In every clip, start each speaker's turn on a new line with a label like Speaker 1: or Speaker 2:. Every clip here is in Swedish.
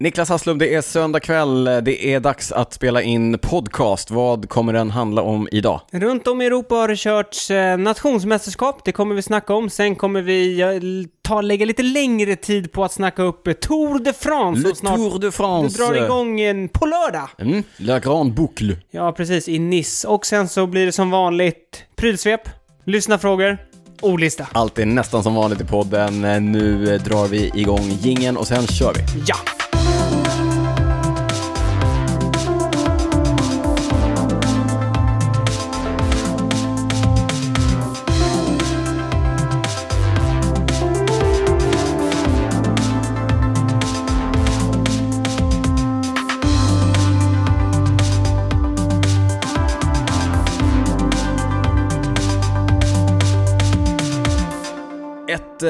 Speaker 1: Niklas Hasslum, det är söndag kväll. Det är dags att spela in podcast. Vad kommer den handla om idag?
Speaker 2: Runt om i Europa har det körts eh, nationsmästerskap, det kommer vi snacka om. Sen kommer vi eh, l- ta, lägga lite längre tid på att snacka upp eh, Tour de France.
Speaker 1: Le
Speaker 2: som snart
Speaker 1: Tour de France.
Speaker 2: drar igång en, på lördag.
Speaker 1: Mm, La Grande Boucle.
Speaker 2: Ja, precis, i Nice. Och sen så blir det som vanligt prylsvep, lyssna frågor, ordlista.
Speaker 1: Allt är nästan som vanligt i podden. Nu drar vi igång gingen och sen kör vi.
Speaker 2: Ja!
Speaker 1: Ett eh,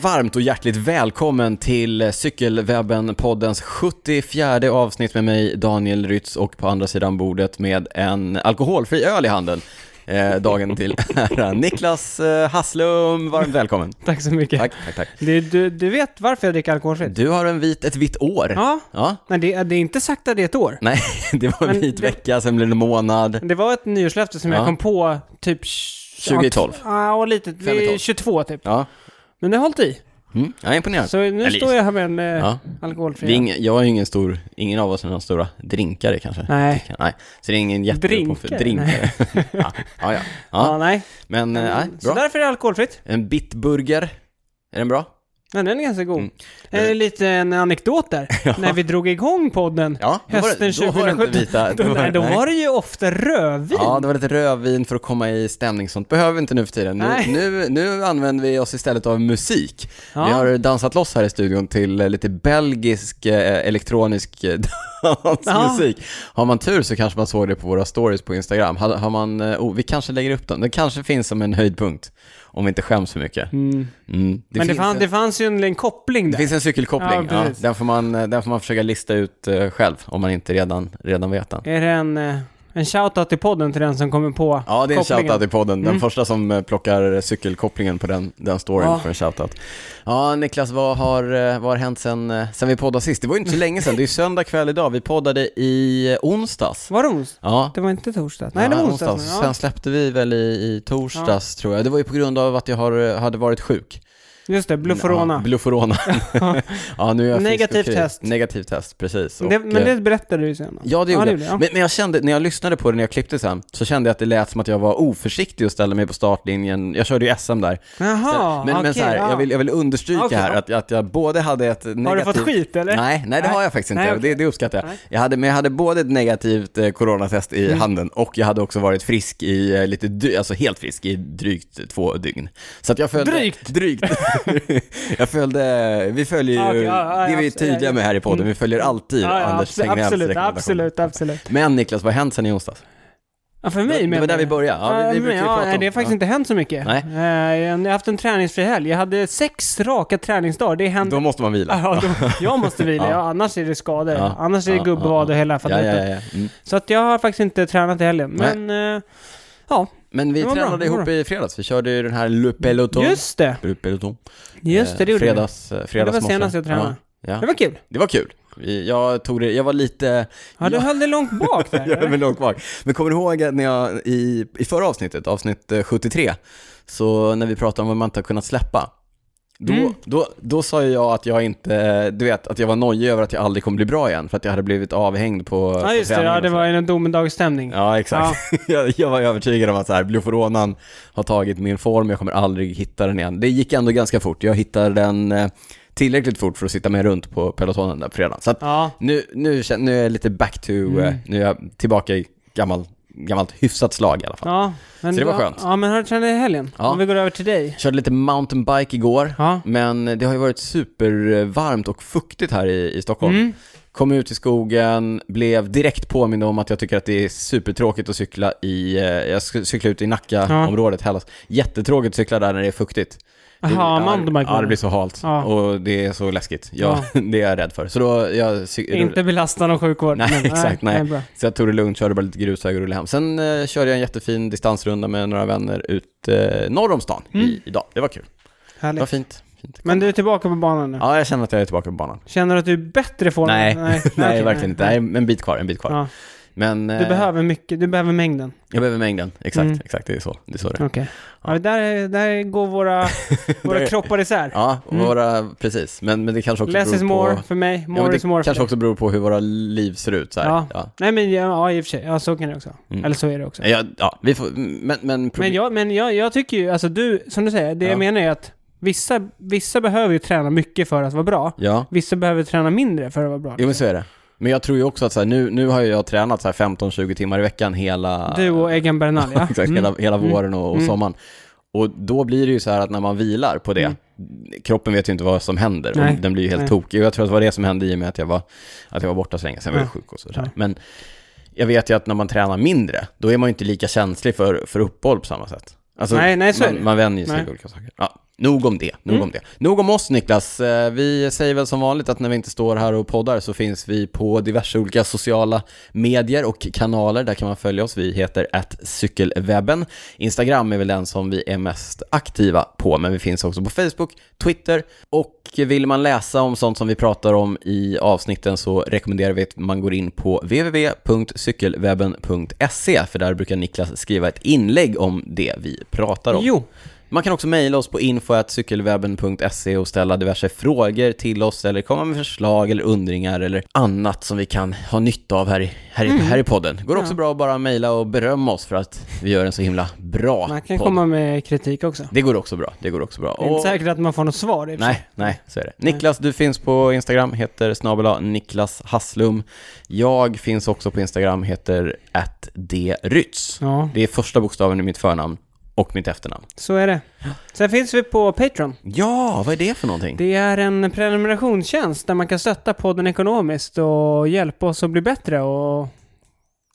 Speaker 1: varmt och hjärtligt välkommen till Cykelwebben-poddens 74 avsnitt med mig, Daniel Rytz, och på andra sidan bordet med en alkoholfri öl i handen. Eh, dagen till ära. Niklas eh, Hasslum, varmt välkommen.
Speaker 2: Tack så mycket.
Speaker 1: Tack, tack, tack.
Speaker 2: Du, du, du vet varför jag dricker alkoholfritt?
Speaker 1: Du har en vit, ett vitt år.
Speaker 2: Ja.
Speaker 1: ja.
Speaker 2: Nej, det, det är inte sagt att det är ett år.
Speaker 1: Nej, det var en
Speaker 2: Men
Speaker 1: vit
Speaker 2: det-
Speaker 1: vecka, sen blev det en månad.
Speaker 2: Det var ett nyårslöfte som
Speaker 1: Ja.
Speaker 2: jag kom på typ... tj-
Speaker 1: 2012.
Speaker 2: Ja, och lite.
Speaker 1: 512.
Speaker 2: 22 typ.
Speaker 1: Ja,
Speaker 2: Men det har hållit i.
Speaker 1: mm. jag är imponerad.
Speaker 2: Så nu
Speaker 1: Eller-
Speaker 2: står jag här med en eh,
Speaker 1: Ja. Vi
Speaker 2: alkoholfri
Speaker 1: är ing- jag är ju ingen stor, ingen av oss är någon stora drinkare kanske.
Speaker 2: Nej.
Speaker 1: Kan- Nej, så det är ingen jätte...
Speaker 2: Drinkare?
Speaker 1: Drinkare? ja, ja, ja.
Speaker 2: Ja,
Speaker 1: ja.
Speaker 2: nej. Mm.
Speaker 1: Men, eh, nej,
Speaker 2: Så
Speaker 1: bra.
Speaker 2: därför är det alkoholfritt.
Speaker 1: En bitburger, är den bra?
Speaker 2: Ja, den är ganska god.
Speaker 1: Mm.
Speaker 2: Eh, lite en anekdot där. När vi drog igång podden
Speaker 1: Ja, då var det-
Speaker 2: hösten
Speaker 1: då var det inte
Speaker 2: 2017.
Speaker 1: vita-
Speaker 2: Då,
Speaker 1: då var det-
Speaker 2: nej, då
Speaker 1: nej.
Speaker 2: var det ju ofta rödvin.
Speaker 1: Ja, det var lite rödvin för att komma i stämning, sånt behöver vi inte nu för tiden. Nu,
Speaker 2: Nej.
Speaker 1: nu, nu använder vi oss istället av musik.
Speaker 2: Ja.
Speaker 1: Vi har dansat loss här i studion till eh, lite belgisk eh, elektronisk eh, dansmusik. Har man tur så kanske man såg det på våra stories på Instagram. Har, har man, eh, oh, vi kanske lägger upp den, den kanske finns som en höjdpunkt, om vi inte skäms för mycket. Mm.
Speaker 2: Men det,
Speaker 1: finns
Speaker 2: fann,
Speaker 1: en-
Speaker 2: det fanns ju en, en koppling
Speaker 1: det
Speaker 2: där.
Speaker 1: finns en cykelkoppling,
Speaker 2: Ja,
Speaker 1: ja,
Speaker 2: precis.
Speaker 1: den, får man, eh, den får man försöka lista ut eh, själv om man inte redan, redan vet den.
Speaker 2: Är det en, eh, en shoutout till podden till den som kommer på
Speaker 1: Ja, det är en
Speaker 2: kopplingen? Mm.
Speaker 1: shoutout i podden. Den första som eh, plockar cykelkopplingen på den, den storyn
Speaker 2: Ja.
Speaker 1: får en shoutout. Ja, Niklas, vad har, eh, vad har hänt sen, eh, sen vi poddade sist? Det var ju inte så länge sen, det är ju söndag kväll idag. Vi poddade i eh, onsdags.
Speaker 2: Var det ons?
Speaker 1: Ja.
Speaker 2: Det var inte torsdag? Nej, det
Speaker 1: Ja,
Speaker 2: var onsdag.
Speaker 1: onsdags.
Speaker 2: Ja,
Speaker 1: Sen släppte vi väl i, i torsdags, tror jag. Det var ju på grund av att jag har, eh, hade varit sjuk.
Speaker 2: just det,
Speaker 1: Ja,
Speaker 2: blufforona.
Speaker 1: blufforona. ja, nu är jag frisk och
Speaker 2: Negativt
Speaker 1: kry.
Speaker 2: test.
Speaker 1: Negativt test, precis.
Speaker 2: det,
Speaker 1: Och,
Speaker 2: men
Speaker 1: eh,
Speaker 2: det berättade du ju senare.
Speaker 1: Ja, det gjorde jag.
Speaker 2: ja.
Speaker 1: Men, men jag kände, när jag lyssnade på det när jag klippte sen, så kände jag att det lät som att jag var oförsiktig och ställde mig på startlinjen. Jag körde ju SM där.
Speaker 2: Jaha,
Speaker 1: men men
Speaker 2: okej,
Speaker 1: så här,
Speaker 2: ja.
Speaker 1: jag, vill, jag vill understryka
Speaker 2: Okej,
Speaker 1: här
Speaker 2: ja.
Speaker 1: att, att jag både hade ett negativt...
Speaker 2: Har du fått skit eller?
Speaker 1: Nej, nej det
Speaker 2: Nej.
Speaker 1: har jag faktiskt inte.
Speaker 2: Nej,
Speaker 1: och det,
Speaker 2: okej.
Speaker 1: det uppskattar jag.
Speaker 2: Nej. Mm.
Speaker 1: jag hade, men jag hade både ett negativt eh, coronatest i handen och jag hade också varit frisk i eh, lite, dy- alltså helt frisk i drygt två dygn. Så att jag följde...
Speaker 2: Drygt?
Speaker 1: Drygt. jag följde, vi följer ju,
Speaker 2: Ja, Ah, okej, ja, ja,
Speaker 1: det är vi
Speaker 2: absolut, ja,
Speaker 1: tydliga
Speaker 2: ja.
Speaker 1: med här i podden, vi följer alltid
Speaker 2: Ja, ja,
Speaker 1: Anders
Speaker 2: abso-
Speaker 1: Tegnells
Speaker 2: Absolut,
Speaker 1: rekommendationer.
Speaker 2: absolut, absolut.
Speaker 1: Men Niklas, vad har hänt sen i onsdags?
Speaker 2: Ja, för mig
Speaker 1: Det- det var
Speaker 2: menar
Speaker 1: där vi
Speaker 2: jag.
Speaker 1: började. Ja, vi- vi
Speaker 2: men-
Speaker 1: brukar ju prata
Speaker 2: nej,
Speaker 1: om-
Speaker 2: Det har faktiskt
Speaker 1: ja.
Speaker 2: inte hänt så mycket.
Speaker 1: Nej.
Speaker 2: Eh, Jag har haft en träningsfri helg. Jag hade sex raka träningsdagar. Det hände...
Speaker 1: Då måste man vila.
Speaker 2: Ja, då, jag måste vila,
Speaker 1: Ja.
Speaker 2: ja. annars är det skador.
Speaker 1: Ja.
Speaker 2: Annars är det
Speaker 1: Ja,
Speaker 2: gubbvad
Speaker 1: ja,
Speaker 2: och hela
Speaker 1: Ja, ja,
Speaker 2: faderuttan.
Speaker 1: ja, ja. Mm.
Speaker 2: Så att jag har faktiskt inte tränat i helgen.
Speaker 1: Nej.
Speaker 2: Men, eh, ja,
Speaker 1: Men vi
Speaker 2: Det var bra,
Speaker 1: tränade
Speaker 2: det var
Speaker 1: ihop
Speaker 2: bra.
Speaker 1: i fredags, vi körde ju den här Le Peloton.
Speaker 2: just det.
Speaker 1: Le Peloton.
Speaker 2: Just det, det
Speaker 1: Eh,
Speaker 2: gjorde jag.
Speaker 1: fredags, eh, fredags
Speaker 2: Det var senast jag tränade.
Speaker 1: Ja.
Speaker 2: Det
Speaker 1: Ja.
Speaker 2: var kul.
Speaker 1: Det var kul. Vi- Jag tog det, jag var lite...
Speaker 2: Ja, du
Speaker 1: jag-
Speaker 2: höll dig långt bak där.
Speaker 1: jag är
Speaker 2: eller?
Speaker 1: väl långt bak. Men kommer du ihåg att när jag, i, i förra avsnittet, avsnitt eh, 73, så när vi pratade om vad man inte har kunnat släppa, då,
Speaker 2: Mm.
Speaker 1: då, då sa ju jag att jag inte, eh, du vet, att jag var nojig över att jag aldrig kommer bli bra igen, för att jag hade blivit avhängd på
Speaker 2: Ja,
Speaker 1: på
Speaker 2: just det.
Speaker 1: träningen
Speaker 2: Ja,
Speaker 1: och
Speaker 2: det
Speaker 1: så.
Speaker 2: var en domedagsstämning.
Speaker 1: Ja, exakt. jag, jag var övertygad om att så här, bluforonan har tagit min form, jag kommer aldrig hitta den igen. Det gick ändå ganska fort. Jag hittade den eh, tillräckligt fort för att sitta med runt på pelotonen där på fredagen. Så att
Speaker 2: Ja.
Speaker 1: nu, nu, kän- nu är jag lite back to, eh, nu är jag tillbaka i gammal, gammalt hyfsat slag i alla fall.
Speaker 2: Ja, men
Speaker 1: Så det var
Speaker 2: du-
Speaker 1: skönt.
Speaker 2: Ja, men har du tränat i helgen?
Speaker 1: Ja.
Speaker 2: Om vi går över till dig.
Speaker 1: Körde lite mountainbike igår,
Speaker 2: Ja.
Speaker 1: men det har ju varit supervarmt och fuktigt här i, i Stockholm.
Speaker 2: Mm.
Speaker 1: Kom ut i skogen, blev direkt påmind om att jag tycker att det är supertråkigt att cykla i, eh, jag sk- cyklar ut i Nacka-området, Hellas. Jättetråkigt att cykla där när det är fuktigt. Det-
Speaker 2: Jaha,
Speaker 1: ja,
Speaker 2: mountainbike var
Speaker 1: Ja, det
Speaker 2: det.
Speaker 1: blir så halt
Speaker 2: Ja.
Speaker 1: och det är så läskigt. Ja, det är jag rädd för. Så då, jag, cy-
Speaker 2: Inte belasta någon sjukvård.
Speaker 1: Nej,
Speaker 2: men-
Speaker 1: exakt, nej.
Speaker 2: bra.
Speaker 1: Så jag tog det lugnt, körde bara lite grushög och rullade hem. Sen eh, körde jag en jättefin distansrunda med några vänner ut eh, norr om stan i, idag. Det var kul. Det var
Speaker 2: Härligt.
Speaker 1: fint. fint.
Speaker 2: Mm. Men du är tillbaka på banan nu?
Speaker 1: Ja, jag känner att jag är tillbaka på banan.
Speaker 2: Känner du att du är bättre form?
Speaker 1: Nej, nej,
Speaker 2: okej,
Speaker 1: verkligen inte. Nej, en bit kvar, en bit kvar.
Speaker 2: Ja.
Speaker 1: Men... eh,
Speaker 2: Du behöver mycket, du behöver mängden.
Speaker 1: Jag behöver mängden, exakt,
Speaker 2: Mm.
Speaker 1: exakt, det är så det är. Så det. är.
Speaker 2: Okej. Ja, där, där går våra, våra
Speaker 1: Där-
Speaker 2: kroppar isär.
Speaker 1: Ja, och
Speaker 2: Mm.
Speaker 1: våra, precis. Men, men det kanske också
Speaker 2: Less
Speaker 1: beror
Speaker 2: is more
Speaker 1: på...
Speaker 2: för mig,
Speaker 1: Ja,
Speaker 2: more
Speaker 1: men det
Speaker 2: is more
Speaker 1: kanske
Speaker 2: för dig.
Speaker 1: också beror på hur våra liv ser ut så här.
Speaker 2: Ja.
Speaker 1: Ja. Ja.
Speaker 2: Nej men ja, ja, i och för sig, ja så kan det också.
Speaker 1: Mm.
Speaker 2: Eller så är det också.
Speaker 1: Ja, vi får... Men, men,
Speaker 2: Men, jag, men jag, jag tycker ju, alltså du, som du säger, det
Speaker 1: Ja.
Speaker 2: jag menar är att vissa, vissa behöver ju träna mycket för att vara bra.
Speaker 1: Ja,
Speaker 2: Vissa behöver träna mindre för att vara bra.
Speaker 1: jo men så är det. Men jag tror ju också att så här, nu, nu har ju jag tränat så här 15-20 timmar i veckan hela...
Speaker 2: Du och Egan Bernal, ja.
Speaker 1: Exakt, hela, hela våren och, och
Speaker 2: Mm.
Speaker 1: sommaren. Och då blir det ju så här att när man vilar på det,
Speaker 2: Mm.
Speaker 1: kroppen vet ju inte vad som händer
Speaker 2: Nej.
Speaker 1: och den blir ju helt
Speaker 2: Nej.
Speaker 1: tokig. Och jag tror att det var det som hände i och med att jag var, att jag var borta så länge, sen var jag
Speaker 2: Ja.
Speaker 1: sjuk och sådär.
Speaker 2: Ja.
Speaker 1: Men jag vet ju att när man tränar mindre, då är man ju inte lika känslig för, för uppehåll på samma sätt. Alltså,
Speaker 2: Nej, nej, så är det.
Speaker 1: man, man vänjer sig
Speaker 2: Nej.
Speaker 1: vid olika saker. Ja, nog om det, nog
Speaker 2: Mm.
Speaker 1: om det. Nog om oss Niklas, Eh, vi säger väl som vanligt att när vi inte står här och poddar så finns vi på diverse olika sociala medier och kanaler. Där kan man följa oss, vi heter cykelwebben. Instagram är väl den som vi är mest aktiva på, men vi finns också på Facebook, Twitter och vill man läsa om sånt som vi pratar om i avsnitten så rekommenderar vi att man går in på www.cykelwebben.se för där brukar Niklas skriva ett inlägg om det vi pratar om.
Speaker 2: Jo,
Speaker 1: Man kan också mejla oss på info.cykelwebben.se och ställa diverse frågor till oss eller komma med förslag eller undringar eller annat som vi kan ha nytta av här i, här i, här i podden. Går också
Speaker 2: Mm. Ja.
Speaker 1: bra att bara mejla och berömma oss för att vi gör en så himla bra
Speaker 2: man kan
Speaker 1: podd.
Speaker 2: komma med kritik också.
Speaker 1: Det går också bra, det går också bra.
Speaker 2: Det är inte
Speaker 1: Och-
Speaker 2: säkert att man får något svar i och för sig.
Speaker 1: Nej, nej, så är det. Niklas, du finns på Instagram, heter snabel Niklas Hasslum. Jag finns också på Instagram, heter attdrytz.
Speaker 2: Ja,
Speaker 1: Det är första bokstaven i mitt förnamn och mitt efternamn.
Speaker 2: så är det. Sen finns vi på Patreon.
Speaker 1: Ja, vad är det för någonting?
Speaker 2: Det är en prenumerationstjänst där man kan stötta podden ekonomiskt och hjälpa oss att bli bättre och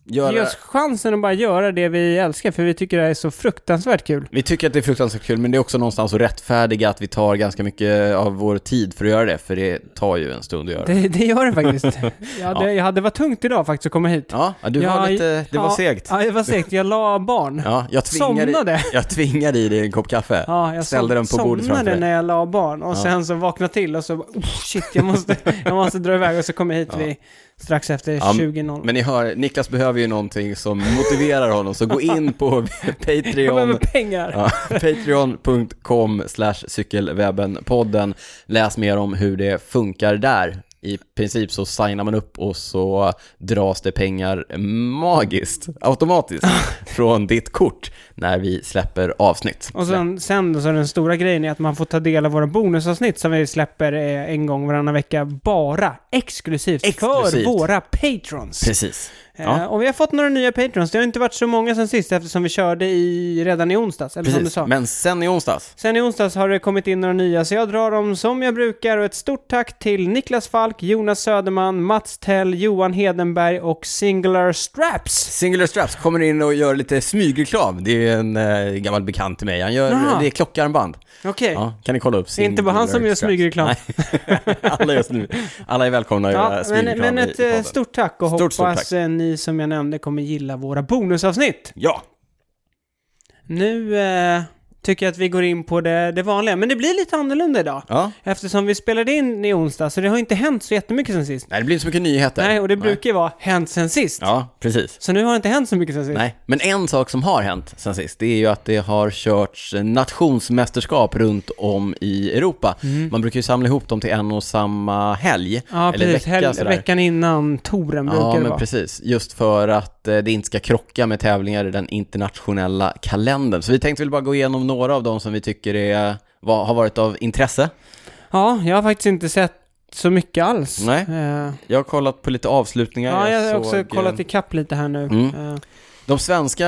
Speaker 2: ge
Speaker 1: Göra...
Speaker 2: oss chansen att bara göra det vi älskar för vi tycker det är så fruktansvärt kul.
Speaker 1: Vi tycker att det är fruktansvärt kul, men det är också någonstans att rättfärdiga att vi tar ganska mycket av vår tid för att göra det, för det tar ju en stund att göra.
Speaker 2: Det, det gör det faktiskt. Ja, det, jag hade varit tungt idag faktiskt att komma hit.
Speaker 1: Ja, du
Speaker 2: Ja,
Speaker 1: var lite, det var
Speaker 2: ja,
Speaker 1: segt.
Speaker 2: Ja, det var segt. Jag la barn.
Speaker 1: Ja, jag tvingade,
Speaker 2: somnade.
Speaker 1: jag tvingade i dig en kopp kaffe.
Speaker 2: Ja, jag
Speaker 1: Ställde den på bordet framför
Speaker 2: somnade
Speaker 1: dig.
Speaker 2: när jag la barn och sen så vaknade till och så bara, oh, shit, jag måste, jag måste dra iväg och så kom jag hit vid strax efter
Speaker 1: Ja,
Speaker 2: 20.00.
Speaker 1: Men ni hör, Niklas behöver ju någonting som motiverar honom, så gå in på
Speaker 2: jag behöver
Speaker 1: Patreon.
Speaker 2: pengar.
Speaker 1: Ja, Patreon.com slash cykelwebbenpodden. Läs mer om hur det funkar där. I princip så signar man upp och så dras det pengar magiskt, automatiskt, från ditt kort när vi släpper avsnitt.
Speaker 2: Och sen, sen då, så den stora grejen är att man får ta del av våra bonusavsnitt som vi släpper eh, en gång varannan vecka bara exklusivt,
Speaker 1: Exklusivt.
Speaker 2: för våra patrons.
Speaker 1: Precis.
Speaker 2: Eh, och vi har fått några nya patrons. Det har inte varit så många sen sist eftersom vi körde i, redan i onsdags, eller som du
Speaker 1: Precis.
Speaker 2: sa.
Speaker 1: Men sen i onsdags,
Speaker 2: Sen i onsdags har det kommit in några nya, så jag drar dem som jag brukar och ett stort tack till Niklas Falk, Jonas Söderman, Mats Tell, Johan Hedenberg och Singular Straps.
Speaker 1: Singular Straps kommer in och gör lite smygreklam. Det är ju en eh, gammal bekant till mig. Han gör,
Speaker 2: Jaha.
Speaker 1: det är klockarmband.
Speaker 2: Okej.
Speaker 1: Ja, kan ni kolla upp?
Speaker 2: Det är inte bara han som gör
Speaker 1: Singular
Speaker 2: smygreklam.
Speaker 1: Straps. Nej. alla, gör smyg... alla är välkomna att
Speaker 2: Ja,
Speaker 1: göra
Speaker 2: men,
Speaker 1: smygreklam
Speaker 2: men
Speaker 1: i-
Speaker 2: ett
Speaker 1: i
Speaker 2: eh,
Speaker 1: podden.
Speaker 2: stort tack och
Speaker 1: Stort, stort
Speaker 2: hoppas
Speaker 1: tack.
Speaker 2: eh, ni som jag nämnde kommer gilla våra bonusavsnitt.
Speaker 1: Ja,
Speaker 2: Nu eh, tycker jag att vi går in på det, det vanliga, men det blir lite annorlunda idag.
Speaker 1: Ja.
Speaker 2: Eftersom vi spelade in i onsdag, så det har inte hänt så jättemycket sen sist.
Speaker 1: Nej, det blir inte så mycket nyheter.
Speaker 2: Nej, och det brukar ju vara hänt sen sist.
Speaker 1: Ja, precis.
Speaker 2: Så nu har det inte hänt så mycket sen sist.
Speaker 1: Nej, men en sak som har hänt sen sist, det är ju att det har körts nationsmästerskap runt om i Europa. Man brukar ju samla ihop dem till en och samma helg.
Speaker 2: Mm. Ja,
Speaker 1: eller
Speaker 2: precis.
Speaker 1: vecka
Speaker 2: Hel-
Speaker 1: sådär.
Speaker 2: veckan innan touren
Speaker 1: Ja,
Speaker 2: brukar det
Speaker 1: men
Speaker 2: vara.
Speaker 1: precis. Just för att eh, det inte ska krocka med tävlingar i den internationella kalendern. Så vi tänkte väl bara gå igenom några av dem som vi tycker är, vad, har varit av intresse.
Speaker 2: Ja, jag har faktiskt inte sett så mycket alls.
Speaker 1: Nej.
Speaker 2: Eh,
Speaker 1: Jag har kollat på lite avslutningar.
Speaker 2: ja, jag har
Speaker 1: såg,
Speaker 2: också kollat
Speaker 1: eh,
Speaker 2: ikapp lite här nu.
Speaker 1: Mm.
Speaker 2: Eh,
Speaker 1: De svenska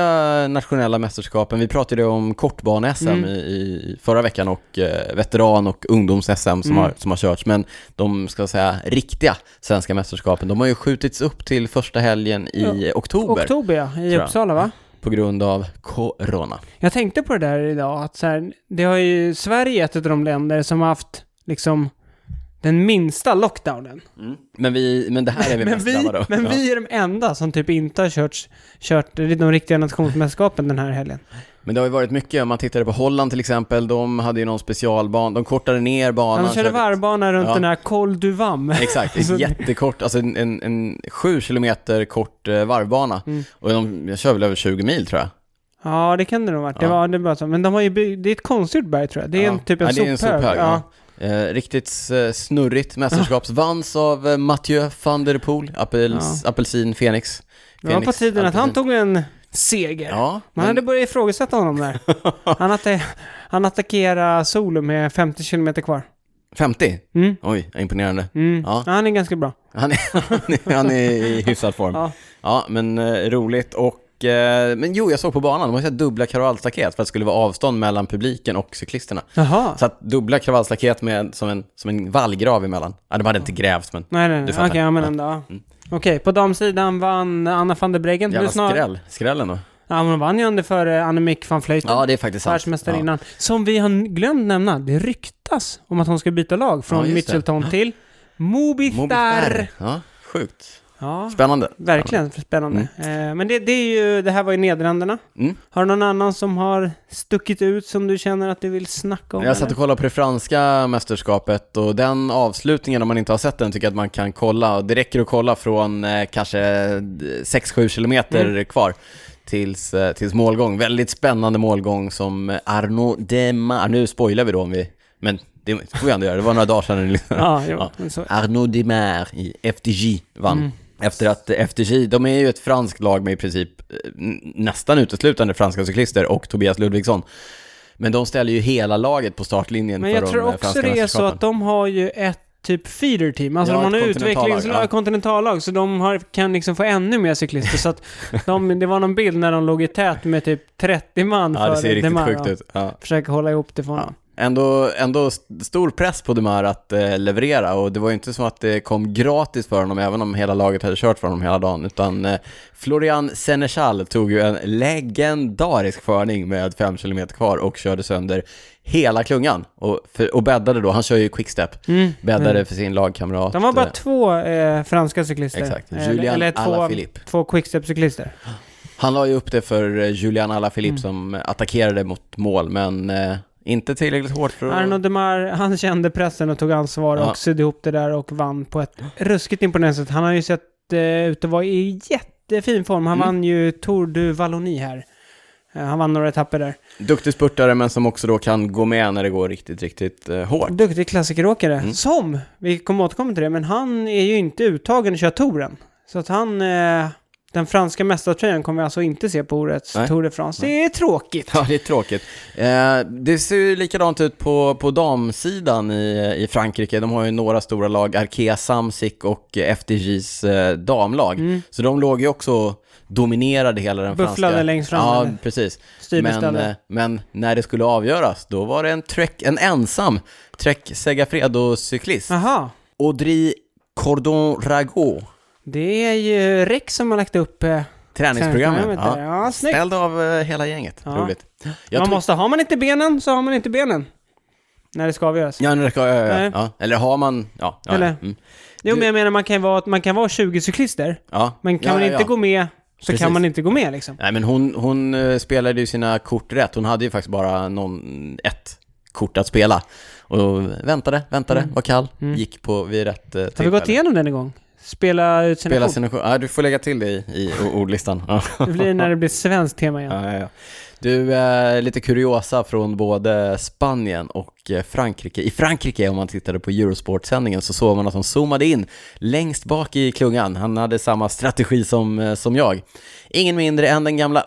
Speaker 1: nationella mästerskapen, vi pratade ju om kortbane-SM
Speaker 2: Mm.
Speaker 1: i, i förra veckan och eh, veteran och ungdoms-SM som,
Speaker 2: Mm.
Speaker 1: har, som har körts, men de ska jag säga riktiga svenska mästerskapen, de har ju skjutits upp till första helgen i oktober
Speaker 2: oktober, ja, i
Speaker 1: jag. Mm.
Speaker 2: Uppsala va?
Speaker 1: på grund av corona.
Speaker 2: Jag tänkte på det där idag, att så här, det har ju Sverige är ett av de länder som har haft liksom den minsta lockdownen.
Speaker 1: Men, vi, men det här är vi
Speaker 2: Mm. Men
Speaker 1: mest
Speaker 2: vi,
Speaker 1: drabbade av.
Speaker 2: men
Speaker 1: Ja.
Speaker 2: vi är de enda som typ inte har kört, kört de riktiga nationsmästerskapen den här helgen.
Speaker 1: Men det har ju varit mycket, om man tittade på Holland till exempel, de hade ju någon specialban, de kortade ner banan.
Speaker 2: Han körde varvbana runt
Speaker 1: Ja.
Speaker 2: den här Col du Vam.
Speaker 1: Exakt,
Speaker 2: Alltså-
Speaker 1: ett jättekort, alltså en, en, en sju kilometer kort eh, varvbana.
Speaker 2: Mm.
Speaker 1: Och de, jag kör väl över 20 mil tror jag.
Speaker 2: Ja, det kan det nog ha varit. Det
Speaker 1: Ja.
Speaker 2: var, det var så. Men de har ju byggt, det är ett konstgjort berg tror jag. Det är
Speaker 1: Ja.
Speaker 2: en typ en
Speaker 1: Ja, det är en
Speaker 2: sophög.
Speaker 1: sophög,
Speaker 2: ja.
Speaker 1: ja. Eh, riktigt eh, snurrigt mästerskap, vanns av eh, Mathieu van der Poel, apels, apelsin Fenix.
Speaker 2: Det var på
Speaker 1: Fenix,
Speaker 2: tiden att han
Speaker 1: apelsin.
Speaker 2: tog en seger.
Speaker 1: Ja,
Speaker 2: Man
Speaker 1: men,
Speaker 2: hade börjat ifrågasätta honom där. Han, atta han attackerade solo med 50 km kvar.
Speaker 1: 50?
Speaker 2: Mm.
Speaker 1: Oj, imponerande.
Speaker 2: Mm.
Speaker 1: Ja.
Speaker 2: Ja, han är ganska bra.
Speaker 1: Han är, han är, han är i hyfsad form.
Speaker 2: Ja.
Speaker 1: Ja, men eh, roligt och... eh, Men jo, jag såg på banan, de har ju så här dubbla kravallstaket för att det skulle vara avstånd mellan publiken och cyklisterna.
Speaker 2: Jaha.
Speaker 1: Så att dubbla kravallstaket med, som, en, som en vallgrav emellan. Ja, de hade inte grävt, men...
Speaker 2: Nej, nej, nej.
Speaker 1: Du
Speaker 2: Okej,
Speaker 1: fattar. Mm.
Speaker 2: ja, men ändå. ja. Okej, på damsidan vann Anna van der Breggen.
Speaker 1: Jävla
Speaker 2: Hur snar-
Speaker 1: skräll. Skrällen då.
Speaker 2: Ja, men hon vann ju under före Annemiek van Vleuten.
Speaker 1: Ja, det är faktiskt sant.
Speaker 2: Världsmästarinnan. Som vi har glömt nämna, det ryktas om att hon ska byta lag
Speaker 1: Ja,
Speaker 2: från
Speaker 1: just det.
Speaker 2: Mitchelton till
Speaker 1: Ja.
Speaker 2: Mobitar.
Speaker 1: Mobitar. Ja, sjukt.
Speaker 2: Ja,
Speaker 1: Spännande.
Speaker 2: verkligen spännande. Eh, men det, det är ju, det här var ju Nederländerna.
Speaker 1: Mm.
Speaker 2: Har du någon annan som har stuckit ut som du känner att du vill snacka om?
Speaker 1: Jag satt
Speaker 2: eller?
Speaker 1: och kollade på det franska mästerskapet och den avslutningen, om man inte har sett den, tycker jag att man kan kolla. Det räcker att kolla från eh, kanske 6-7 kilometer kvar tills, eh, tills målgång. Väldigt spännande målgång som eh, Arnaud Demar, nu spoilar vi då om vi, men det får vi ändå göra, det var några dagar sedan ni lyssnade.
Speaker 2: Ja, jo,
Speaker 1: Ja.
Speaker 2: men Så,
Speaker 1: Arnaud Demar i FDJ vann.
Speaker 2: Mm.
Speaker 1: Efter att eh, FDJ, de är ju ett franskt lag med i princip eh, n- nästan uteslutande franska cyklister och Tobias Ludvigsson. Men de ställer ju hela laget på startlinjen
Speaker 2: Men
Speaker 1: för
Speaker 2: jag
Speaker 1: de
Speaker 2: tror
Speaker 1: eh,
Speaker 2: också
Speaker 1: franska
Speaker 2: det är så
Speaker 1: mästerskapen.
Speaker 2: att de har ju ett typ feeder team, alltså
Speaker 1: Ja,
Speaker 2: de har
Speaker 1: ett
Speaker 2: nu
Speaker 1: kontinentallag,
Speaker 2: utvecklingslag,
Speaker 1: ja.
Speaker 2: kontinentallag, så de har, kan liksom få ännu mer cyklister. så att de, det var någon bild när de låg i tät med typ 30 man
Speaker 1: Ja, det ser riktigt
Speaker 2: Demar,
Speaker 1: sjukt
Speaker 2: ja.
Speaker 1: ut. Ja.
Speaker 2: Försöka hålla ihop det för honom.
Speaker 1: Ändå, ändå st- stor press på Demar att eh, leverera och det var ju inte så att det kom gratis för honom även om hela laget hade kört för honom hela dagen utan eh, Florian Senechal tog ju en legendarisk förning med 5 km kvar och körde sönder hela klungan och, för, och bäddade då, han kör ju quickstep,
Speaker 2: Mm.
Speaker 1: bäddade
Speaker 2: Mm.
Speaker 1: för sin lagkamrat.
Speaker 2: De var bara
Speaker 1: eh,
Speaker 2: två eh, franska cyklister.
Speaker 1: Exakt.
Speaker 2: Eller-
Speaker 1: Julian
Speaker 2: eller två,
Speaker 1: Alaphilippe.
Speaker 2: två quickstep-cyklister.
Speaker 1: Han la ju upp det för eh, Julian Alaphilippe
Speaker 2: Mm.
Speaker 1: som attackerade mot mål men eh, inte tillräckligt hårt för att...
Speaker 2: Arnaud Demar, han kände pressen och tog ansvar
Speaker 1: Ja.
Speaker 2: och sydde ihop det där och vann på ett ruskigt imponerande sätt. Han har ju sett eh, ut att vara i jättefin form. Han
Speaker 1: Mm.
Speaker 2: vann ju Tour du Wallonie här. Eh, han vann några etapper där.
Speaker 1: Duktig spurtare men som också då kan gå med när det går riktigt, riktigt eh, hårt.
Speaker 2: Duktig klassikeråkare.
Speaker 1: Mm.
Speaker 2: Som, vi kommer återkomma till det, men han är ju inte uttagen att köra touren. Så att han, eh, den franska mästartröjan kommer vi alltså inte se på årets
Speaker 1: Nej.
Speaker 2: Tour de France. Det är tråkigt.
Speaker 1: Ja, det är tråkigt. Eh, det ser ju likadant ut på, på damsidan i, i Frankrike. De har ju några stora lag, Arkea, Samsic och eh, FDJs eh, damlag.
Speaker 2: Mm.
Speaker 1: Så de låg ju också och dominerade hela den
Speaker 2: Bufflade
Speaker 1: franska...
Speaker 2: längst fram,
Speaker 1: Ja,
Speaker 2: eller?
Speaker 1: precis.
Speaker 2: Styr med
Speaker 1: Men,
Speaker 2: ställe.
Speaker 1: eh, men när det skulle avgöras, då var det en, trek, en ensam Trek Segafredo-cyklist.
Speaker 2: Aha.
Speaker 1: Audrey Cordon Rago.
Speaker 2: Det är ju Rex som har lagt upp... Eh,
Speaker 1: Träningsprogrammet.
Speaker 2: träningsprogrammet där. Ja, snyggt.
Speaker 1: Ställd av eh, hela gänget.
Speaker 2: Ja.
Speaker 1: Roligt. Jag
Speaker 2: man
Speaker 1: tror-
Speaker 2: måste, har man inte benen så har man inte benen. När det ska avgöras.
Speaker 1: Ja, nu ska jag, ja,
Speaker 2: Nej.
Speaker 1: ja, ja. Eller har man, ja. ja
Speaker 2: Eller?
Speaker 1: ja. Mm.
Speaker 2: Jo men jag menar man kan vara, man kan vara 20 cyklister,
Speaker 1: ja.
Speaker 2: men kan
Speaker 1: ja,
Speaker 2: man
Speaker 1: ja,
Speaker 2: inte
Speaker 1: ja.
Speaker 2: gå med så
Speaker 1: Precis.
Speaker 2: kan man inte gå med liksom.
Speaker 1: Nej, men hon, hon eh, spelade ju sina kort rätt. Hon hade ju faktiskt bara någon, ett kort att spela. Och väntade, väntade, var kall, gick på vid rätt eh,
Speaker 2: Mm. Har vi
Speaker 1: tillfälle.
Speaker 2: gått igenom den en gång? Spela ut sina
Speaker 1: Spela
Speaker 2: kort.
Speaker 1: sina kort. Ja, du får lägga till det i, i o- ordlistan. Ja.
Speaker 2: Det blir när det blir svenskt tema igen.
Speaker 1: Ja, ja, ja. Du, eh, lite kuriosa från både Spanien och eh, Frankrike. I Frankrike, om man tittade på Eurosport-sändningen, så såg man att de zoomade in längst bak i klungan. Han hade samma strategi som, eh, som jag. Ingen mindre än den gamla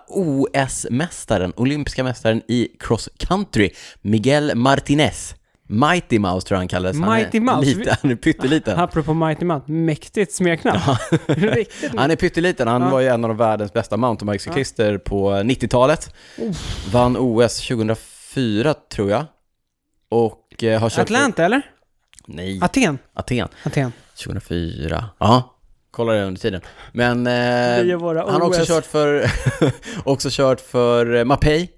Speaker 1: OS-mästaren, olympiska mästaren i cross country, Miguel Martinez. Mighty Mouse tror jag han kallades.
Speaker 2: Mighty
Speaker 1: han är,
Speaker 2: Mouse?
Speaker 1: Lite, han är pytteliten.
Speaker 2: Apropå Mighty Man, mäktigt smeknamn. Riktigt.
Speaker 1: Han är pytteliten, han var ju en av världens bästa mountainbikecyklister på 90-talet. Vann OS 2004 tror jag. Och eh, har kört...
Speaker 2: Atlanta eller?
Speaker 1: Nej,
Speaker 2: Aten?
Speaker 1: Aten.
Speaker 2: Aten.
Speaker 1: 2004. Ja. Kolla det under tiden. Men
Speaker 2: Vi
Speaker 1: eh,
Speaker 2: och våra
Speaker 1: han har också
Speaker 2: OS.
Speaker 1: kört för, också kört för eh, Mapei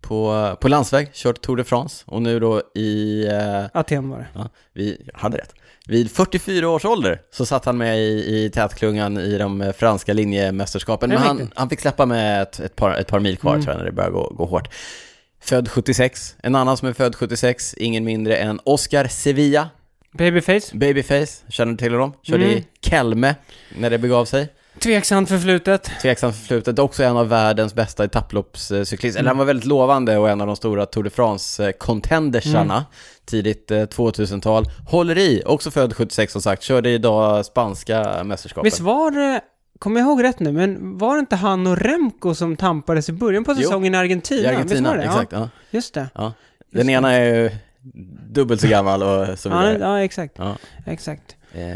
Speaker 1: på, på landsväg, kört Tour de France och nu då i eh,
Speaker 2: Aten var det.
Speaker 1: Ja, vi hade rätt. Vid 44 års ålder så satt han med i, i tätklungan i de eh, franska linjemästerskapen.
Speaker 2: Det är Mm.
Speaker 1: Men han,
Speaker 2: riktigt.
Speaker 1: han fick släppa med ett, ett, par, ett par mil kvar tror jag när det började gå, gå hårt. Född 76. En annan som är född 76, ingen mindre än Oscar Sevilla,
Speaker 2: Babyface.
Speaker 1: Babyface. Känner du till honom? Körde
Speaker 2: Mm.
Speaker 1: i Kelme när det begav sig.
Speaker 2: Tveksamt förflutet.
Speaker 1: Tveksamt förflutet, också en av världens bästa etapploppscyklister.
Speaker 2: Mm.
Speaker 1: Eller han var väldigt lovande och en av de stora Tour de France-contendersarna
Speaker 2: Mm.
Speaker 1: tidigt eh, 2000-tal. Håller i, också född 76 som sagt, körde idag spanska mästerskapen.
Speaker 2: Visst var det, kommer jag ihåg rätt nu, men var det inte han och Remco som tampades i början på
Speaker 1: Jo.
Speaker 2: säsongen i
Speaker 1: I
Speaker 2: Argentina? Visst
Speaker 1: Argentina,
Speaker 2: var det?
Speaker 1: exakt.
Speaker 2: Ja,
Speaker 1: Ja.
Speaker 2: just det.
Speaker 1: Ja. Den ena är ju dubbelt så gammal och så
Speaker 2: Ja,
Speaker 1: vidare. Ja,
Speaker 2: ja, exakt.
Speaker 1: ja.
Speaker 2: Exakt.
Speaker 1: Eh,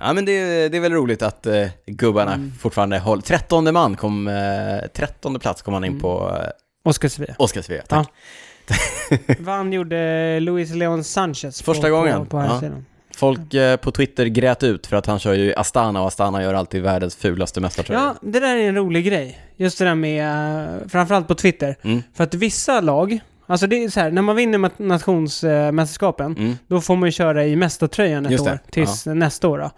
Speaker 1: ja men det, är- det är väl roligt att eh, gubbarna
Speaker 2: Mm.
Speaker 1: fortfarande håller. Trettonde man kom, eh, trettonde plats kom han
Speaker 2: Mm.
Speaker 1: in på eh,
Speaker 2: Oscar Svea.
Speaker 1: Oscar Svea, tack.
Speaker 2: Vann gjorde Luis Leon Sanchez.
Speaker 1: Första
Speaker 2: på,
Speaker 1: gången.
Speaker 2: På, på här
Speaker 1: Ja.
Speaker 2: sidan.
Speaker 1: Folk eh, på Twitter grät ut för att han kör ju i Astana och Astana gör alltid världens fulaste mästartröjor.
Speaker 2: Ja, det där är en rolig grej. Just det där med, eh, framförallt på Twitter.
Speaker 1: Mm.
Speaker 2: För att vissa lag, alltså det är så här, när man vinner mat- nationsmästerskapen,
Speaker 1: Mm.
Speaker 2: då får man ju köra i mästartröjan ett
Speaker 1: Just det,
Speaker 2: år, tills nästa år då.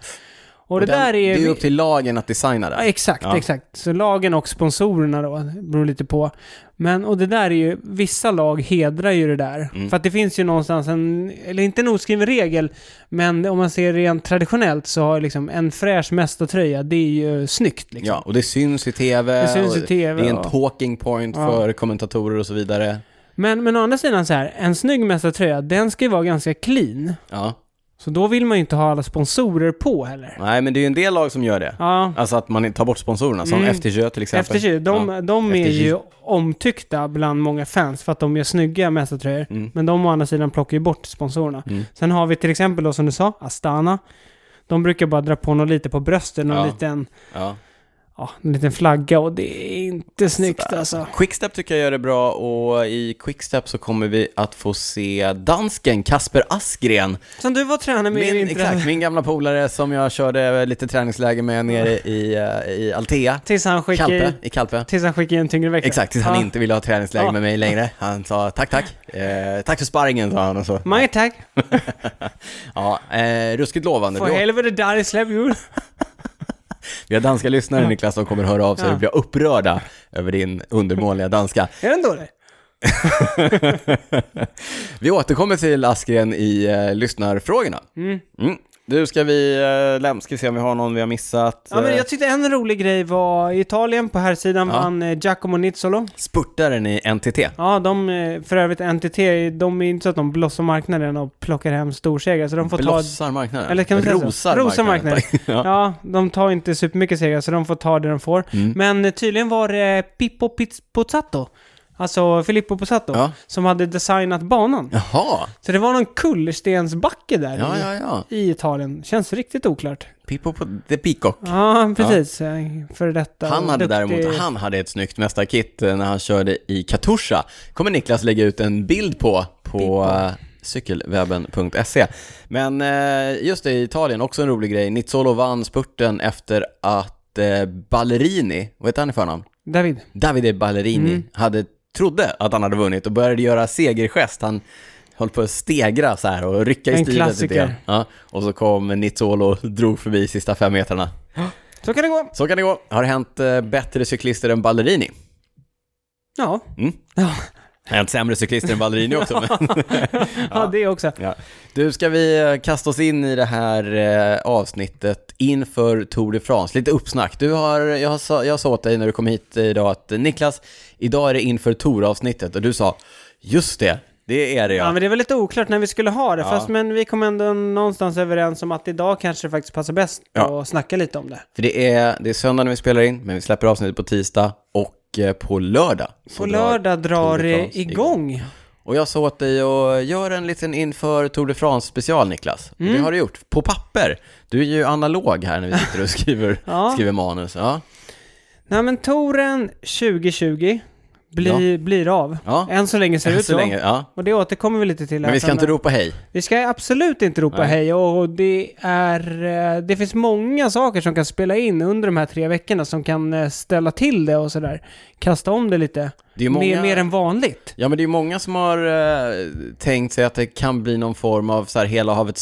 Speaker 2: Och, det
Speaker 1: den-
Speaker 2: där är...
Speaker 1: Det är ju upp till lagen att designa
Speaker 2: Ja,
Speaker 1: det.
Speaker 2: exakt,
Speaker 1: Ja.
Speaker 2: exakt. Så lagen och sponsorerna då, det beror lite på. Men, och det där är ju, vissa lag hedrar ju det där.
Speaker 1: Mm.
Speaker 2: För att det finns ju någonstans en, eller inte en oskriven regel, men om man ser rent traditionellt så har liksom en fräsch mästartröja, det är ju snyggt liksom.
Speaker 1: Ja, och det syns i tv.
Speaker 2: Det syns i
Speaker 1: och
Speaker 2: TV,
Speaker 1: Det är en
Speaker 2: ja.
Speaker 1: talking point
Speaker 2: Ja.
Speaker 1: för kommentatorer och så vidare.
Speaker 2: Men, men å andra sidan så här, en snygg mästartröja, den ska ju vara ganska clean.
Speaker 1: Ja.
Speaker 2: Så då vill man ju inte ha alla sponsorer på heller.
Speaker 1: Nej, men det är ju en del lag som gör det.
Speaker 2: Ja,
Speaker 1: Alltså att man tar bort sponsorerna, som
Speaker 2: Mm.
Speaker 1: FTG till exempel.
Speaker 2: FTG, de,
Speaker 1: Ja.
Speaker 2: de är
Speaker 1: FTG.
Speaker 2: ju omtyckta bland många fans för att de gör snygga mästartröjor.
Speaker 1: Mm.
Speaker 2: Men de å andra sidan plockar ju bort sponsorerna.
Speaker 1: Mm.
Speaker 2: Sen har vi till exempel då som du sa, Astana. De brukar bara dra på något lite på brösten, någon
Speaker 1: Ja.
Speaker 2: liten,
Speaker 1: Ja.
Speaker 2: ja, en liten flagga och det är inte snyggt alltså.
Speaker 1: Quickstep tycker jag gör det bra och i Quickstep så kommer vi att få se dansken Kasper Askgren
Speaker 2: Som du var tränare med i
Speaker 1: Min,
Speaker 2: vintras.
Speaker 1: exakt, min gamla polare som jag körde lite träningsläge med nere i, eh, i Altea,
Speaker 2: Tills han skickade,
Speaker 1: Kalpe, i Kalpe.
Speaker 2: tills han skickade en tyngre växel.
Speaker 1: Exakt, tills han
Speaker 2: Ja.
Speaker 1: inte ville ha träningsläge
Speaker 2: Ja.
Speaker 1: med mig längre. Han sa tack, tack. Eh, tack för sparringen, sa han och så.
Speaker 2: My tack.
Speaker 1: Ja, eh, ruskigt lovande.
Speaker 2: För
Speaker 1: Vi har,
Speaker 2: helvete där i släpp jul.
Speaker 1: vi har danska lyssnare Niklas som kommer höra av sig
Speaker 2: Ja.
Speaker 1: och blir upprörda över din undermåliga danska.
Speaker 2: Är den dålig?
Speaker 1: Vi återkommer till Askren i eh, lyssnarfrågorna.
Speaker 2: Mm.
Speaker 1: Mm. Du, ska vi, eh, läm- ska vi se om vi har någon vi har missat?
Speaker 2: Ja, men
Speaker 1: Eh,
Speaker 2: jag tyckte en rolig grej var i Italien, på här sidan
Speaker 1: Ja.
Speaker 2: vann eh, Giacomo Nizzolo.
Speaker 1: Spurtaren i NTT.
Speaker 2: Ja, de, eh, för övrigt NTT, de är inte så att de blossar marknaden och plockar hem storsegrar, så de får ta...
Speaker 1: Blossar marknaden.
Speaker 2: Eller kan vi säga så?
Speaker 1: Rosar,
Speaker 2: Rosar
Speaker 1: ja.
Speaker 2: Ja, de tar inte supermycket segrar, så de får ta det de får.
Speaker 1: Mm.
Speaker 2: Men eh, tydligen var det Pippo Piz- Pozzato, alltså Filippo Pozzato,
Speaker 1: Ja.
Speaker 2: som hade designat banan.
Speaker 1: Jaha,
Speaker 2: Så det var någon kullerstensbacke där
Speaker 1: ja,
Speaker 2: i-
Speaker 1: ja, ja.
Speaker 2: i Italien. Känns riktigt oklart.
Speaker 1: Pippo på The Peacock.
Speaker 2: Ja, precis. Eh, För detta
Speaker 1: Han
Speaker 2: och
Speaker 1: hade
Speaker 2: duktig-
Speaker 1: däremot, han hade ett snyggt mästarkit eh, när han körde i Katusha. kommer Niklas lägga ut en bild på, på eh, cykelwebben.se. Men eh, just det, i Italien, också en rolig grej. Nizzolo vann spurten efter att eh, Ballerini, vad heter han i förnamn?
Speaker 2: David.
Speaker 1: Davide Ballerini
Speaker 2: Mm.
Speaker 1: hade trodde att han hade vunnit och började göra segergest. Han höll på att stegra så här och rycka i
Speaker 2: En
Speaker 1: stilen lite
Speaker 2: klassiker.
Speaker 1: grann. Ja, och så kom Nizzolo och drog förbi sista fem metrarna.
Speaker 2: Så kan det gå.
Speaker 1: Så kan det gå. Har det hänt eh, bättre cyklister än Ballerini?
Speaker 2: Ja,
Speaker 1: Mm. Har hänt sämre cyklister än Ballerini också. Men.
Speaker 2: ja. det också.
Speaker 1: Ja. Du, ska vi eh, kasta oss in i det här eh, avsnittet inför Tour de France? Lite uppsnack. Du har, jag, har sa, jag sa åt dig när du kom hit idag att eh, Niklas, idag är det inför Tour-avsnittet och du sa just det, det är det
Speaker 2: Ja.
Speaker 1: ja.
Speaker 2: men det var lite oklart när vi skulle ha det.
Speaker 1: Ja.
Speaker 2: Fast men vi kom ändå någonstans överens om att idag kanske det faktiskt passar bäst
Speaker 1: Ja.
Speaker 2: att snacka lite om det.
Speaker 1: För det är, det är söndag när vi spelar in, men vi släpper avsnittet på tisdag och eh, på lördag. så
Speaker 2: På
Speaker 1: drar-
Speaker 2: lördag drar
Speaker 1: Tour de
Speaker 2: det
Speaker 1: France
Speaker 2: igång.
Speaker 1: Och jag sa åt dig att göra en liten inför Tour de France special Niklas. Och
Speaker 2: Mm.
Speaker 1: Det har du gjort, på papper. Du är ju analog här när vi sitter och skriver,
Speaker 2: Ja.
Speaker 1: skriver manus. Ja.
Speaker 2: Nej men touren 2020 bli, blir av.
Speaker 1: Ja.
Speaker 2: Än så länge ser det
Speaker 1: Än
Speaker 2: ut
Speaker 1: så
Speaker 2: så.
Speaker 1: länge, ja.
Speaker 2: Och det återkommer vi lite till.
Speaker 1: Men
Speaker 2: här
Speaker 1: vi ska
Speaker 2: sen.
Speaker 1: inte ropa hej.
Speaker 2: Vi ska absolut inte ropa
Speaker 1: Nej.
Speaker 2: hej och det är... eh, Det finns många saker som kan spela in under de här tre veckorna som kan eh, ställa till det och sådär. Kasta om det lite.
Speaker 1: Det är många-
Speaker 2: mer, mer än vanligt.
Speaker 1: Ja men det är ju många som har eh, tänkt sig att det kan bli någon form av så här hela havet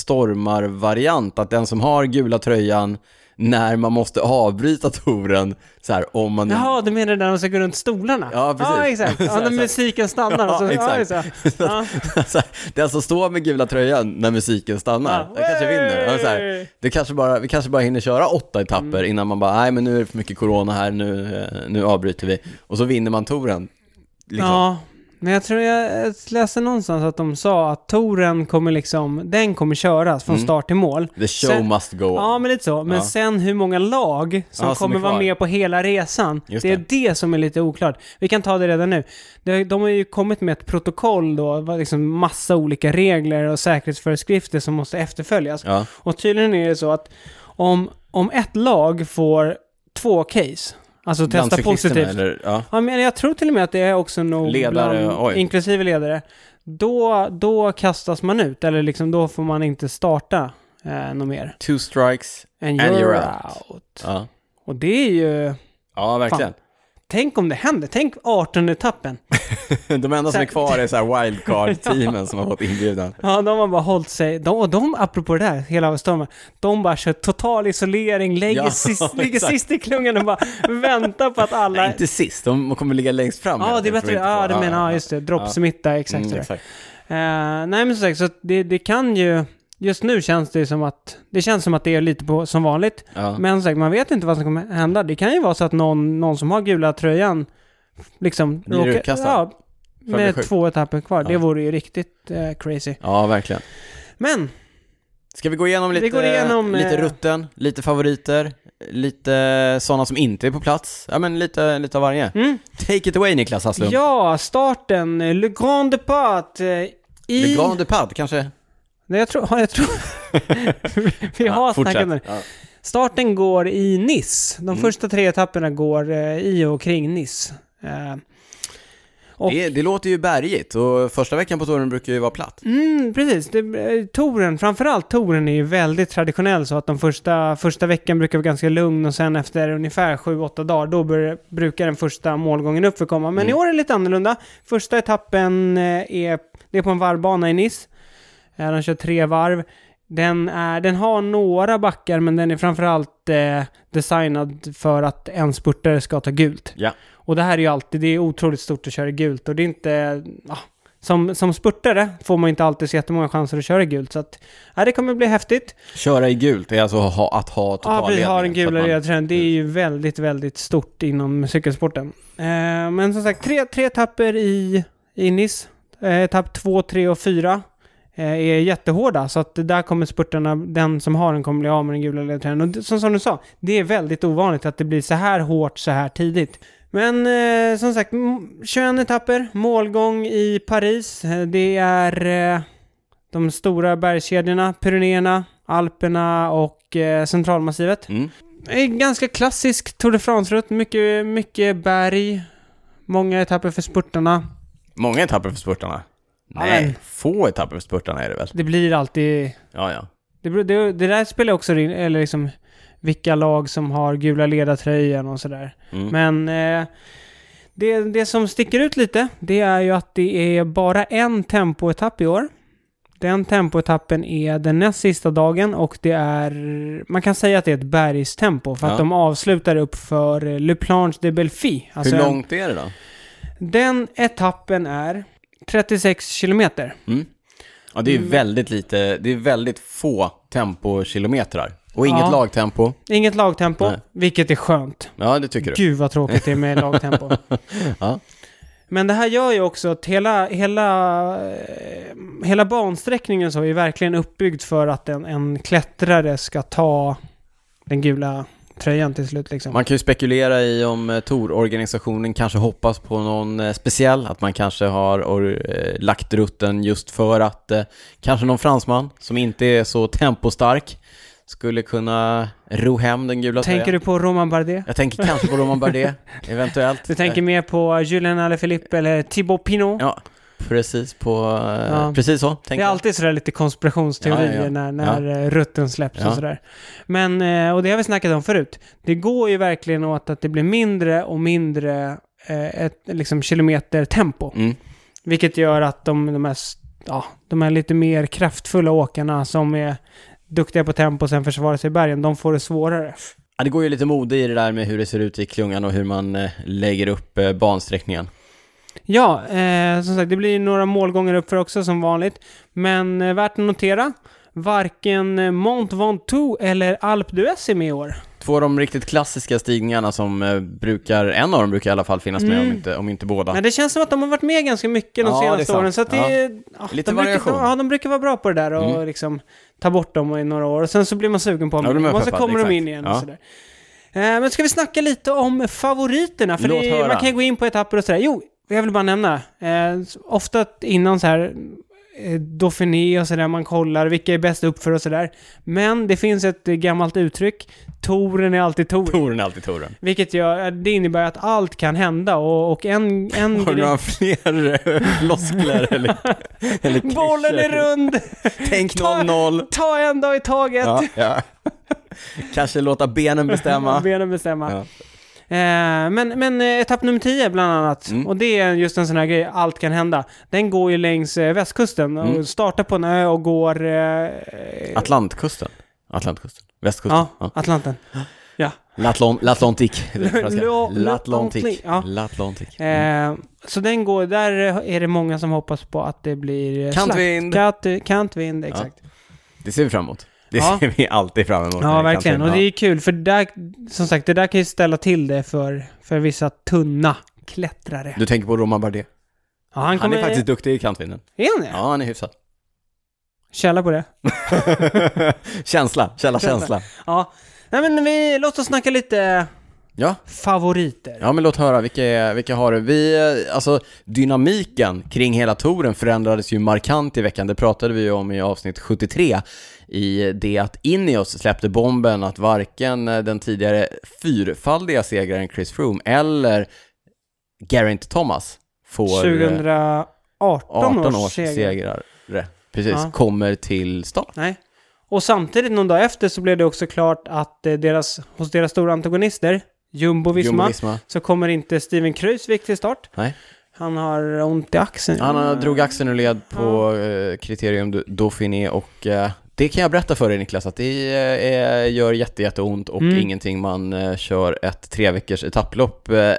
Speaker 1: stormar-variant. Att den som har gula tröjan när man måste avbryta touren, så här om man...
Speaker 2: Jaha, du menar när de ska gå runt stolarna?
Speaker 1: Ja, precis.
Speaker 2: Ja, exakt.
Speaker 1: Så här,
Speaker 2: Ja,
Speaker 1: så
Speaker 2: när
Speaker 1: här.
Speaker 2: musiken stannar.
Speaker 1: Ja,
Speaker 2: och så,
Speaker 1: exakt.
Speaker 2: Ja, exakt. Ja.
Speaker 1: så här, den som står med gula tröjan när musiken stannar,
Speaker 2: Ja.
Speaker 1: den kanske vinner. Ja, så här, det kanske bara, vi kanske bara hinner köra åtta etapper
Speaker 2: Mm.
Speaker 1: innan man bara, nej men nu är det för mycket corona här, nu, eh, nu avbryter vi. Och så vinner man touren. Liksom.
Speaker 2: Ja, men jag tror jag läste någonstans att de sa att touren kommer liksom, den kommer köras från start till mål.
Speaker 1: The show
Speaker 2: Sen-
Speaker 1: must go on.
Speaker 2: Ja, men lite så. Men
Speaker 1: Mm. Ja.
Speaker 2: sen hur många lag som
Speaker 1: Ja, som
Speaker 2: kommer
Speaker 1: är kvar.
Speaker 2: vara med på hela resan.
Speaker 1: Just
Speaker 2: det är det som är lite oklart. Vi kan ta det redan nu. De, de har ju kommit med ett protokoll då, vad liksom massa olika regler och säkerhetsföreskrifter som måste efterföljas.
Speaker 1: Ja.
Speaker 2: Och tydligen är det så att om, om ett lag får två case, alltså
Speaker 1: Bland
Speaker 2: testa
Speaker 1: cyklisterna,
Speaker 2: positivt.
Speaker 1: Eller, ja.
Speaker 2: Ja, men jag tror till och med att det är också nog
Speaker 1: Ledare, oj.
Speaker 2: inklusive ledare. Då, då kastas man ut, eller liksom då får man inte starta eh, något mer.
Speaker 1: Two strikes.
Speaker 2: And
Speaker 1: you're Ja,
Speaker 2: Och det är ju...
Speaker 1: ja verkligen.
Speaker 2: Tänk om det händer. Tänk 18 etappen.
Speaker 1: De enda som är kvar är så här wildcard-teamen som har fått inbjudan.
Speaker 2: Ja, de har bara hållt sig. De, och de, apropå det där, hela stormen, de bara kör total isolering, lägger
Speaker 1: Ja,
Speaker 2: sist, ligger
Speaker 1: exakt.
Speaker 2: sist i klungan och bara väntar på att alla...
Speaker 1: Nej, inte sist. De kommer ligga längst fram.
Speaker 2: Ja,
Speaker 1: helt
Speaker 2: det är
Speaker 1: enkelt,
Speaker 2: bättre.
Speaker 1: för att
Speaker 2: Ja,
Speaker 1: inte
Speaker 2: du
Speaker 1: få-
Speaker 2: menar, ja, just det. Droppsmitta, exakt.
Speaker 1: Mm,
Speaker 2: sådär.
Speaker 1: exakt.
Speaker 2: Eh, nej, men som sagt, så att det, det kan ju... Just nu känns det ju som att... Det känns som att det är lite på, som vanligt.
Speaker 1: Ja.
Speaker 2: Men som sagt, man vet inte vad som kommer hända. Det kan ju vara så att någon, någon som har gula tröjan liksom...
Speaker 1: Blir
Speaker 2: råkar-
Speaker 1: utkastad.
Speaker 2: Ja,
Speaker 1: att bli
Speaker 2: med
Speaker 1: sjuk.
Speaker 2: två etapper kvar. Det
Speaker 1: Ja.
Speaker 2: vore ju riktigt eh, crazy.
Speaker 1: ja, verkligen.
Speaker 2: Men,
Speaker 1: Ska vi gå igenom
Speaker 2: Vi
Speaker 1: lite,
Speaker 2: går igenom,
Speaker 1: lite
Speaker 2: eh,
Speaker 1: rutten, lite favoriter, lite sådana som inte är på plats. Ja, men lite, lite av varje.
Speaker 2: mm,
Speaker 1: Take it away, Niklas Hasslum.
Speaker 2: ja, starten. eh, Le Grand Depart eh, i...
Speaker 1: Le Grand Depart, kanske?
Speaker 2: Nej, jag tror... Ja, jag tror... Vi har
Speaker 1: Ja, fortsätt.
Speaker 2: snackat om det.
Speaker 1: Ja.
Speaker 2: Starten går i Nice. De första tre etapperna går eh, i och kring Nice. Eh, Och-
Speaker 1: Det, det låter ju bergigt och första veckan på touren brukar ju vara platt.
Speaker 2: Mm, precis. Det, eh, touren, framförallt touren är ju väldigt traditionell så att de första, första veckan brukar vara ganska lugn och sen efter ungefär 7-8 dagar då bör, brukar den första målgången uppför komma. Men i år är det lite annorlunda. Första etappen eh, är, det är på en varvbana i Nice. Eh, De kör tre varv. Den, är, den har några backar men den är framförallt eh, designad för att en spurtare ska ta gult.
Speaker 1: Ja.
Speaker 2: Och det här är ju alltid, det är otroligt stort att köra i gult och det är inte, ja, som, som spurtare får man inte alltid så jättemånga chanser att köra i gult så att, ja, det kommer bli häftigt.
Speaker 1: Köra i gult, det är alltså att ha, att ha
Speaker 2: Ja, vi
Speaker 1: totalledningen.
Speaker 2: har en
Speaker 1: så att
Speaker 2: gula
Speaker 1: man- Mm.
Speaker 2: ledtråden, det är ju väldigt, väldigt stort inom cykelsporten. Eh, men som sagt, tre, tre etapper i, i Nice. Eh, etapp två, tre och fyra eh, är jättehårda så att där kommer spurtarna, den som har den kommer bli av med den gula ledtråden. Och det- som, som du sa, det är väldigt ovanligt att det blir så här hårt så här tidigt. Men eh, som sagt, m- 21 etapper, målgång i Paris. Eh, Det är eh, de stora bergskedjorna, Pyrenéerna, Alperna och eh, Centralmassivet.
Speaker 1: Mm.
Speaker 2: En ganska klassisk Tour de France-rutt. Mycket, mycket berg, många etapper för spurtarna.
Speaker 1: Många etapper för spurtarna?
Speaker 2: Nej.
Speaker 1: Nej, få etapper för spurtarna är det väl?
Speaker 2: Det blir alltid...
Speaker 1: Ja, ja.
Speaker 2: Det, beror- det, det där spelar också in, eller liksom vilka lag som har gula ledartröjan och sådär.
Speaker 1: Mm.
Speaker 2: Men eh, det, det som sticker ut lite, det är ju att det är bara en tempoetapp i år. Den tempoetappen är den näst sista dagen och det är, man kan säga att det är ett bergstempo för
Speaker 1: Ja.
Speaker 2: att de avslutar upp för eh, Le Planche de Belfi. Alltså
Speaker 1: Hur långt är det då?
Speaker 2: Den etappen är 36 kilometer.
Speaker 1: Mm. Ja, det är ju väldigt lite, det är väldigt få tempokilometrar. Och inget
Speaker 2: Ja.
Speaker 1: lagtempo.
Speaker 2: Inget lagtempo,
Speaker 1: Nej.
Speaker 2: vilket är skönt.
Speaker 1: Ja, det tycker du.
Speaker 2: Gud vad tråkigt det är med lagtempo.
Speaker 1: Ja.
Speaker 2: Men det här gör ju också att hela, hela, eh, hela bansträckningen så är verkligen uppbyggd för att en, en klättrare ska ta den gula tröjan till slut liksom.
Speaker 1: Man kan ju spekulera i om eh, Tor-organisationen kanske hoppas på någon eh, speciell, att man kanske har or- eh, lagt rutten just för att eh, kanske någon fransman som inte är så tempostark skulle kunna ro hem den gula
Speaker 2: Tänker
Speaker 1: tröjan.
Speaker 2: du på Roman Bardet?
Speaker 1: Jag tänker kanske på Roman Bardet, eventuellt.
Speaker 2: Du tänker mer på Julien Alaphilippe eller Thibaut Pinot?
Speaker 1: Eh, Ja, precis på... eh,
Speaker 2: Ja.
Speaker 1: Precis så, tänker
Speaker 2: det är
Speaker 1: jag.
Speaker 2: alltid sådär lite konspirationsteorier
Speaker 1: Ja, ja, ja.
Speaker 2: när, när eh, rutten släpps
Speaker 1: Ja.
Speaker 2: och sådär. Men, eh, och det har vi snackat om förut, det går ju verkligen åt att det blir mindre och mindre eh, ett, liksom, kilometertempo.
Speaker 1: Mm.
Speaker 2: Vilket gör att de, de, här, s- ja, de här lite mer kraftfulla åkarna som är duktiga på tempo och sen försvarar sig i bergen, de får det svårare.
Speaker 1: Ja, det går ju lite mode i det där med hur det ser ut i klungan och hur man eh, lägger upp eh, bansträckningen.
Speaker 2: Ja, eh, som sagt, det blir några målgångar uppför också som vanligt. Men eh, värt att notera, varken eh, Mont Ventoux eller Alpe d'Huez är med i år.
Speaker 1: Två av de riktigt klassiska stigningarna som eh, brukar, en av dem brukar i alla fall finnas med om
Speaker 2: Mm.
Speaker 1: inte, om inte båda.
Speaker 2: Men det känns som att de har varit med ganska mycket de
Speaker 1: Ja, det är
Speaker 2: senaste
Speaker 1: sant.
Speaker 2: åren. Så att det, är- ja,
Speaker 1: Lite
Speaker 2: de brukar,
Speaker 1: variation.
Speaker 2: ja, de brukar vara bra på det där och
Speaker 1: Mm.
Speaker 2: liksom ta bort dem i några år. Och sen så blir man sugen på dem
Speaker 1: Ja, då blir man
Speaker 2: och så
Speaker 1: peppad,
Speaker 2: kommer
Speaker 1: exakt.
Speaker 2: de in igen och
Speaker 1: Ja.
Speaker 2: sådär. Eh, Men ska vi snacka lite om favoriterna? För
Speaker 1: Låt
Speaker 2: det, är-
Speaker 1: höra.
Speaker 2: man kan ju gå in på etapper och sådär. Jo, jag vill bara nämna. Eh, ofta innan så här eh, Dauphiné och sådär, man kollar vilka är bäst uppför och sådär. Men det finns ett eh, gammalt uttryck. Toren är alltid Tor.
Speaker 1: Toren är alltid Toren.
Speaker 2: Vilket gör, det innebär att allt kan hända och, och en, en
Speaker 1: Har du
Speaker 2: grej-
Speaker 1: några fler eh, floskler eller, eller
Speaker 2: Bollen är
Speaker 1: klyschor?
Speaker 2: rund!
Speaker 1: Tänk
Speaker 2: Ta-
Speaker 1: 0-0.
Speaker 2: Ta en dag i taget!
Speaker 1: Ja, ja. Kanske låta benen bestämma.
Speaker 2: Benen bestämma.
Speaker 1: Ja.
Speaker 2: Eh, men, men eh, etapp nummer 10 bland annat,
Speaker 1: Mm.
Speaker 2: och det är just en sån här grej, allt kan hända. Den går ju längs eh, västkusten och
Speaker 1: Mm.
Speaker 2: startar på en ö och går... Eh,
Speaker 1: Atlantkusten. Atlantkusten. Västkusten.
Speaker 2: ja,
Speaker 1: Ja.
Speaker 2: Atlanten. Ja.
Speaker 1: Latlon, Latlantik. är det på franska.
Speaker 2: Lo-
Speaker 1: Latlantik.
Speaker 2: Ja.
Speaker 1: Latlantik. Mm.
Speaker 2: Eh, så den går, där eh, är det många som hoppas på att det blir eh,
Speaker 1: Kantvind.
Speaker 2: slakt. Kant, kantvind, exakt.
Speaker 1: Det ser vi fram emot. Det
Speaker 2: Ja.
Speaker 1: ser vi alltid fram emot. när
Speaker 2: Ja,
Speaker 1: det
Speaker 2: verkligen.
Speaker 1: kan
Speaker 2: Och
Speaker 1: finnas.
Speaker 2: det är kul, för där, som sagt, det där kan ju ställa till det för, för vissa tunna klättrare.
Speaker 1: Du tänker på Roman Bardet.
Speaker 2: Ja, han,
Speaker 1: Han
Speaker 2: kommer,
Speaker 1: är faktiskt duktig i kantvinden.
Speaker 2: Är han det?
Speaker 1: Ja, han är hyfsad.
Speaker 2: Källa på det.
Speaker 1: känsla, källa känsla.
Speaker 2: Ja. Nej, men vi, låt oss snacka lite
Speaker 1: Ja.
Speaker 2: favoriter.
Speaker 1: ja, men låt höra, vilka, är- vilka har du? Vi, eh, alltså dynamiken kring hela touren förändrades ju markant i veckan. Det pratade vi ju om i avsnitt 73 i det att Ineos släppte bomben att varken eh, den tidigare fyrfaldiga segraren Chris Froome eller Geraint Thomas får eh,
Speaker 2: 2018
Speaker 1: 18
Speaker 2: års seger.
Speaker 1: segrare. Precis,
Speaker 2: Ja.
Speaker 1: kommer till start.
Speaker 2: Nej. Och samtidigt någon dag efter så blev det också klart att eh, deras, hos deras stora antagonister, Jumbo-Visma,
Speaker 1: Jumbo-Visma.
Speaker 2: så kommer inte Steven Kruijswijk till start.
Speaker 1: Nej.
Speaker 2: Han har ont i axeln.
Speaker 1: Han har- drog axeln ur led på eh, kriterium du- Dauphiné och eh, det kan jag berätta för dig Niklas, att det eh, är, gör jätte, jätteont och
Speaker 2: Mm.
Speaker 1: ingenting man eh, kör ett tre veckors etapplopp eh,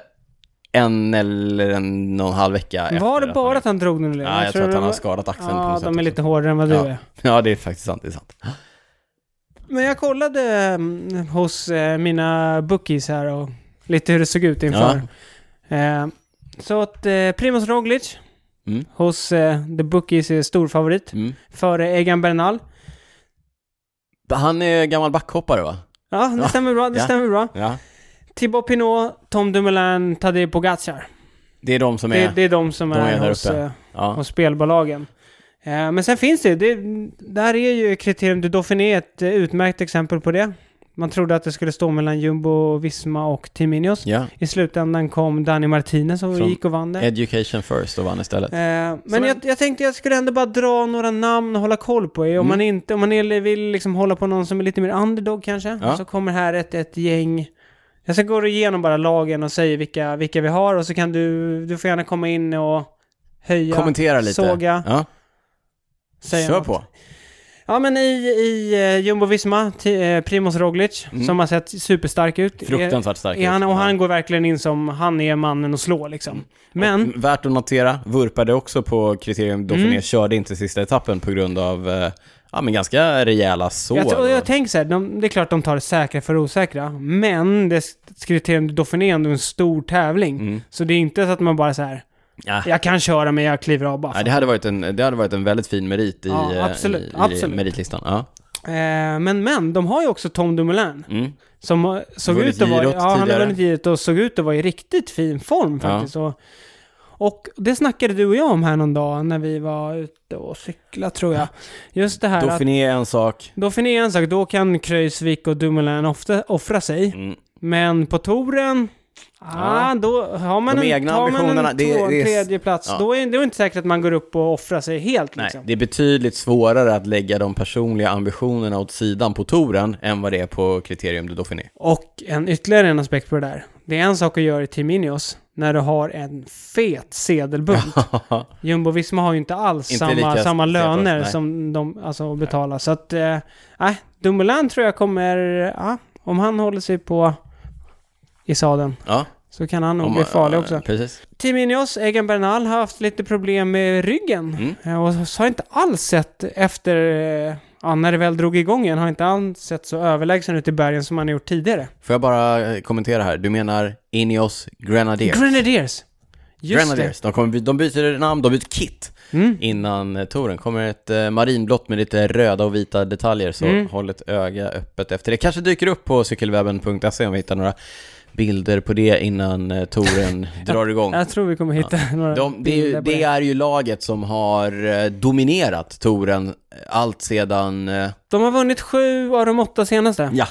Speaker 1: en eller en och en halv vecka efter.
Speaker 2: Var det
Speaker 1: att
Speaker 2: bara
Speaker 1: han-
Speaker 2: att han drog den ur led?
Speaker 1: Nej, jag tror att
Speaker 2: det
Speaker 1: han har
Speaker 2: var-
Speaker 1: skadat axeln på
Speaker 2: Ja,
Speaker 1: något
Speaker 2: de är
Speaker 1: sätt.
Speaker 2: lite hårdare än vad du
Speaker 1: Ja.
Speaker 2: är.
Speaker 1: Ja, det är faktiskt sant. Det är sant.
Speaker 2: Men jag kollade mm, hos eh, mina bookies här och lite hur det såg ut inför. Eh, så att eh, Primoz Roglic
Speaker 1: Mm.
Speaker 2: hos eh, the bookies är stor favorit
Speaker 1: Mm.
Speaker 2: före Egan Bernal.
Speaker 1: Han är gammal backhoppare va?
Speaker 2: Ja, det
Speaker 1: Ja.
Speaker 2: stämmer bra. Det
Speaker 1: Ja.
Speaker 2: stämmer bra.
Speaker 1: Ja.
Speaker 2: Thibaut Pinot, Tom Dumoulin, Tadej Pogacar.
Speaker 1: Det är de som är...
Speaker 2: Det, det är de som
Speaker 1: De är
Speaker 2: är,
Speaker 1: där
Speaker 2: hos,
Speaker 1: uppe.
Speaker 2: eh,
Speaker 1: Ja.
Speaker 2: hos spelbolagen. Eh, men sen finns det, det, där är ju kriterium du Dauphiné ett eh, utmärkt exempel på det. Man trodde att det skulle stå mellan Jumbo, Visma och Team Ineos.
Speaker 1: ja.
Speaker 2: I slutändan kom Dani Martinez och
Speaker 1: Från
Speaker 2: gick och vann det.
Speaker 1: Education first och vann istället.
Speaker 2: Eh, men
Speaker 1: en-
Speaker 2: jag, jag tänkte jag skulle ändå bara dra några namn och hålla koll på. er. Om
Speaker 1: Mm.
Speaker 2: man, inte, om man eller vill liksom hålla på någon som är lite mer underdog kanske.
Speaker 1: Ja.
Speaker 2: Så kommer här ett, ett gäng. Jag ska gå igenom bara lagen och säga vilka, vilka vi har och så kan du, du får gärna komma in och höja,
Speaker 1: Kommentera lite.
Speaker 2: såga,
Speaker 1: Ja.
Speaker 2: säga
Speaker 1: Kör
Speaker 2: något.
Speaker 1: på.
Speaker 2: Ja men i, i eh, Jumbo Visma, ti- eh, Primoz Roglic,
Speaker 1: Mm.
Speaker 2: som har sett superstark ut. Eh,
Speaker 1: Fruktansvärt stark.
Speaker 2: Är han,
Speaker 1: ut.
Speaker 2: och
Speaker 1: Ja.
Speaker 2: han går verkligen in som, han är mannen att slå liksom. Men...
Speaker 1: Och värt att notera, vurpade också på kriterium Dauphiné,
Speaker 2: Mm.
Speaker 1: körde inte sista etappen på grund av eh, ja, men ganska rejäla sår.
Speaker 2: Jag, tror-
Speaker 1: och-
Speaker 2: jag tänker så här, de, det är klart de tar det säkra för det osäkra, men det Criterium du Dauphiné är ändå en stor tävling.
Speaker 1: Mm.
Speaker 2: Så det är inte så att man bara så här,
Speaker 1: ja.
Speaker 2: jag kan köra men jag kliver av bara.
Speaker 1: Ja, det, hade varit en, det hade varit en väldigt fin merit i,
Speaker 2: Ja,
Speaker 1: eh,
Speaker 2: absolut,
Speaker 1: i, i
Speaker 2: absolut.
Speaker 1: meritlistan. Ja.
Speaker 2: Eh, men men, de har ju också Tom Dumoulin.
Speaker 1: Mm.
Speaker 2: Som eh, såg
Speaker 1: Vunnit
Speaker 2: ut att vara,
Speaker 1: Girot
Speaker 2: ja, han har
Speaker 1: tidigare.
Speaker 2: vunnit girot och såg ut att vara i riktigt fin form faktiskt. Och, Och det snackade du och jag om här någon dag när vi var ute och cykla tror jag. Just det här att
Speaker 1: Dauphiné är en sak.
Speaker 2: Dauphiné är en sak, då kan Kreuzvik och Dumoulin ofta offra sig.
Speaker 1: Mm.
Speaker 2: Men på touren, ah,
Speaker 1: Ja.
Speaker 2: då har man
Speaker 1: De
Speaker 2: en,
Speaker 1: egna
Speaker 2: tar man
Speaker 1: ambitionerna,
Speaker 2: en
Speaker 1: det-
Speaker 2: två,
Speaker 1: det är-
Speaker 2: tredje plats,
Speaker 1: ja.
Speaker 2: då är det är inte säkert att man går upp och offrar sig helt.
Speaker 1: Nej,
Speaker 2: Liksom.
Speaker 1: det är betydligt svårare att lägga de personliga ambitionerna åt sidan på touren än vad det är på Kriterium du Dauphiné.
Speaker 2: Och en ytterligare en aspekt på det där. Det är en sak att göra i Team Ineos när du har en fet sedelbunt. Jumbo Visma har ju inte alls
Speaker 1: Inte
Speaker 2: samma,
Speaker 1: lika
Speaker 2: samma
Speaker 1: fet,
Speaker 2: löner
Speaker 1: nej.
Speaker 2: som de alltså, betalar. Så att, eh, nej, Dumoulin tror jag kommer, ja, om han håller sig på i sadeln
Speaker 1: ja, eh,
Speaker 2: så kan han nog bli farlig också.
Speaker 1: Precis.
Speaker 2: Team Ineos, Egan Bernal har haft lite problem med ryggen.
Speaker 1: Mm.
Speaker 2: Eh, Och har inte alls sett efter, eh, ja, när det väl drog igång igen, har inte alls sett så överlägsen ut i bergen som han har gjort tidigare.
Speaker 1: Får jag bara eh, kommentera här? Du menar Ineos Grenadiers?
Speaker 2: Grenadiers! Just
Speaker 1: Grenadiers. De, kommer, by- de byter namn, de byter kit
Speaker 2: det. Mm.
Speaker 1: innan eh, touren. Kommer ett eh, marinblått med lite röda och vita detaljer, så
Speaker 2: Mm.
Speaker 1: håll ett öga öppet efter det. Kanske dyker upp på cykelwebben.se om vi hittar några bilder på det innan eh, touren drar igång.
Speaker 2: Jag tror vi kommer hitta några
Speaker 1: De, det, är ju,
Speaker 2: bilder på
Speaker 1: det är ju laget som har eh, dominerat touren eh, allt sedan... eh,
Speaker 2: De har vunnit sju av de åtta senaste,
Speaker 1: Ja.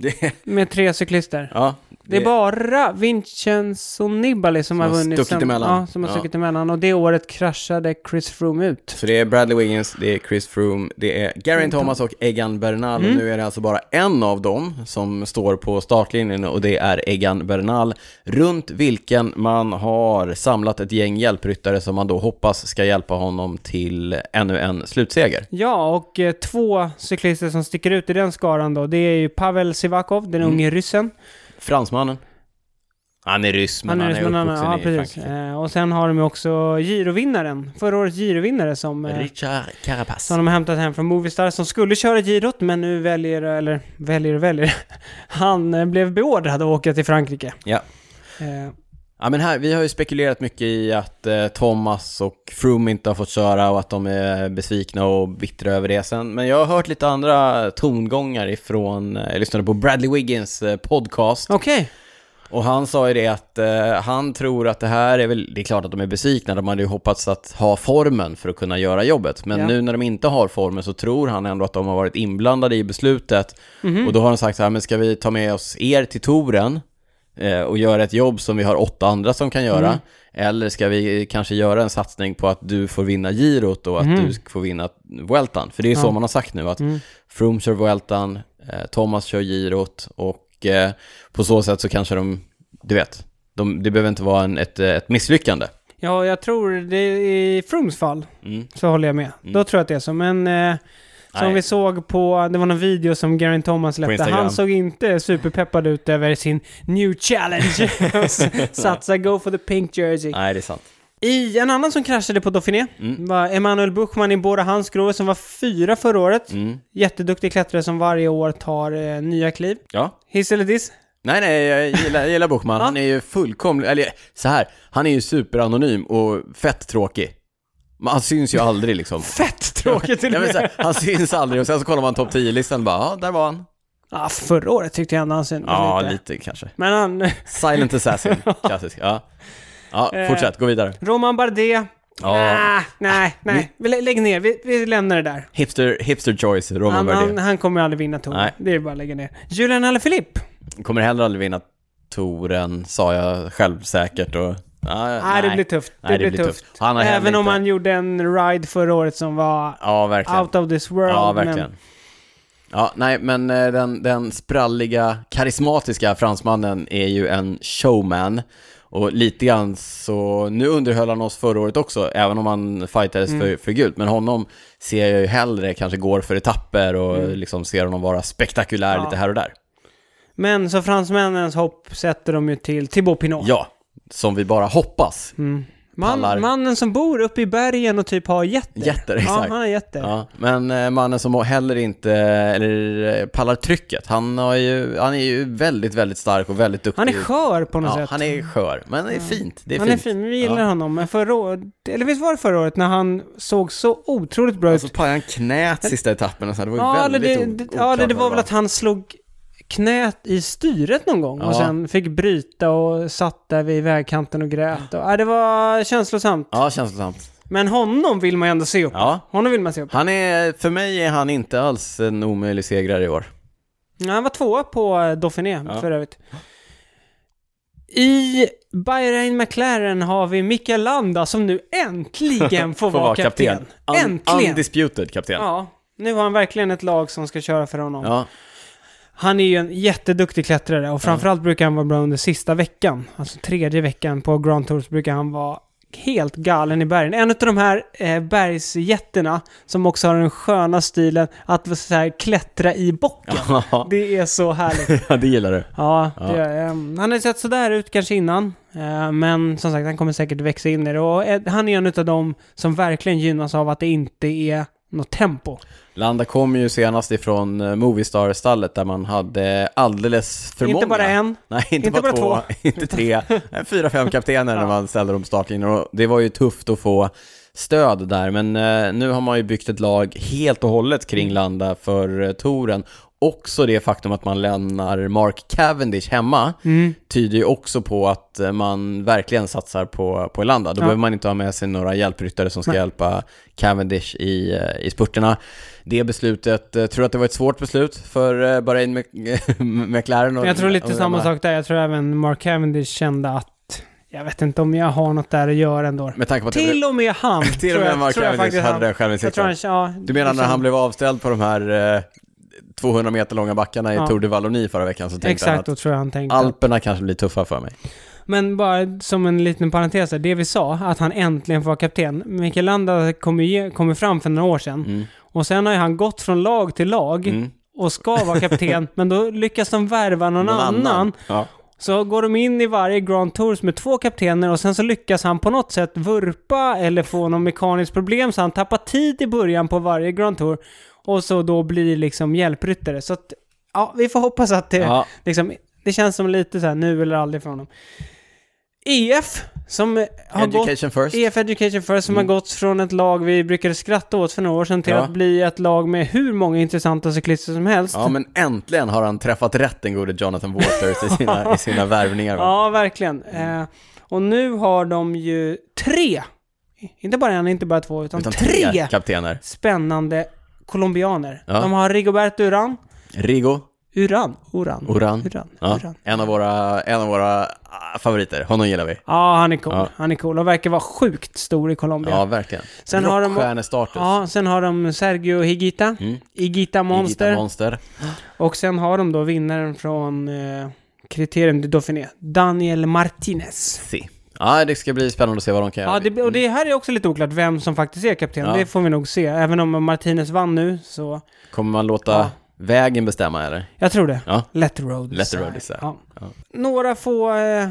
Speaker 1: Det,
Speaker 2: med tre cyklister.
Speaker 1: ja,
Speaker 2: Det är bara Vincenzo Nibali som,
Speaker 1: Som
Speaker 2: har
Speaker 1: har
Speaker 2: vunnit.
Speaker 1: stuckit emellan.
Speaker 2: Ja, som har
Speaker 1: Ja.
Speaker 2: stuckit emellan. Och det året kraschade Chris Froome ut.
Speaker 1: Så det är Bradley Wiggins, det är Chris Froome, det är Garin
Speaker 2: Tom-
Speaker 1: Thomas och Egan Bernal.
Speaker 2: Mm.
Speaker 1: Nu är det alltså bara en av dem som står på startlinjen och det är Egan Bernal. Runt vilken man har samlat ett gäng hjälpryttare som man då hoppas ska hjälpa honom till ännu en slutseger.
Speaker 2: Ja, och eh, två cyklister som sticker ut i den skaran då, det är ju Pavel Sivakov, den
Speaker 1: Mm.
Speaker 2: unge ryssen.
Speaker 1: Fransmannen. Han är ryss, men han är,
Speaker 2: ryss, men han-
Speaker 1: uppvuxen
Speaker 2: ja,
Speaker 1: i
Speaker 2: precis.
Speaker 1: Frankrike.
Speaker 2: Eh, och sen har de ju också girovinnaren, förra årets girovinnare som, eh,
Speaker 1: Richard Carapaz.
Speaker 2: som de har hämtat hem från Movistar, som skulle köra girot, men nu väljer, eller väljer och väljer, han eh, blev beordrad att åka till Frankrike.
Speaker 1: Ja.
Speaker 2: Eh,
Speaker 1: Ja men här, vi har ju spekulerat mycket i att eh, Thomas och Froome inte har fått köra och att de är besvikna och bittra över det sen. Men jag har hört lite andra tongångar ifrån, eh, jag lyssnade på Bradley Wiggins eh, podcast
Speaker 2: Okej,
Speaker 1: och han sa ju det att eh, han tror att det här är väl, det är klart att de är besvikna, de hade ju hoppats att ha formen för att kunna göra jobbet. Men
Speaker 2: Ja.
Speaker 1: nu när de inte har formen så tror han ändå att de har varit inblandade i beslutet och då har de sagt så här, men ska vi ta med oss er till touren eh, och göra ett jobb som vi har åtta andra som kan göra?
Speaker 2: Mm.
Speaker 1: Eller ska vi kanske göra en satsning på att du får vinna girot och att
Speaker 2: Mm.
Speaker 1: du får vinna Vueltan? För det är så
Speaker 2: Ja.
Speaker 1: man har sagt nu, att
Speaker 2: Mm.
Speaker 1: Froome kör Vueltan, eh, Thomas kör girot och eh, på så sätt så kanske de, du vet, de, det behöver inte vara en, ett, eh, ett misslyckande.
Speaker 2: ja jag tror det i Frooms fall
Speaker 1: Mm.
Speaker 2: så håller jag med.
Speaker 1: Mm.
Speaker 2: Då tror jag att det är så, men eh, Som
Speaker 1: Nej.
Speaker 2: vi såg på, det var någon video som Garin Thomas släppte.
Speaker 1: Instagram.
Speaker 2: Han såg inte superpeppad ut över sin new challenge. Satsa, go for the pink jersey.
Speaker 1: Nej, det är sant.
Speaker 2: I en annan som kraschade på Dauphiné
Speaker 1: Mm.
Speaker 2: var Emanuel Buchmann i båda hans grov som var fyra förra året.
Speaker 1: Mm.
Speaker 2: Jätteduktig klättrare som varje år tar eh, nya kliv.
Speaker 1: Ja,
Speaker 2: Hiss eller diss?
Speaker 1: Nej, nej, jag gillar, jag gillar Bokman. Han är ju fullkomlig, eller så här, han är ju superanonym och fett tråkig. Men han syns ju aldrig liksom.
Speaker 2: Fett tråkigt till
Speaker 1: Nej,
Speaker 2: och
Speaker 1: men så
Speaker 2: med.
Speaker 1: här, han syns aldrig och sen så kollar man topp 10-listan och bara, ja, där var han.
Speaker 2: Ah, förra året tyckte jag ändå han syntes
Speaker 1: Ja,
Speaker 2: lite.
Speaker 1: lite kanske.
Speaker 2: Men han...
Speaker 1: Silent Assassin, klassisk. Ja, ja
Speaker 2: Eh.
Speaker 1: fortsätt, gå vidare.
Speaker 2: Roman Bardet.
Speaker 1: Ja,
Speaker 2: Ah, nej, nej. Vi lä- lägg ner. Vi, vi lämnar det där.
Speaker 1: hipster, hipster choice, Roman
Speaker 2: Han, han,
Speaker 1: Verdi.
Speaker 2: han kommer aldrig vinna touren.
Speaker 1: Nej.
Speaker 2: Det är bara att lägga ner. Julian Alaphilippe?
Speaker 1: Kommer heller aldrig vinna touren, sa jag självsäkert och... Ja,
Speaker 2: Nej, Ah, det blir tufft. Det, blir, tufft.
Speaker 1: Han har heller
Speaker 2: Även om
Speaker 1: inte-
Speaker 2: han gjorde en ride förra året som var
Speaker 1: Ja, verkligen.
Speaker 2: out of this world.
Speaker 1: Ja,
Speaker 2: Men,
Speaker 1: verkligen. Ja, nej, men eh, den, den spralliga, karismatiska fransmannen är ju en showman. Och lite grann så, nu underhöll han oss förra året också, även om han fightades
Speaker 2: Mm.
Speaker 1: för, för gult. Men honom ser jag ju hellre kanske går för etapper och liksom ser honom vara spektakulär
Speaker 2: Mm. Ja.
Speaker 1: lite här och där.
Speaker 2: men så fransmännens hopp sätter de ju till Thibaut Pinot.
Speaker 1: Ja, som vi bara hoppas.
Speaker 2: Mm.
Speaker 1: pallar.
Speaker 2: Man, mannen som bor uppe i bergen och typ har jätter.
Speaker 1: Jätter,
Speaker 2: Ja,
Speaker 1: exakt.
Speaker 2: han har jätter.
Speaker 1: Ja, men eh, mannen som heller inte, eller eh, pallar trycket, han, har ju, han är ju väldigt, väldigt stark och väldigt duktig.
Speaker 2: Han är skör på något
Speaker 1: ja,
Speaker 2: sätt.
Speaker 1: han är skör, men det är fint. Det är
Speaker 2: Han
Speaker 1: fint.
Speaker 2: fin, vi gillar
Speaker 1: Ja.
Speaker 2: honom. Men förra året, eller visst var det förra året när han såg så otroligt bra ut?
Speaker 1: Och så pajade han knät sista etappen, och så här, det var ju
Speaker 2: Ja, eller
Speaker 1: väldigt
Speaker 2: det,
Speaker 1: o-
Speaker 2: det, ja, det,
Speaker 1: oklart
Speaker 2: det
Speaker 1: vad
Speaker 2: var väl att han slog knät i styret någon gång
Speaker 1: Ja.
Speaker 2: och sen fick bryta och satt där vid vägkanten och grät. Och, ja, det var känslosamt.
Speaker 1: Ja, känslosamt.
Speaker 2: Men honom vill man ju ändå se upp.
Speaker 1: Ja.
Speaker 2: Honom vill man se upp.
Speaker 1: Han är, för mig är han inte alls en omöjlig segrare i år.
Speaker 2: Ja, han var tvåa på eh, Dauphiné
Speaker 1: Ja.
Speaker 2: för övrigt. I Bahrain McLaren har vi Mikael Landa som nu äntligen får, vara kapten.
Speaker 1: Un-
Speaker 2: Äntligen!
Speaker 1: Undisputed kapten.
Speaker 2: ja, nu har han verkligen ett lag som ska köra för honom.
Speaker 1: Ja.
Speaker 2: Han är ju en jätteduktig klättrare och framförallt brukar han vara bra under sista veckan. Alltså tredje veckan på Grand Tours brukar han vara helt galen i bergen. En av de här eh, bergsjätterna som också har den sköna stilen att så här, klättra i bocken.
Speaker 1: Ja.
Speaker 2: Det är så härligt.
Speaker 1: det gillar du.
Speaker 2: Ja,
Speaker 1: Ja.
Speaker 2: det gör jag. Ehm, han har sett sådär ut kanske innan. eh, Men som sagt, han kommer säkert växa in i det. Och eh, han är en av dem som verkligen gynnas av att det inte är något tempo.
Speaker 1: Landa kom ju senast ifrån eh, Moviestar-stallet där man hade alldeles för många.
Speaker 2: inte bara en.
Speaker 1: Nej, inte, bara, två, inte tre, Nej, fyra, fem kaptener när
Speaker 2: Ja.
Speaker 1: man ställer om startlinjen och det var ju tufft att få stöd där, men eh, nu har man ju byggt ett lag helt och hållet
Speaker 2: Mm.
Speaker 1: kring Landa för eh, touren. Också det faktum att man lämnar Mark Cavendish hemma
Speaker 2: Mm.
Speaker 1: tyder ju också på att eh, man verkligen satsar på, på Landa. Då
Speaker 2: Ja.
Speaker 1: behöver man inte ha med sig några hjälpryttare som ska
Speaker 2: Nej.
Speaker 1: hjälpa Cavendish i, eh, i spurterna. Det beslutet, eh, tror du att det var ett svårt beslut för eh, Bahrain Mc- McLaren? och-
Speaker 2: Men jag tror
Speaker 1: och
Speaker 2: lite
Speaker 1: de
Speaker 2: samma
Speaker 1: andra?
Speaker 2: sak där. Jag tror även Mark Cavendish kände att jag vet inte om jag har något där att göra ändå.
Speaker 1: Med tanke på att jag
Speaker 2: Till och med han.
Speaker 1: Till och
Speaker 2: tror
Speaker 1: med
Speaker 2: jag-
Speaker 1: Mark
Speaker 2: tror jag
Speaker 1: Cavendish
Speaker 2: faktiskt
Speaker 1: hade
Speaker 2: han-
Speaker 1: den
Speaker 2: Jag tror
Speaker 1: självinsikten.
Speaker 2: han, Liksom- ja,
Speaker 1: Du menar när han blev avställd på de här eh, 200 meter långa backarna i
Speaker 2: Ja.
Speaker 1: Tour de Wallonie förra veckan så tänkte
Speaker 2: Exakt,
Speaker 1: han
Speaker 2: då tror jag han tänkte.
Speaker 1: att Alperna kanske blir tuffa för mig.
Speaker 2: Men bara som en liten parentes, här, det vi sa, att han äntligen får vara kapten. Mikael Landa kom, ju ge- kom ju fram för några år sedan.
Speaker 1: Mm.
Speaker 2: Och sen har ju han gått från lag till lag
Speaker 1: Mm.
Speaker 2: och ska vara kapten, men då lyckas de värva någon, annan.
Speaker 1: Ja.
Speaker 2: Så går de in i varje Grand Tours med två kaptener och sen så lyckas han på något sätt vurpa eller få något mekaniskt problem så han tappar tid i början på varje Grand Tour och så då blir liksom hjälpryttare. Så att, ja, vi får hoppas att det,
Speaker 1: Ja.
Speaker 2: liksom, det känns som lite så här nu eller aldrig för honom. EF som eh, har gått
Speaker 1: Education first. Mm.
Speaker 2: EF Education First som har gått från ett lag vi brukade skratta åt för några år sedan till
Speaker 1: Ja.
Speaker 2: att bli ett lag med hur många intressanta cyklister som helst.
Speaker 1: Ja, men äntligen har han träffat rätt den gode Jonathan Waters i sina, i sina värvningar. va?
Speaker 2: Ja, verkligen. Eh, och nu har de ju tre, inte bara en, inte bara två, utan,
Speaker 1: Utan
Speaker 2: tre,
Speaker 1: kaptener.
Speaker 2: spännande colombianer.
Speaker 1: Ja.
Speaker 2: De har Rigoberto Uran,
Speaker 1: Rigo,
Speaker 2: Uran, Uran,
Speaker 1: Oran.
Speaker 2: Uran,
Speaker 1: Ja,
Speaker 2: Uran.
Speaker 1: en, av våra, en av våra ah, favoriter. Honom gillar vi.
Speaker 2: Ja, han är cool.
Speaker 1: Ja.
Speaker 2: Han är cool och verkar vara sjukt stor i Colombia.
Speaker 1: Ja, verkligen.
Speaker 2: Sen har de-
Speaker 1: Rockstjärnestatus.
Speaker 2: Ja, sen har de Sergio Higuita,
Speaker 1: Mm.
Speaker 2: Higuita Monster,
Speaker 1: Igita Monster.
Speaker 2: och sen har de då vinnaren från eh, Kriterium du Dauphiné, Daniel Martinez.
Speaker 1: Si. Ja, det ska bli spännande att se vad de kan göra.
Speaker 2: Ja, det, och det här är också lite oklart vem som faktiskt är kapten.
Speaker 1: Ja.
Speaker 2: Det får vi nog se. Även om Martinez vann nu så...
Speaker 1: Kommer man låta
Speaker 2: Ja.
Speaker 1: vägen bestämma eller?
Speaker 2: Jag tror det.
Speaker 1: Ja.
Speaker 2: Let the road
Speaker 1: Let the
Speaker 2: decide.
Speaker 1: road decide.
Speaker 2: Ja.
Speaker 1: Ja.
Speaker 2: Några få eh,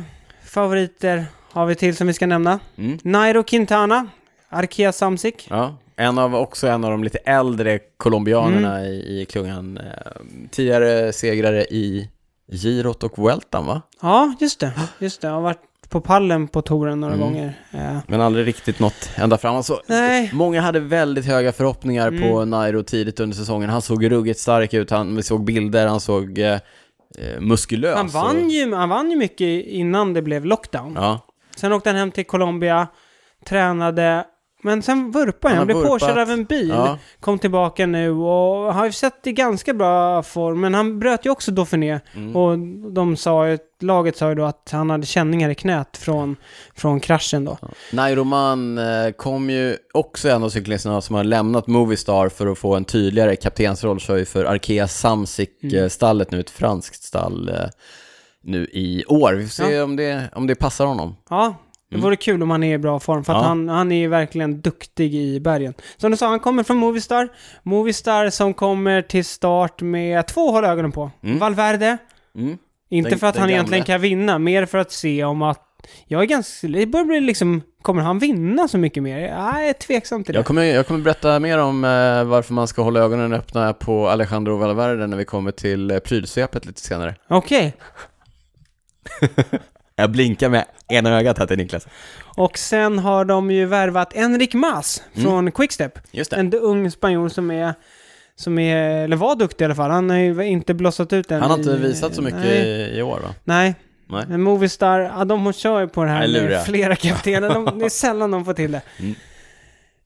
Speaker 2: favoriter har vi till som vi ska nämna.
Speaker 1: Mm.
Speaker 2: Nairo Quintana, Arkea Samsic.
Speaker 1: Ja, en av, också en av de lite äldre colombianerna
Speaker 2: Mm.
Speaker 1: i, i klungan. Eh, Tidigare segrare i Girot och Weltan va?
Speaker 2: Ja, just det. Just det. Har varit på pallen på touren några
Speaker 1: Mm.
Speaker 2: gånger. Eh,
Speaker 1: Men aldrig riktigt nått ända fram. Alltså,
Speaker 2: Nej.
Speaker 1: Många hade väldigt höga förhoppningar
Speaker 2: Mm.
Speaker 1: på Nairo tidigt under säsongen. Han såg ruggigt stark ut, han, vi såg bilder, han såg eh, eh, muskulös.
Speaker 2: han, vann
Speaker 1: och,
Speaker 2: ju, han vann ju mycket innan det blev lockdown.
Speaker 1: Ja,
Speaker 2: Sen åkte han hem till Colombia, tränade, men sen vurpade han.
Speaker 1: har
Speaker 2: Han blev
Speaker 1: vurpat.
Speaker 2: påkörd av en bil.
Speaker 1: ja,
Speaker 2: kom tillbaka nu och har ju sett i ganska bra form, men han bröt ju också Dauphiné.
Speaker 1: Mm.
Speaker 2: Och de sa ju, laget sa ju då att han hade känningar i knät från, från kraschen då.
Speaker 1: Nairo Man eh, kom ju också en av cyklisterna som har lämnat Movistar för att få en tydligare kaptensroll, kör ju för Arkea Samsic-stallet nu, ett franskt stall eh, nu i år. Vi får se om, det, om det passar honom.
Speaker 2: Ja, det vore kul om han är i bra form, för att
Speaker 1: Mm. Ja.
Speaker 2: han, han är ju verkligen duktig i bergen. Som du sa, han kommer från Movistar. Movistar som kommer till start med två håll ögonen på. Valverde,
Speaker 1: Mm.
Speaker 2: inte
Speaker 1: Den-
Speaker 2: för att
Speaker 1: den
Speaker 2: han
Speaker 1: gamle.
Speaker 2: egentligen kan vinna, mer för att se om att jag är ganska, det börjar bli liksom, kommer han vinna så mycket mer? Jag är tveksam till det.
Speaker 1: Jag kommer, jag kommer berätta mer om eh, varför man ska hålla ögonen öppna på Alejandro Valverde när vi kommer till eh, prylsvepet lite senare.
Speaker 2: Okej,
Speaker 1: Jag blinkar med ena ögat här till Niklas.
Speaker 2: och sen har
Speaker 1: Mm.
Speaker 2: de ju värvat Enric Mas från Quickstep.
Speaker 1: Just det.
Speaker 2: En ung spanjor som är som är, eller var duktig i alla fall. Han har ju inte blossat ut än.
Speaker 1: Han har
Speaker 2: i-
Speaker 1: inte visat så mycket
Speaker 2: Nej.
Speaker 1: i, i år va?
Speaker 2: nej.
Speaker 1: Nej.
Speaker 2: Men Movistar, ja, de kör ju på det här
Speaker 1: Nej, luriga.
Speaker 2: med flera kaptener. De, det är sällan de får till det.
Speaker 1: Mm.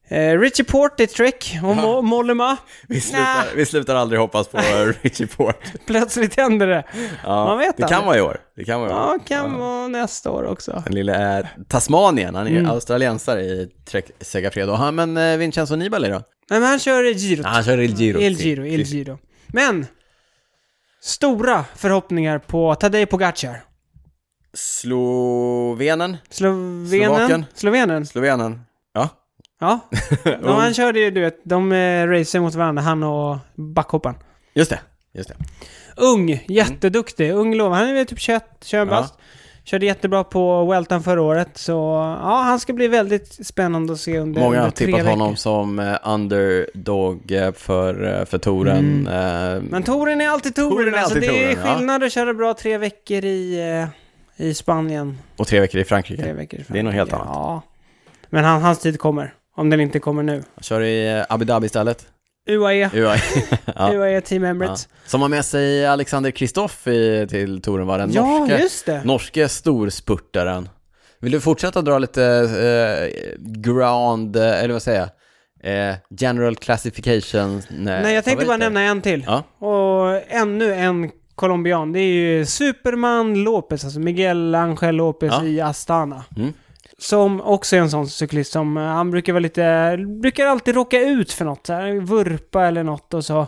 Speaker 2: Eh, Richie Port i Trek och Mo- Mollema.
Speaker 1: Vi slutar,
Speaker 2: Nä.
Speaker 1: vi slutar aldrig hoppas på Richie Port.
Speaker 2: Plötsligt händer det.
Speaker 1: Ja,
Speaker 2: Man vet
Speaker 1: det kan
Speaker 2: aldrig.
Speaker 1: vara i år. Det kan vara i år.
Speaker 2: Ja, kan vara nästa år också.
Speaker 1: Den lille är Tasmanien, han är ju
Speaker 2: Mm.
Speaker 1: australiensare i Trek Segafredo. Och Han, men eh, Vincenzo Nibali då?
Speaker 2: Nej, men han kör i Giro.
Speaker 1: han kör El Giro.
Speaker 2: El Giro, El Giro. Men! Stora förhoppningar på Tadej Pogacar.
Speaker 1: Slovenen? Slovaken.
Speaker 2: Slovenen. Slovenen.
Speaker 1: Slovenen? Ja.
Speaker 2: Ja. De, han körde ju, du vet, de eh, racer mot varandra, han och backhopparen.
Speaker 1: Just det. Just det.
Speaker 2: Ung, jätteduktig, ung lov. Han är väl typ 21, 21
Speaker 1: Ja.
Speaker 2: bast. Körde jättebra på Weltan förra året, så ja, han ska bli väldigt spännande att se under
Speaker 1: Många har
Speaker 2: under tre
Speaker 1: tippat
Speaker 2: veckor.
Speaker 1: honom som eh, underdog eh, för, eh, för touren. Eh,
Speaker 2: Men touren är alltid touren,
Speaker 1: Touren är
Speaker 2: alltså
Speaker 1: alltid
Speaker 2: det är
Speaker 1: touren, ja.
Speaker 2: skillnad att köra bra tre veckor i, eh, i Spanien.
Speaker 1: Och tre veckor i Frankrike.
Speaker 2: Tre veckor
Speaker 1: Det är något helt annat.
Speaker 2: Ja. Men han, hans tid kommer, om den inte kommer nu. E,
Speaker 1: Han Kör i eh, Abu Dhabi istället.
Speaker 2: UAE,
Speaker 1: UAE. ja.
Speaker 2: UAE E Team
Speaker 1: Ja.
Speaker 2: Emirates.
Speaker 1: Som har med sig Alexander Kristoff i- till touren va? Den
Speaker 2: Ja,
Speaker 1: norske,
Speaker 2: just det.
Speaker 1: norske storspurtaren. Vill du fortsätta dra lite eh, ground, eh, eller vad säger jag? Eh, general classification eh,
Speaker 2: Nej, jag tänkte bara nämna en till.
Speaker 1: Ja.
Speaker 2: Och ännu en colombian. Det är ju Superman Lopez, alltså Miguel Angel Lopez
Speaker 1: Ja.
Speaker 2: i Astana.
Speaker 1: Mm.
Speaker 2: Som också är en sån cyklist som, eh, han brukar vara lite, brukar alltid råka ut för något, så här, vurpa eller något och så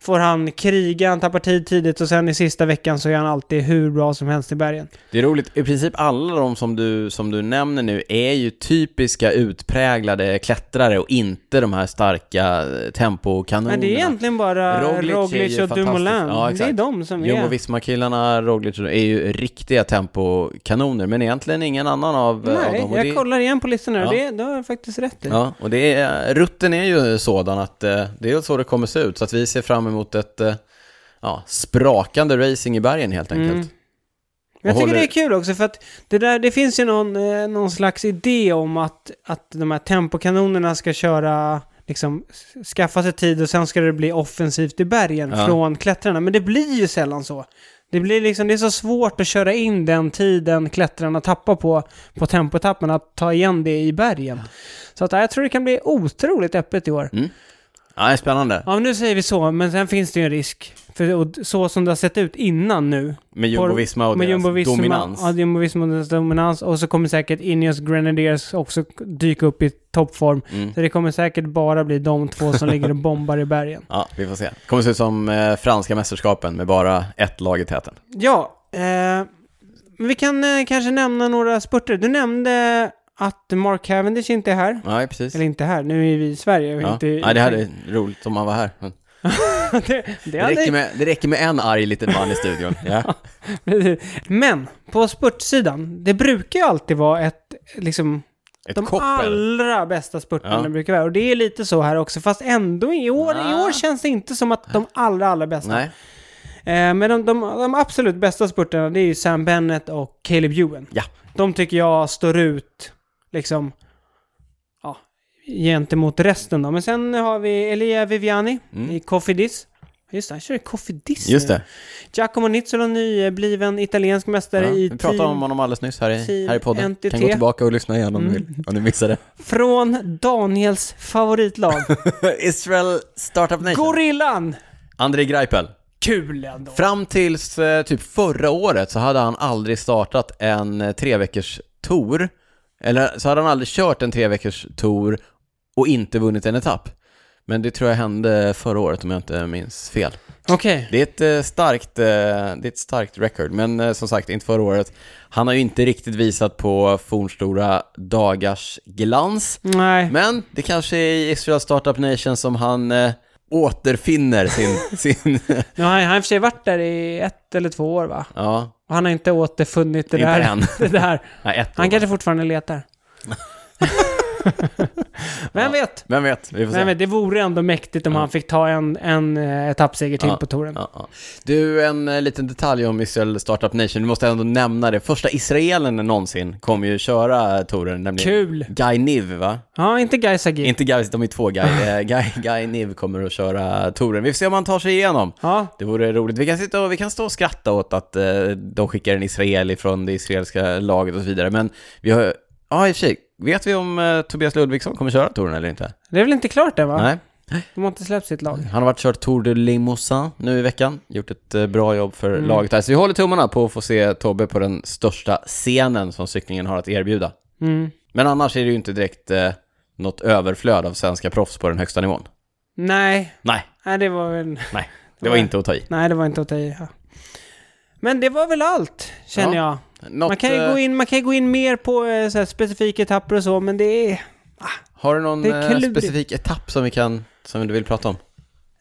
Speaker 2: får han kriga, han tappar tid tidigt och sen i sista veckan så är han alltid hur bra som helst i bergen.
Speaker 1: Det är roligt, i princip alla de som du, som du nämner nu är ju typiska utpräglade klättrare och inte de här starka eh, tempokanonerna.
Speaker 2: Men det är egentligen bara
Speaker 1: Roglic
Speaker 2: Roglic,
Speaker 1: är ju
Speaker 2: och
Speaker 1: fantastisk.
Speaker 2: Dumoulin.
Speaker 1: Ja,
Speaker 2: det är
Speaker 1: exakt.
Speaker 2: de som
Speaker 1: Jumbo
Speaker 2: är...
Speaker 1: Visma-killarna, Roglic, är ju riktiga tempokanoner, men egentligen ingen annan av, eh, av
Speaker 2: Nej,
Speaker 1: dem. och
Speaker 2: jag
Speaker 1: det,
Speaker 2: kollar igen på listan här och
Speaker 1: Ja.
Speaker 2: det, det har jag faktiskt rätt i.
Speaker 1: Ja, och det är, rutten är ju sådan att eh, det är så det kommer se ut, så att vi ser fram emot ett eh, ja, sprakande racing i bergen helt enkelt.
Speaker 2: Mm. Men jag
Speaker 1: Och
Speaker 2: tycker det
Speaker 1: håller-
Speaker 2: är kul också för att det, där, det finns ju någon, eh, någon slags idé om att, att de här tempokanonerna ska köra, liksom s- skaffa sig tid och sen ska det bli offensivt i bergen
Speaker 1: Ja.
Speaker 2: från klättrarna. Men det blir ju sällan så. Det blir liksom, det är så svårt att köra in den tiden klättrarna tappar på, på tempotappen, att ta igen det i bergen. Så att, ja, jag tror det kan bli otroligt öppet i år.
Speaker 1: Ja, det är spännande.
Speaker 2: Ja, men nu säger vi så, men sen finns det ju en risk. För och så som det har sett ut innan nu,
Speaker 1: Med Jumbo
Speaker 2: Por-
Speaker 1: Visma och
Speaker 2: med
Speaker 1: deras
Speaker 2: Jumbo Visma,
Speaker 1: dominans.
Speaker 2: Ja, Jumbo Visma och deras dominans. Och så kommer säkert Ineos Grenadiers också dyka upp i toppform.
Speaker 1: Mm.
Speaker 2: Så det kommer säkert bara bli de två som ligger och bombar i bergen.
Speaker 1: Ja, vi får se. Det kommer se ut som eh, franska mästerskapen med bara ett lag i täten.
Speaker 2: Ja, eh, men vi kan eh, kanske nämna några spurter. Du nämnde att Mark Cavendish inte är här.
Speaker 1: Nej, precis.
Speaker 2: Eller inte här, nu är vi i Sverige. och
Speaker 1: Ja.
Speaker 2: Inte,
Speaker 1: Nej, det här är roligt om han var här. Men
Speaker 2: det, det
Speaker 1: Det räcker,
Speaker 2: hade...
Speaker 1: med, det räcker med en arg liten man i studion. Ja.
Speaker 2: Men, på spurtsidan, det brukar ju alltid vara ett, liksom,
Speaker 1: Ett
Speaker 2: De
Speaker 1: koppel.
Speaker 2: allra bästa spurtarna
Speaker 1: Ja.
Speaker 2: brukar vara. Och det är lite så här också, fast ändå i år, i
Speaker 1: Nej.
Speaker 2: år känns det inte som att de allra, allra bästa.
Speaker 1: Ah. Nej,
Speaker 2: Eh, men de, de, de absolut bästa spurtarna, det är ju Sam Bennett och Caleb Ewan.
Speaker 1: Ja.
Speaker 2: De tycker jag står ut, liksom, ja, gentemot resten då. Men sen har vi Elia Viviani
Speaker 1: Mm.
Speaker 2: i Cofidis. Just det, han kör i Cofidis
Speaker 1: just
Speaker 2: nu.
Speaker 1: det.
Speaker 2: Giacomo Nizzolo, nybliven italiensk
Speaker 1: Ja.
Speaker 2: mästare i
Speaker 1: Vi pratade
Speaker 2: team-
Speaker 1: om honom alldeles nyss här i,
Speaker 2: team
Speaker 1: här i podden.
Speaker 2: NTT.
Speaker 1: Kan gå tillbaka och lyssna igen om du vill, om du missade.
Speaker 2: Från Daniels favoritlag,
Speaker 1: Israel Startup Nation.
Speaker 2: Gorillan!
Speaker 1: André Greipel.
Speaker 2: Kul ändå.
Speaker 1: Fram tills eh, typ förra året så hade han aldrig startat en eh, treveckors tour Eller så hade han aldrig kört en treveckors tour och inte vunnit en etapp. Men det tror jag hände förra året om jag inte minns fel.
Speaker 2: Okej.
Speaker 1: Det är ett eh, starkt, eh, det är ett starkt record, men eh, som sagt, inte förra året. Han har ju inte riktigt visat på fornstora dagars glans.
Speaker 2: Nej.
Speaker 1: Men det kanske är i Israel Startup Nation som han eh, återfinner sin, sin
Speaker 2: Nu har han han har i och för sig varit där i ett eller två år va?
Speaker 1: ja,
Speaker 2: Och han har inte återfunnit det
Speaker 1: inte
Speaker 2: där.
Speaker 1: än.
Speaker 2: Det där.
Speaker 1: Nej, ett
Speaker 2: Han
Speaker 1: år.
Speaker 2: kanske fortfarande letar. Vem
Speaker 1: Ja.
Speaker 2: vet?
Speaker 1: Vem vet, vi får se.
Speaker 2: Vem vet? Det vore ändå mäktigt om
Speaker 1: Ja.
Speaker 2: han fick ta en, en eh, etappseger till
Speaker 1: Ja.
Speaker 2: på touren.
Speaker 1: Ja, ja. Du, en eh, liten detalj om Israel Startup Nation. Du måste ändå nämna det. Första israelen någonsin kommer ju köra touren, nämligen
Speaker 2: Kul!
Speaker 1: Guy Niv, va?
Speaker 2: Ja, inte Guy Sagin.
Speaker 1: Inte Guy, de är två Guy. Eh, Guy, Guy Niv kommer att köra touren. Vi får se om han tar sig igenom.
Speaker 2: Ja,
Speaker 1: Det vore roligt. Vi kan, sitta och, vi kan stå och skratta åt att eh, de skickar en israel ifrån det israeliska laget och så vidare, men vi har... Ja, i och för sig. Vet vi om eh, Tobias Ludvigsson kommer köra touren eller inte?
Speaker 2: det är väl inte klart än va?
Speaker 1: Nej.
Speaker 2: De har inte släppt sitt lag.
Speaker 1: Han har varit kört Tour de Limousin nu i veckan, gjort ett eh, bra jobb för
Speaker 2: Mm.
Speaker 1: laget där. Så vi håller tummarna på att få se Tobbe på den största scenen som cyklingen har att erbjuda.
Speaker 2: Mm.
Speaker 1: Men annars är det ju inte direkt eh, något överflöd av svenska proffs på den högsta nivån.
Speaker 2: Nej,
Speaker 1: Nej,
Speaker 2: nej det var väl...
Speaker 1: det var
Speaker 2: Nej.
Speaker 1: inte att ta i.
Speaker 2: Nej, det var inte åt dig. Ja. Men det var väl allt, känner
Speaker 1: Ja.
Speaker 2: jag.
Speaker 1: Något,
Speaker 2: Man kan, ju
Speaker 1: eh,
Speaker 2: gå in, man kan ju gå in mer på eh, så här, specifika etapper och så, men det är...
Speaker 1: Har du någon
Speaker 2: Det är
Speaker 1: eh,
Speaker 2: klurigt.
Speaker 1: specifik etapp som, vi kan, som du vill prata om?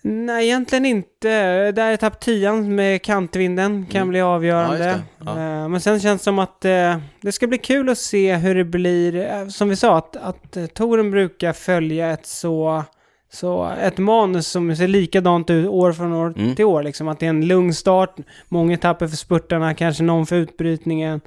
Speaker 2: Nej, egentligen inte. Där etapp 10 med kantvinden kan
Speaker 1: Mm.
Speaker 2: bli avgörande.
Speaker 1: Ja, just det.
Speaker 2: Eh, Men sen känns det som att eh, det ska bli kul att se hur det blir. eh, Som vi sa, att, att eh, touren brukar följa ett så... Så ett manus som ser likadant ut år från år
Speaker 1: Mm.
Speaker 2: till år. Liksom. Att det är en lugn start, många etapper för spurtarna, kanske någon för utbrytningen.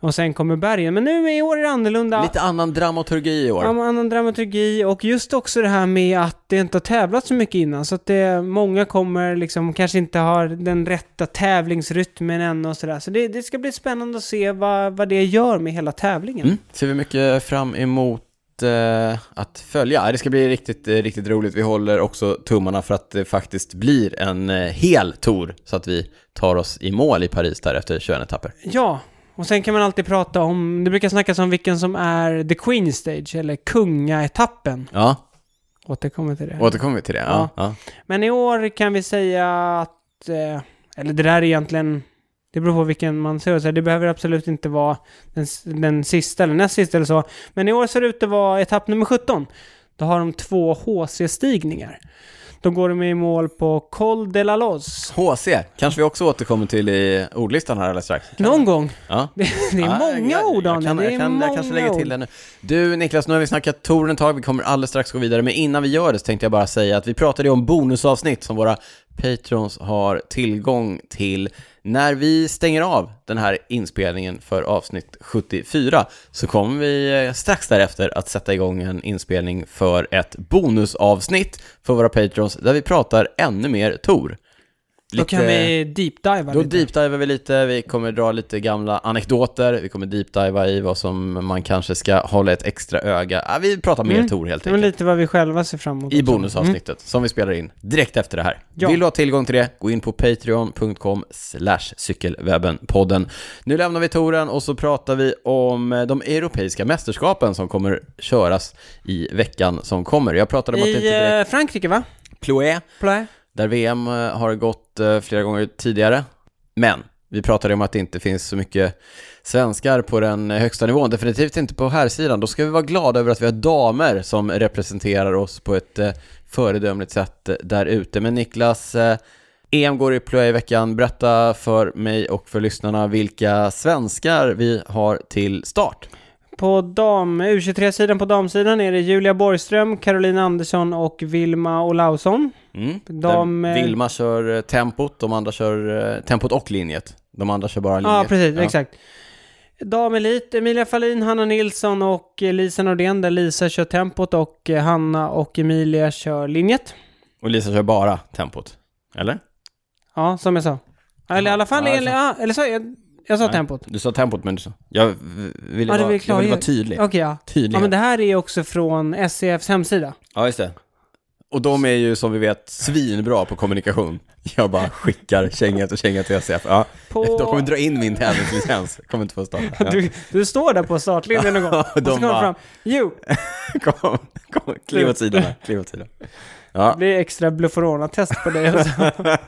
Speaker 2: Och sen kommer bergen. Men nu i år är det annorlunda.
Speaker 1: Lite annan dramaturgi i år.
Speaker 2: Ja, men annan dramaturgi och just också det här med att det inte har tävlat så mycket innan. Så att det, många kommer liksom kanske inte har den rätta tävlingsrytmen än och sådär. Så det, det ska bli spännande att se vad, vad det gör med hela tävlingen.
Speaker 1: Mm. Ser vi mycket fram emot eh, att följa. Det ska bli riktigt, eh, riktigt roligt. Vi håller också tummarna för att det faktiskt blir en eh, hel tour så att vi tar oss i mål i Paris där efter 21 etapper.
Speaker 2: Ja, och sen kan man alltid prata om, det brukar snackas om vilken som är the Queen Stage eller kungaetappen.
Speaker 1: Ja,
Speaker 2: Återkommer till det.
Speaker 1: återkommer vi till det. Ja, ja.
Speaker 2: Men i år kan vi säga att, eh, eller det där är egentligen, det beror på vilken man ser så här, det behöver absolut inte vara den, s- den sista eller näst sista eller så. Men i år ser det ut att vara etapp nummer 17. Då har de två HC-stigningar. Då går de i mål på Col de la Loz.
Speaker 1: HC kanske vi också återkommer till i ordlistan här alldeles strax.
Speaker 2: Någon gång.
Speaker 1: Ja.
Speaker 2: Det, det är
Speaker 1: Ah,
Speaker 2: många
Speaker 1: jag,
Speaker 2: ord,
Speaker 1: jag,
Speaker 2: Daniel.
Speaker 1: kan,
Speaker 2: Det är
Speaker 1: jag, kan,
Speaker 2: många
Speaker 1: jag kanske lägger till
Speaker 2: ord.
Speaker 1: det nu. Du Niklas, nu har vi snackat touren ett tag, vi kommer alldeles strax gå vidare, men innan vi gör det så tänkte jag bara säga att vi pratade ju om bonusavsnitt som våra patrons har tillgång till. När vi stänger av den här inspelningen för avsnitt 74 så kommer vi eh, strax därefter att sätta igång en inspelning för ett bonusavsnitt för våra patrons där vi pratar ännu mer Tor.
Speaker 2: Då kan vi deepdiva
Speaker 1: Då
Speaker 2: lite.
Speaker 1: deepdivar vi lite, vi kommer dra lite gamla anekdoter, vi kommer deepdiva i vad som man kanske ska hålla ett extra öga. Ja, vi pratar mer
Speaker 2: Mm.
Speaker 1: Tor helt
Speaker 2: Det var
Speaker 1: enkelt.
Speaker 2: lite vad vi själva ser fram emot.
Speaker 1: I
Speaker 2: också. Mm.
Speaker 1: bonusavsnittet som vi spelar in direkt efter det här.
Speaker 2: Ja.
Speaker 1: Vill du ha tillgång till det, gå in på patreon.com slash cykelwebbenpodden. Nu lämnar vi touren och så pratar vi om eh, de europeiska mästerskapen som kommer köras i veckan som kommer. Jag pratade om att det inte
Speaker 2: I
Speaker 1: direkt...
Speaker 2: eh, Frankrike, va?
Speaker 1: Ploé
Speaker 2: Play.
Speaker 1: där VM eh, har gått eh, flera gånger tidigare. Men vi pratade om att det inte finns så mycket svenskar på den eh, högsta nivån, definitivt inte på här sidan. Då ska vi vara glada över att vi har damer som representerar oss på ett eh, föredömligt sätt eh, där ute. Men Niklas, eh, EM går i Ploé i veckan. Berätta för mig och för lyssnarna vilka svenskar vi har till start.
Speaker 2: På dam, U23-sidan på damsidan är det Julia Borgström, Caroline Andersson och Vilma Olausson.
Speaker 1: Mm.
Speaker 2: De,
Speaker 1: Där
Speaker 2: eh,
Speaker 1: Vilma kör eh, tempot, de andra kör eh, tempot och linjet. De andra kör bara linjet.
Speaker 2: Ja, precis, exakt. Damelit, Emilia Fahlin, Hanna Nilsson och eh, Lisa Nordén, där Lisa kör tempot och eh, Hanna och Emilia kör linjet.
Speaker 1: Och Lisa kör bara tempot. Eller?
Speaker 2: Ja, som jag sa. Eller i
Speaker 1: Ja,
Speaker 2: alla fall,
Speaker 1: ja, jag
Speaker 2: eller, ja, eller så, jag, jag sa
Speaker 1: Nej.
Speaker 2: tempot.
Speaker 1: Du sa tempot men du sa... Jag v- ville,
Speaker 2: Ja,
Speaker 1: vara,
Speaker 2: det vill
Speaker 1: jag ville
Speaker 2: klargöra.
Speaker 1: vara tydlig.
Speaker 2: Okej, ja.
Speaker 1: Tydlig.
Speaker 2: Ja,
Speaker 1: Ja,
Speaker 2: men det här är också från SCFs hemsida.
Speaker 1: just det. Och de är ju som vi vet svinbra på kommunikation. Jag bara skickar känga till känga till SF. Ja.
Speaker 2: På...
Speaker 1: De kommer dra in min tävlingslicens. Kommer inte få starta. Ja.
Speaker 2: du, du står där på startlinjen någon gång och så
Speaker 1: De
Speaker 2: kommer
Speaker 1: bara-
Speaker 2: fram, jo,
Speaker 1: Kom, kom, kliv åt sidan här. Kliv åt sidan. Ja.
Speaker 2: Det blir extra Blufforona-test på dig. Alltså.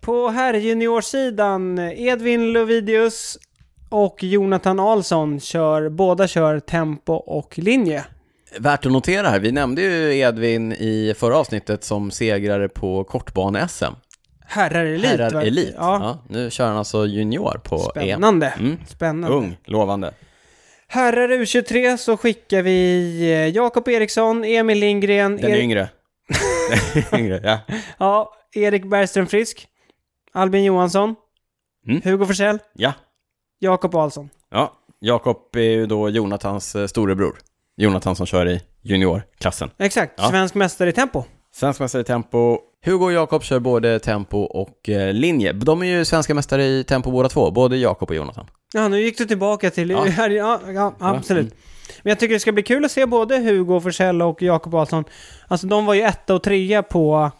Speaker 2: på herrjuniorsidan, Edvin Lovidius och Jonathan Alsson kör, båda kör tempo och linje.
Speaker 1: Värt att notera här, vi nämnde ju Edvin i förra avsnittet som segrare på kortbane-SM.
Speaker 2: Herrar elit.
Speaker 1: Herrar
Speaker 2: va?
Speaker 1: Elit.
Speaker 2: Ja.
Speaker 1: Ja, nu kör han alltså junior på EM.
Speaker 2: Spännande.
Speaker 1: Mm.
Speaker 2: Spännande.
Speaker 1: Ung, lovande.
Speaker 2: Herrar U23 så skickar vi eh, Jakob Eriksson, Emil Lindgren,
Speaker 1: Den är
Speaker 2: Erik-
Speaker 1: yngre. Den är yngre, ja.
Speaker 2: ja, Erik Bergström Frisk, Albin Johansson,
Speaker 1: Mm.
Speaker 2: Hugo Forsell,
Speaker 1: Ja.
Speaker 2: Jakob Ahlsson.
Speaker 1: ja. Jakob är ju då Jonathans eh, storebror. Jonathan som kör i juniorklassen.
Speaker 2: Exakt,
Speaker 1: Ja.
Speaker 2: svensk mästare i tempo.
Speaker 1: Svensk mästare i tempo. Hugo och Jakob kör både tempo och eh, linje. De är ju svenska mästare i tempo båda två, både Jakob och Jonathan.
Speaker 2: Ja, nu gick du tillbaka till...
Speaker 1: Ja. mm.
Speaker 2: Ja, ja, ja absolut. Men jag tycker det ska bli kul att se både Hugo Forsell och Jakob Ahlsson. Alltså de var ju etta och trea på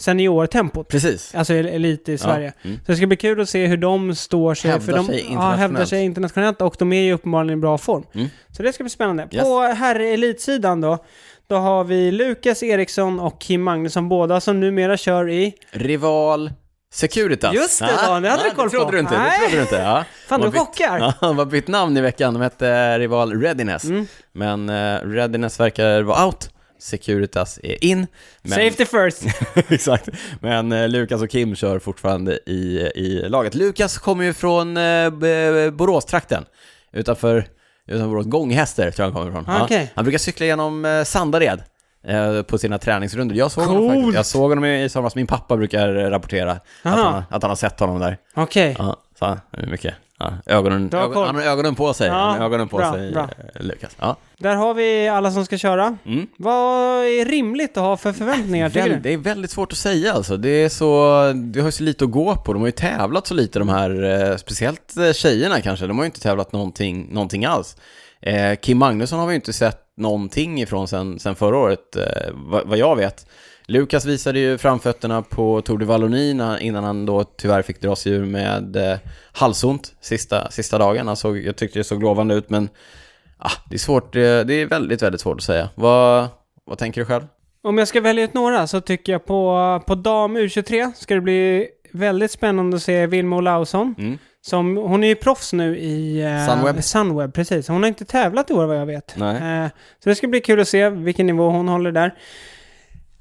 Speaker 2: seniortempot.
Speaker 1: Precis.
Speaker 2: Alltså el- elit i Sverige.
Speaker 1: Ja. Mm.
Speaker 2: Så det ska bli kul att se hur de står sig.
Speaker 1: Hävdar
Speaker 2: för de,
Speaker 1: sig
Speaker 2: ja,
Speaker 1: internationellt.
Speaker 2: hävdar sig internationellt och de är ju uppenbarligen i bra form.
Speaker 1: Mm.
Speaker 2: Så det ska bli spännande.
Speaker 1: Yes.
Speaker 2: På herrelitsidan då, då har vi Lukas Eriksson och Kim Magnusson, båda som numera kör i...
Speaker 1: Rival Securitas.
Speaker 2: Just det, Daniel, det hade du koll på.
Speaker 1: Det trodde du inte. Det
Speaker 2: Nej.
Speaker 1: trodde du inte. Ja.
Speaker 2: Fan,
Speaker 1: De
Speaker 2: du
Speaker 1: har bytt-
Speaker 2: chockar!
Speaker 1: Ja, de har bytt namn i veckan. De hette eh, Rival Readiness.
Speaker 2: Mm.
Speaker 1: Men eh, Readiness verkar vara out. Securitas är in. Men,
Speaker 2: Safety first!
Speaker 1: exakt. Men eh, Lukas och Kim kör fortfarande i, i laget. Lukas kommer ju från eh, B- Boråstrakten. Utanför, utanför Borås. Gånghäster tror jag han kommer ifrån.
Speaker 2: Ah,
Speaker 1: Ja.
Speaker 2: okej.
Speaker 1: Han brukar cykla genom eh, Sandared eh, på sina träningsrundor. Jag såg honom
Speaker 2: Coolt.
Speaker 1: faktiskt. Jag såg honom i somras. Min pappa brukar eh, rapportera att
Speaker 2: Aha.
Speaker 1: han, har- att han har sett honom där.
Speaker 2: Okej.
Speaker 1: Ja, så han- det är mycket. Ja, ögonen,
Speaker 2: Du har
Speaker 1: ögon,
Speaker 2: koll.
Speaker 1: han har ögonen på sig.
Speaker 2: Ja,
Speaker 1: han har ögonen på
Speaker 2: bra,
Speaker 1: sig,
Speaker 2: bra.
Speaker 1: eh, Lukas. Ja.
Speaker 2: Där har vi alla som ska köra.
Speaker 1: Mm.
Speaker 2: Vad är rimligt att ha för förväntningar? tycker
Speaker 1: Väl,
Speaker 2: du?
Speaker 1: det är väldigt svårt att säga alltså. Det är så, du har ju så lite att gå på. De har ju tävlat så lite de här, eh, speciellt eh, tjejerna kanske. De har ju inte tävlat någonting, någonting alls. Eh, Kim Magnusson har vi ju inte sett någonting ifrån sen, sen förra året, eh, vad, vad jag vet. Lukas visade ju framfötterna på Tour de Valloni när- innan han då tyvärr fick dra sig ur med eh, halsont sista, sista dagen. Han såg, jag tyckte det såg lovande ut, men ah, det är svårt. eh, Det är väldigt, väldigt svårt att säga. Vad, vad tänker du själv?
Speaker 2: Om jag ska välja ut några så tycker jag på, på dam U23 ska det bli väldigt spännande att se Vilma Olausson.
Speaker 1: Mm.
Speaker 2: Som, hon är ju proffs nu i eh,
Speaker 1: Sunweb.
Speaker 2: Sunweb, precis. Hon har inte tävlat i år vad jag vet.
Speaker 1: Nej.
Speaker 2: Eh, så det ska bli kul att se vilken nivå hon håller där.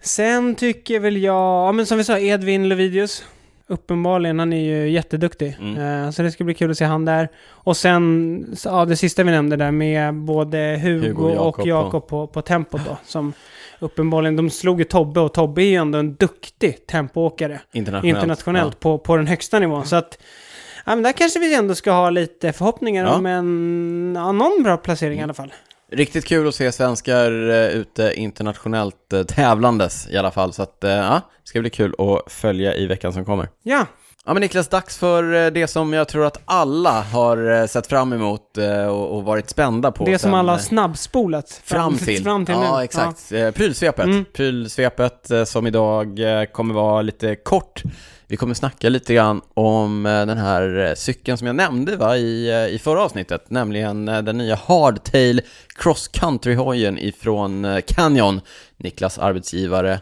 Speaker 2: Sen tycker väl jag, ja men som vi sa, Edvin Lovidius. Uppenbarligen, han är ju jätteduktig.
Speaker 1: Mm.
Speaker 2: Eh, så det ska bli kul att se han där. Och sen, så- ja det sista vi nämnde där med både Hugo,
Speaker 1: Hugo och Jakob
Speaker 2: och Jakob på, på tempot då. Som uppenbarligen, de slog ju Tobbe och Tobbe är ju ändå en duktig tempoåkare
Speaker 1: Internationellt.
Speaker 2: internationellt på, på den högsta nivån. Så att, ja, men där kanske vi ändå ska ha lite förhoppningar
Speaker 1: Ja.
Speaker 2: om en, ja, någon bra placering i alla fall.
Speaker 1: Ja. Riktigt kul att se svenskar eh, ute internationellt eh, tävlandes i alla fall. Så att, eh, ja, det ska bli kul att följa i veckan som kommer.
Speaker 2: Ja,
Speaker 1: Ja men Niklas, dags för eh, det som jag tror att alla har eh, sett fram emot eh, och och varit spända på.
Speaker 2: det som
Speaker 1: sen,
Speaker 2: alla har
Speaker 1: eh,
Speaker 2: snabbspolat.
Speaker 1: Fram till.
Speaker 2: fram till nu.
Speaker 1: ja, exakt. Eh, Prylsvepet.
Speaker 2: Mm.
Speaker 1: Prylsvepet eh, som idag eh, kommer vara lite kort. Vi kommer snacka lite grann om eh, den här eh, cykeln som jag nämnde va, i, eh, i förra avsnittet, nämligen eh, den nya Hardtail Cross Country-hojen ifrån eh, Canyon, Niklas arbetsgivare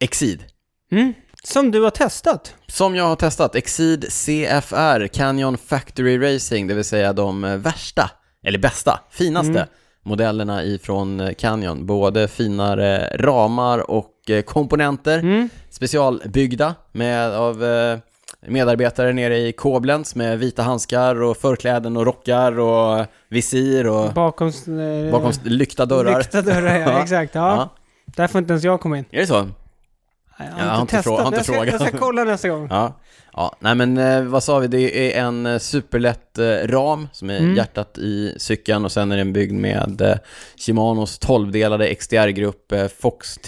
Speaker 1: Exid.
Speaker 2: Ja. Mm. Som du har testat.
Speaker 1: Som jag har testat, Exceed CFR, Canyon Factory Racing, det vill säga de eh, värsta, eller bästa, finaste
Speaker 2: Mm.
Speaker 1: modellerna ifrån eh, Canyon. Både finare ramar och eh, komponenter,
Speaker 2: Mm.
Speaker 1: specialbyggda med, av eh, medarbetare nere i Koblenz med vita handskar och förkläden och rockar och eh, visir och
Speaker 2: Bakom, eh,
Speaker 1: bakom s- lyckta dörrar.
Speaker 2: Lyckta dörrar, ja.
Speaker 1: Ja.
Speaker 2: Exakt. Ja.
Speaker 1: Ja.
Speaker 2: Där får inte ens jag komma in.
Speaker 1: Är det så?
Speaker 2: Nej,
Speaker 1: Ja, jag har inte frå- jag har inte
Speaker 2: jag, ska, jag ska
Speaker 1: frågat.
Speaker 2: kolla nästa gång.
Speaker 1: Ja. ja, nej men eh, vad sa vi, det är en eh, superlätt eh, ram som är
Speaker 2: Mm.
Speaker 1: hjärtat i cykeln och sen är den byggd med eh, Shimanos 12-delade XDR-grupp eh, Fox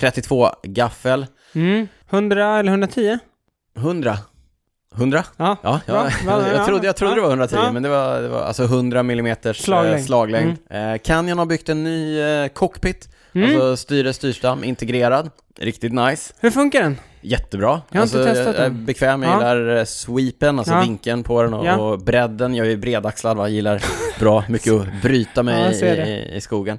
Speaker 1: 32-gaffel.
Speaker 2: Mm. 100 eller 110?
Speaker 1: 100? 100?
Speaker 2: Ja.
Speaker 1: Ja,
Speaker 2: Bra.
Speaker 1: jag,
Speaker 2: Bra, bra,
Speaker 1: jag trodde, jag trodde
Speaker 2: ja.
Speaker 1: det var 110,
Speaker 2: Ja.
Speaker 1: men det var, det var alltså 100 millimeters eh,
Speaker 2: Slaglängd.
Speaker 1: slaglängd. Eh, Canyon har byggt en ny eh, cockpit,
Speaker 2: Mm.
Speaker 1: alltså styre, styrstam, integrerad. Riktigt nice.
Speaker 2: Hur funkar den?
Speaker 1: Jättebra. Alltså,
Speaker 2: Jag har inte testat
Speaker 1: jag är
Speaker 2: den.
Speaker 1: bekväm, jag
Speaker 2: Ja.
Speaker 1: gillar eh, sweepen, alltså
Speaker 2: Ja.
Speaker 1: vinkeln på den och,
Speaker 2: Ja.
Speaker 1: och bredden. Jag är ju bredaxlad, va? gillar bra mycket att bryta
Speaker 2: Ja,
Speaker 1: mig
Speaker 2: jag ser
Speaker 1: i, i, i skogen.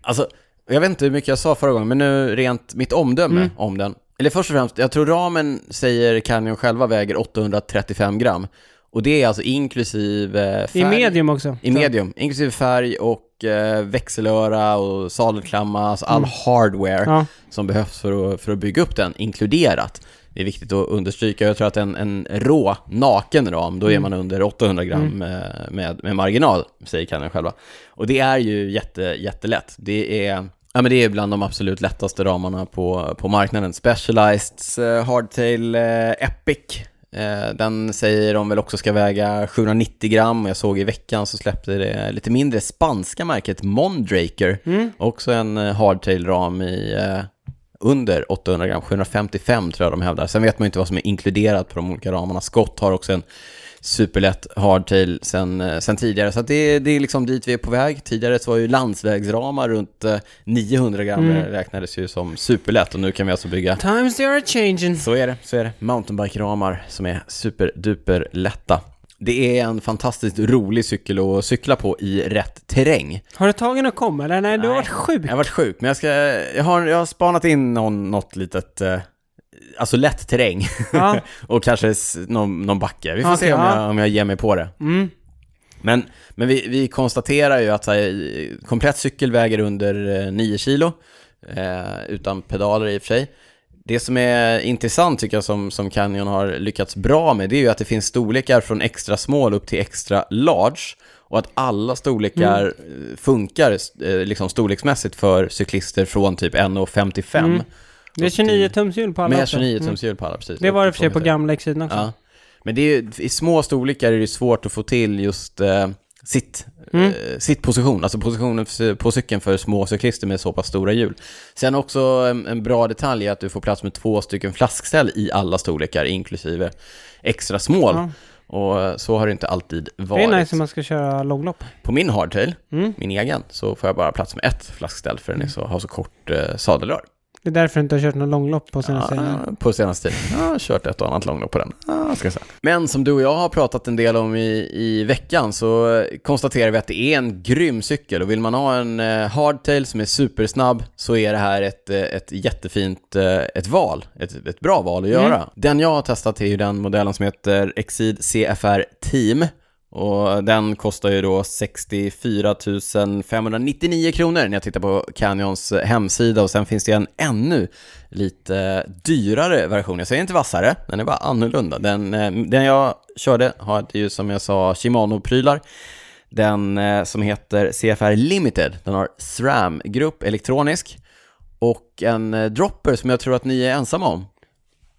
Speaker 1: Alltså, jag vet inte hur mycket jag sa förra gången, men nu rent mitt omdöme
Speaker 2: Mm.
Speaker 1: om den. Eller först och främst, jag tror ramen, säger Canyon själva, väger 835 gram. Och det är alltså inklusive eh, färg.
Speaker 2: I medium också.
Speaker 1: I medium, inklusive färg och eh, växelöra och
Speaker 2: Mm.
Speaker 1: sadelklamma, alltså all hardware
Speaker 2: Ja.
Speaker 1: som behövs för att, för att bygga upp den inkluderat. Det är viktigt att understryka. Jag tror att en, en rå, naken ram, då är man under 800 gram eh, med, med marginal, säger kenneln själva. Och det är ju jätte, jättelätt. Det är, ja, men det är bland de absolut lättaste ramarna på, på marknaden. Specialized eh, Hardtail eh, Epic. Eh, Den säger de väl också ska väga 790 gram och jag såg i veckan så släppte det lite mindre spanska märket Mondraker. Också en eh, hardtail-ram i eh, under 800 gram, 755 tror jag de hävdar. Sen vet man ju inte vad som är inkluderat på de olika ramarna. Scott har också en superlätt hardtail sen, eh, sen tidigare. Så att det, det är liksom dit vi är på väg. Tidigare så var ju landsvägsramar runt eh, 900 gram eh, räknades ju som superlätt och nu kan vi alltså bygga
Speaker 2: Times they are changing.
Speaker 1: så är det, så är det. Mountainbike-ramar som är superduper lätta. Det är en fantastiskt rolig cykel att cykla på i rätt terräng.
Speaker 2: Har du tagit någon kom eller? Nej, du har
Speaker 1: Nej.
Speaker 2: varit sjuk.
Speaker 1: Jag har varit sjuk, men jag, ska, jag, har, jag har spanat in någon, något litet, eh, alltså lätt terräng
Speaker 2: Ja.
Speaker 1: och kanske s- någon, någon backe. Vi får
Speaker 2: Okej,
Speaker 1: se om
Speaker 2: ja.
Speaker 1: jag, om jag ger mig på det.
Speaker 2: Mm.
Speaker 1: Men, men vi, vi konstaterar ju att så här, komplett cykel väger under eh, 9 kilo, eh, utan pedaler i och för sig. Det som är intressant tycker jag som, som Canyon har lyckats bra med, det är ju att det finns storlekar från extra small upp till extra large. Och att alla storlekar
Speaker 2: Mm.
Speaker 1: eh, funkar eh, liksom storleksmässigt för cyklister från typ 1,55.
Speaker 2: Mm. Det är 29 tums hjul på alla.
Speaker 1: Med
Speaker 2: också.
Speaker 1: 29
Speaker 2: Mm.
Speaker 1: tums hjulpallar, precis.
Speaker 2: Det var det för sig på
Speaker 1: Från-
Speaker 2: gamla X-sidan också.
Speaker 1: Ja. Men det är ju, i små storlekar är det svårt att få till just eh, sitt,
Speaker 2: Mm.
Speaker 1: eh, sitt position, alltså positionen för- på cykeln för små cyklister med så pass stora hjul. Sen också en, en bra detalj är att du får plats med två stycken flaskställ i alla storlekar, inklusive extra small.
Speaker 2: Ja.
Speaker 1: Och eh, så har det inte alltid
Speaker 2: Det
Speaker 1: varit.
Speaker 2: är nice om man ska köra långlopp.
Speaker 1: På min hardtail,
Speaker 2: Mm.
Speaker 1: min egen, så får jag bara plats med ett flaskställ för den är så, har så kort eh, sadelrör.
Speaker 2: Det är därför du inte har kört någon långlopp på senaste tiden.
Speaker 1: Ja, på senaste tiden. Jag har kört ett och annat långlopp på den. Ja, ska jag säga. Men som du och jag har pratat en del om i, i veckan så eh, konstaterar vi att det är en grym cykel och vill man ha en eh, hardtail som är supersnabb så är det här ett, eh, ett jättefint eh, ett val, ett, ett bra val att göra. Den jag har testat är ju den modellen som heter Exceed CFR Team och den kostar ju då 64 599 kronor när jag tittar på Canyons eh, hemsida och sen finns det en ännu lite dyrare version. Jag säger inte vassare, den är bara annorlunda. Den, eh, den jag körde har ju som jag sa Shimano-prylar. Den eh, som heter CFR Limited, den har SRAM-grupp elektronisk och en eh, dropper som jag tror att ni är ensamma om.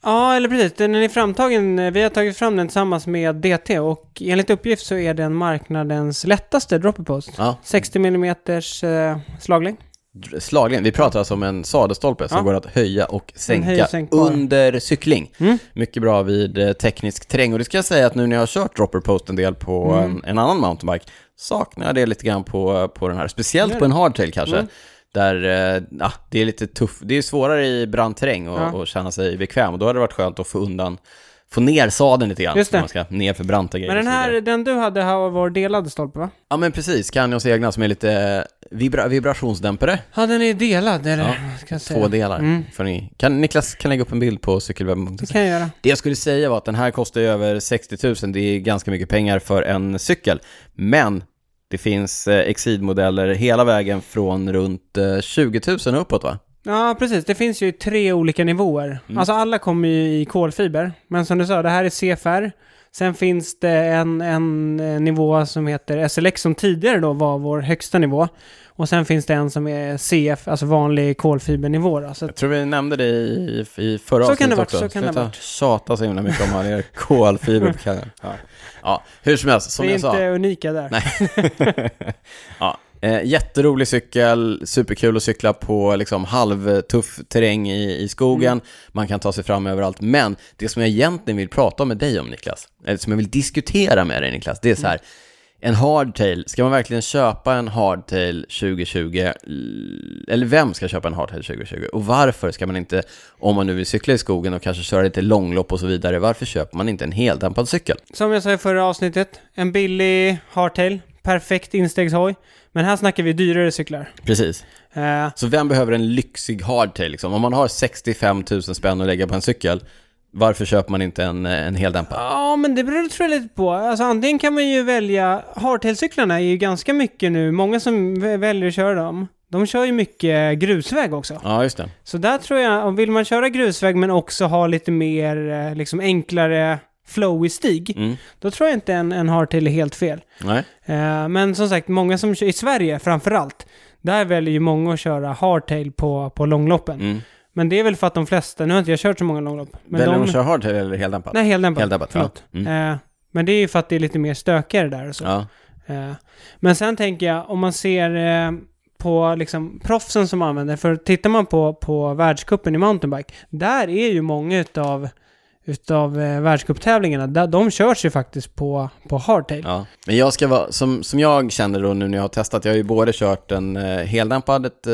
Speaker 2: Ja, eller precis. Den är framtagen, eh, vi har tagit fram den tillsammans med DT och enligt uppgift så är den marknadens lättaste dropperpost.
Speaker 1: Ja.
Speaker 2: 60 mm eh, slaglängd.
Speaker 1: Dr- Slaglängd. Vi pratar alltså om en sadelstolpe som
Speaker 2: Ja.
Speaker 1: går att höja och
Speaker 2: höj
Speaker 1: sänka
Speaker 2: och sänkbar.
Speaker 1: under cykling.
Speaker 2: Mm.
Speaker 1: Mycket bra vid eh, teknisk terräng. Och det ska jag säga att nu när jag har kört dropper post en del på
Speaker 2: Mm.
Speaker 1: en, en annan mountainbike saknar jag det lite grann på, eh, på den här. Speciellt på en hardtail kanske.
Speaker 2: Mm.
Speaker 1: Där eh, ja, det är lite tuff, det är svårare i brant terräng och,
Speaker 2: Ja.
Speaker 1: och känna sig bekväm. Och då hade det varit skönt att få undan, få ner sadeln lite grann.
Speaker 2: Just det.
Speaker 1: När man ska ner för branta grejer.
Speaker 2: Men
Speaker 1: och
Speaker 2: den
Speaker 1: så vidare.
Speaker 2: här, den du hade här var delad stolpe va?
Speaker 1: Ja men precis, Canyons egna som är lite eh, vibra, vibrationsdämpare.
Speaker 2: Ja, den är delad eller?
Speaker 1: Ja,
Speaker 2: Ska jag säga.
Speaker 1: Två delar.
Speaker 2: Mm.
Speaker 1: Får ni, kan, Niklas kan lägga upp en bild på cykelwebben.
Speaker 2: Det kan jag göra.
Speaker 1: Det jag skulle säga var att den här kostar ju över 60 000, det är ganska mycket pengar för en cykel. Men det finns eh, Exceed-modeller hela vägen från runt eh, 20 000 uppåt va?
Speaker 2: Ja, precis. Det finns ju tre olika nivåer.
Speaker 1: Mm.
Speaker 2: Alltså alla kommer ju i kolfiber. Men som du sa, det här är CFR. Sen finns det en, en eh, nivå som heter SLX som tidigare då var vår högsta nivå. Och sen finns det en som är CF, alltså vanlig kolfibernivå då. Så att,
Speaker 1: Jag tror vi nämnde det i, i förra
Speaker 2: Så
Speaker 1: avsnittet
Speaker 2: kan det varit,
Speaker 1: också.
Speaker 2: så kan det
Speaker 1: Sluta
Speaker 2: varit.
Speaker 1: tjata så himla mycket om att det är kolfiber på kanalen. Ja. ja, hur som helst, som
Speaker 2: vi är
Speaker 1: jag
Speaker 2: inte
Speaker 1: sa.
Speaker 2: unika där.
Speaker 1: Nej. ja, eh, jätterolig cykel, superkul att cykla på liksom halvtuff terräng i, i skogen. Man kan ta sig fram överallt. Men det som jag egentligen vill prata med dig om Niklas, eller som jag vill diskutera med dig Niklas, det är så här. En hardtail, ska man verkligen köpa en hardtail 2020? L- Eller vem ska köpa en hardtail 2020? Och varför ska man inte, om man nu vill cykla i skogen och kanske köra lite långlopp och så vidare, varför köper man inte en heldämpad cykel?
Speaker 2: Som jag sa i förra avsnittet, en billig hardtail, perfekt instegshoj. Men här snackar vi dyrare cyklar.
Speaker 1: Precis.
Speaker 2: Eh,
Speaker 1: Så vem behöver en lyxig hardtail liksom? Om man har 65 000 spänn att lägga på en cykel, varför köper man inte en, en heldämpad?
Speaker 2: Ja, men det beror tror jag lite på. Alltså antingen kan man ju välja... Hardtailcyklarna är ju ganska mycket nu. Många som vä- väljer att köra dem. de kör ju mycket grusväg också.
Speaker 1: Ja, just det.
Speaker 2: Så där tror jag, om vill man köra grusväg men också ha lite mer eh, liksom enklare flowy stig,
Speaker 1: Mm.
Speaker 2: då tror jag inte en, en hardtail är helt fel.
Speaker 1: Nej.
Speaker 2: Eh, men som sagt, många som kör, i Sverige framförallt, där väljer ju många att köra hardtail på, på långloppen.
Speaker 1: Mm.
Speaker 2: Men det är väl för att de flesta, nu har inte jag kört så många långlopp, men
Speaker 1: Väljer de
Speaker 2: de...
Speaker 1: att köra hardtail eller heldämpat?
Speaker 2: nej, heldämpat.
Speaker 1: Heldämpat, ja. Mm.
Speaker 2: förlåt. Eh, men det är ju för att det är lite mer stökigare där och så.
Speaker 1: Ja.
Speaker 2: Eh, Men sen tänker jag, om man ser eh, på liksom proffsen som använder, för tittar man på, på världscupen i mountainbike, där är ju många utav, utav eh, världscuptävlingarna, där de körs ju faktiskt på, på hardtail.
Speaker 1: Ja. Men jag ska vara, som, som jag känner då nu när jag har testat, jag har ju både kört en eh, heldämpad ett eh,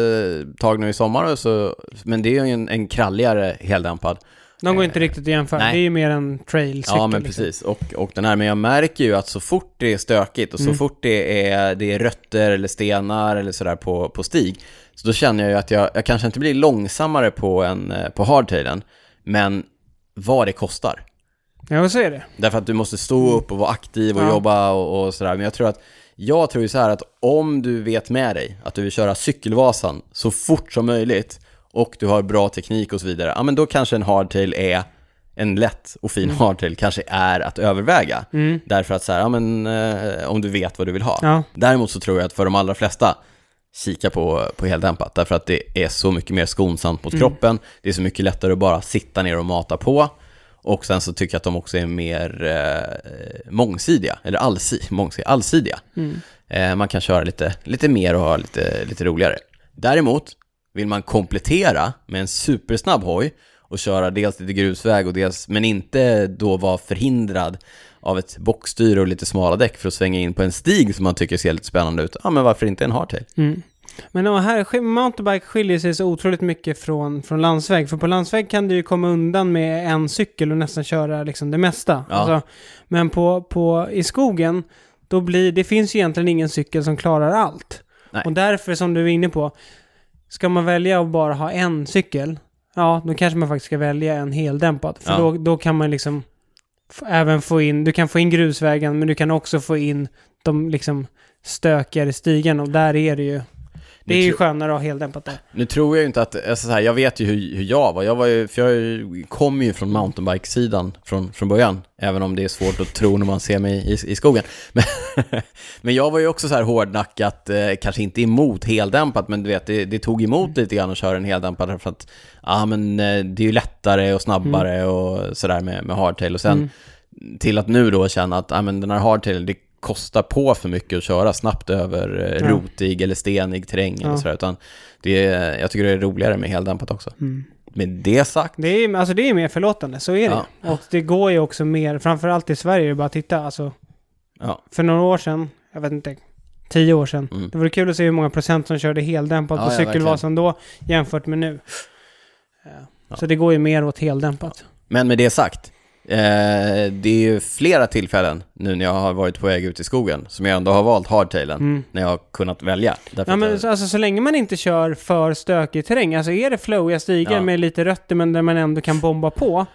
Speaker 1: tag nu i sommar, och så, men det är ju en, en kralligare heldämpad.
Speaker 2: De går inte riktigt att jämföra,
Speaker 1: Eh, nej.
Speaker 2: det är ju mer en trailcykel.
Speaker 1: Ja, men
Speaker 2: liksom.
Speaker 1: precis. Och, och den här, men jag märker ju att så fort det är stökigt och så fort det är, det är rötter eller stenar eller sådär på, på stig, så då känner jag ju att jag, jag kanske inte blir långsammare på, en, eh, på hardtailen, men vad det kostar.
Speaker 2: Ja, så är det.
Speaker 1: Därför att du måste stå upp och vara aktiv och
Speaker 2: Mm. Ja.
Speaker 1: jobba och, och sådär. Men jag tror att jag tror ju så här att om du vet med dig att du vill köra cykelvasan så fort som möjligt och du har bra teknik och så vidare, ja men då kanske en hardtail är en lätt och
Speaker 2: Mm.
Speaker 1: fin hardtail kanske är att överväga. Därför att så här, ja men eh, om du vet vad du vill ha.
Speaker 2: Ja.
Speaker 1: Däremot så tror jag att för de allra flesta, kika på, på heldämpat. Därför att det är så mycket mer skonsamt mot kroppen. Det är så mycket lättare att bara sitta ner och mata på. Och sen så tycker jag att de också är mer eh, mångsidiga, eller allsi, mångsidiga, allsidiga. Eh, man kan köra lite, lite mer och ha lite, lite roligare. Däremot vill man komplettera med en supersnabb hoj och köra dels lite grusväg och dels, men inte då vara förhindrad av ett bockstyre och lite smala däck för att svänga in på en stig som man tycker ser lite spännande ut. Ja, men varför inte en hardtail?
Speaker 2: Mm. Men och här, sk- mountainbike skiljer sig så otroligt mycket från, från landsväg. För på landsväg kan du ju komma undan med en cykel och nästan köra liksom det mesta.
Speaker 1: Ja.
Speaker 2: Alltså, men på, på, i skogen, då blir, det finns ju egentligen ingen cykel som klarar allt.
Speaker 1: Nej.
Speaker 2: Och därför, som du är inne på, ska man välja att bara ha en cykel, ja, då kanske man faktiskt ska välja en heldämpad. För
Speaker 1: Ja.
Speaker 2: då, då kan man liksom f- även få in, du kan få in grusvägen, men du kan också få in de liksom stökigare stigen och där är det ju det är ju
Speaker 1: tror-
Speaker 2: skönare att ha heldämpat där.
Speaker 1: Nu tror jag ju inte att, alltså så här, jag vet ju hur, hur jag var. Jag var ju, för jag är ju- kom ju från mountainbike-sidan från, från början, även om det är svårt att tro när man ser mig i, i skogen. Men, men jag var ju också så här hårdnackat, eh, kanske inte emot heldämpat, men du vet, det, det tog emot lite grann att köra en heldämpad därför att, ja men eh, det är ju lättare och snabbare och sådär med, med hardtail. Och sen till att nu då känna att, ja men den här hardtail, det kostar på för mycket att köra snabbt över eh,
Speaker 2: Ja.
Speaker 1: rotig eller stenig terräng eller
Speaker 2: Ja.
Speaker 1: sådär, utan det är, jag tycker det är roligare med heldämpat också. Med det sagt,
Speaker 2: Det är, alltså det är mer förlåtande, så är det. Och det går ju också mer, framförallt i Sverige, det är bara att titta. Alltså,
Speaker 1: ja,
Speaker 2: för några år sedan, jag vet inte, tio år sedan.
Speaker 1: Mm.
Speaker 2: Det vore kul att se hur många procent som körde heldämpat
Speaker 1: Ja,
Speaker 2: på
Speaker 1: ja,
Speaker 2: cykelvasan då jämfört med nu. Ja. Så det går ju mer åt heldämpat.
Speaker 1: men med det sagt, eh, det är ju flera tillfällen nu när jag har varit på väg ut i skogen som jag ändå har valt hardtailen
Speaker 2: Mm.
Speaker 1: när jag har kunnat välja. Därför
Speaker 2: Ja,
Speaker 1: att
Speaker 2: men
Speaker 1: jag,
Speaker 2: så, alltså, så länge man inte kör för stökig terräng, alltså är det flowiga stigar
Speaker 1: Ja.
Speaker 2: med lite rötter men där man ändå kan bomba på.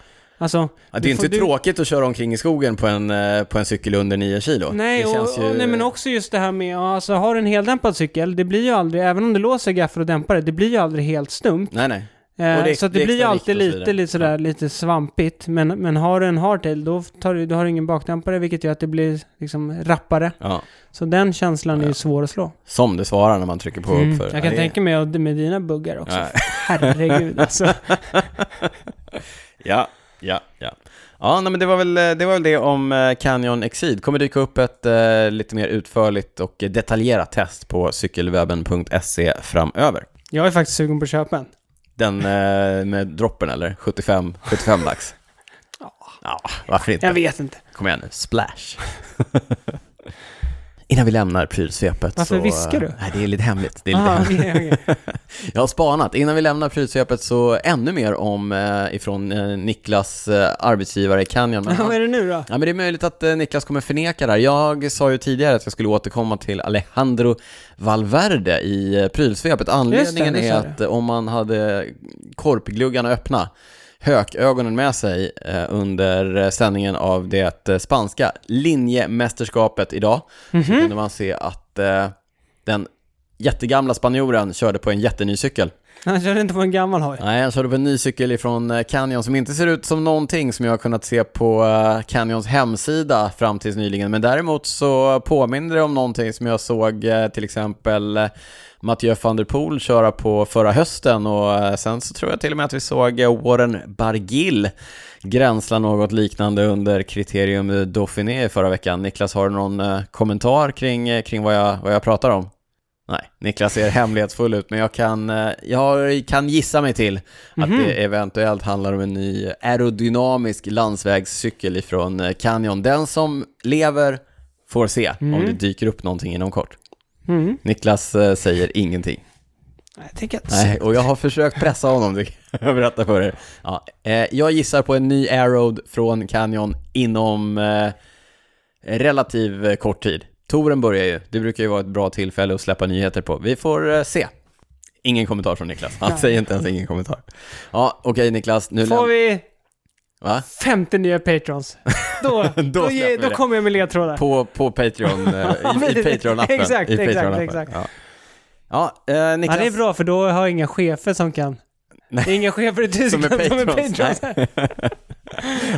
Speaker 2: Alltså,
Speaker 1: att det
Speaker 2: du
Speaker 1: är
Speaker 2: får-
Speaker 1: inte
Speaker 2: du-
Speaker 1: tråkigt att köra omkring i skogen på en, eh, på en cykel under 9 kilo.
Speaker 2: Nej,
Speaker 1: det
Speaker 2: och, och, nej, men också just det här med, ja, alltså har du en heldämpad cykel, det blir ju aldrig, även om du låser gaffel och dämpare, det blir ju aldrig helt stumt.
Speaker 1: Nej, nej.
Speaker 2: Eh,
Speaker 1: Och det-
Speaker 2: så att det,
Speaker 1: det är
Speaker 2: blir ju
Speaker 1: extra
Speaker 2: alltid
Speaker 1: vikt och så vidare.
Speaker 2: lite, lite sådär, lite svampigt. Men, men har du en hardtail, då, tar du, då har du ingen bakdämpare, vilket gör att det blir liksom rappare.
Speaker 1: Ja.
Speaker 2: Så den känslan är ju svår att slå. Mm.
Speaker 1: Som det svarar när man trycker på uppför.
Speaker 2: Jag kan
Speaker 1: Ja, det-
Speaker 2: tänka mig att- med dina buggar också.
Speaker 1: Ja.
Speaker 2: Herregud alltså.
Speaker 1: Ja, ja, ja. Ja, nej, men det var, väl, det var väl det om eh, Canyon Exceed. kommer dyka upp ett eh, lite mer utförligt och detaljerat test på cykelwebben.se framöver.
Speaker 2: Jag är faktiskt sugen på att köpa en.
Speaker 1: Den eh, med droppen eller? 75, 75 lax? Ja, varför inte?
Speaker 2: Jag vet inte.
Speaker 1: Kom igen nu, splash. Innan vi lämnar prylsvepet
Speaker 2: Varför
Speaker 1: så...
Speaker 2: viskar du? Ah.
Speaker 1: Nej, det är lite hemligt. Det är lite
Speaker 2: Aha,
Speaker 1: hemligt.
Speaker 2: okej, okej.
Speaker 1: Jag har spanat. Innan vi lämnar prylsvepet så ännu mer om eh, ifrån eh, Niklas eh, arbetsgivare Canyon. Men han-
Speaker 2: Vad är det nu då?
Speaker 1: Ja, men det är möjligt att eh, Niklas kommer förneka det här. Jag sa ju tidigare att jag skulle återkomma till Alejandro Valverde i eh, prylsvepet. Anledningen
Speaker 2: det
Speaker 1: är
Speaker 2: sa du.
Speaker 1: att eh, om man hade korpgluggarna öppna, hökögonen med sig eh, under eh, sändningen av det eh,
Speaker 2: Mhm.
Speaker 1: spanska linjemästerskapet idag, så kunde man se att eh, den jättegamla spanjoren körde på en jätteny cykel.
Speaker 2: Han körde inte på en gammal hoj.
Speaker 1: Nej, han körde på en ny cykel ifrån eh, Canyon som inte ser ut som någonting som jag har kunnat se på eh, Canyons hemsida fram tills nyligen. Men däremot så påminner det om någonting som jag såg eh, till exempel eh, Mathieu van der Poel köra på förra hösten och eh, sen så tror jag till och med att vi såg eh, Warren Bargill gränsla något liknande under kriterium Dauphiné förra veckan. Niklas, har du någon eh, kommentar kring, eh, kring vad, jag, vad jag pratar om? Nej, Niklas ser hemlighetsfull ut, men jag kan, eh, jag kan gissa mig till att
Speaker 2: Mhm.
Speaker 1: det eventuellt handlar om en ny aerodynamisk landsvägscykel ifrån eh, Canyon. Den som lever får se om
Speaker 2: Mm.
Speaker 1: det dyker upp någonting inom kort.
Speaker 2: Mm.
Speaker 1: Niklas eh, säger ingenting.
Speaker 2: Jag tänker att...
Speaker 1: Nej, och jag har försökt pressa honom, det kan jag berätta för er. Ja, eh, jag gissar på en ny Aeroad från Canyon inom eh, relativ eh, kort tid. Toren börjar ju, det brukar ju vara ett bra tillfälle att släppa nyheter på. Vi får eh, se. Ingen kommentar från Niklas, han
Speaker 2: Nej.
Speaker 1: säger inte ens ingen kommentar. Ja, okej Niklas, nu
Speaker 2: Får
Speaker 1: läm-
Speaker 2: vi
Speaker 1: Va?
Speaker 2: 50 nya patrons, då, då,
Speaker 1: släpper vi
Speaker 2: ge, då
Speaker 1: det.
Speaker 2: kommer jag med ledtrådar.
Speaker 1: På, på Patreon, eh, i, i Patreon-appen.
Speaker 2: Exakt,
Speaker 1: I
Speaker 2: exakt,
Speaker 1: Patreon-appen,
Speaker 2: exakt.
Speaker 1: Ja, ja eh,
Speaker 2: Ja,
Speaker 1: Niklas.
Speaker 2: det är bra för då har jag inga chefer som kan...
Speaker 1: Nej.
Speaker 2: Det är inga chefer i
Speaker 1: Som
Speaker 2: Tyskland
Speaker 1: är
Speaker 2: som är
Speaker 1: patrons.
Speaker 2: patrons. Nej.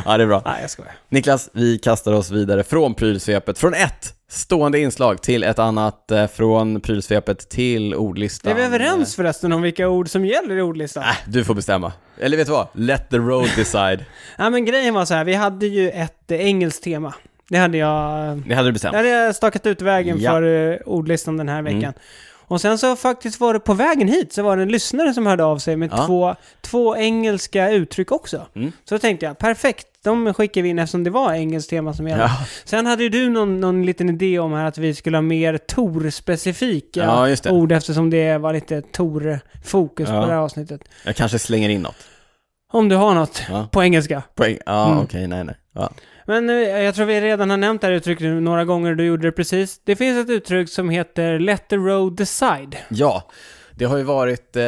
Speaker 1: Ja, det är bra.
Speaker 2: Nej, jag skojar.
Speaker 1: Niklas, vi kastar oss vidare från prylsvepet, från ett stående inslag till ett annat, eh, från prylsvepet till ordlistan.
Speaker 2: Är vi överens förresten om vilka ord som gäller i ordlistan?
Speaker 1: Eh, Du får bestämma. Eller vet du vad? Let the road decide.
Speaker 2: Ja, men grejen var så här, vi hade ju ett eh, engelskt tema. Det hade jag... eh,
Speaker 1: Det hade du
Speaker 2: Det
Speaker 1: bestämt.
Speaker 2: hade jag stakat ut vägen
Speaker 1: Ja. Mm.
Speaker 2: för eh, ordlistan den här veckan. Och sen så faktiskt var det på vägen hit så var det en lyssnare som hörde av sig med
Speaker 1: Ja.
Speaker 2: två, två engelska uttryck också.
Speaker 1: Mm.
Speaker 2: Så då tänkte jag, perfekt, de skickar vi in eftersom det var engelskt tema som gällde.
Speaker 1: Ja.
Speaker 2: Sen hade ju du någon, någon liten idé om här att vi skulle ha mer Tor-specifika
Speaker 1: Ja, just det.
Speaker 2: ord eftersom det var lite Tor-fokus
Speaker 1: Ja.
Speaker 2: på det här avsnittet.
Speaker 1: Jag kanske slänger in något.
Speaker 2: Om du har något
Speaker 1: Ja.
Speaker 2: på engelska.
Speaker 1: Poäng. Ja,
Speaker 2: Mm.
Speaker 1: okej, nej, nej. Ja.
Speaker 2: Men eh, jag tror vi redan har nämnt det här uttrycket nu några gånger och du gjorde det precis. Det finns ett uttryck som heter “Let the road decide”.
Speaker 1: ja, det har ju varit eh,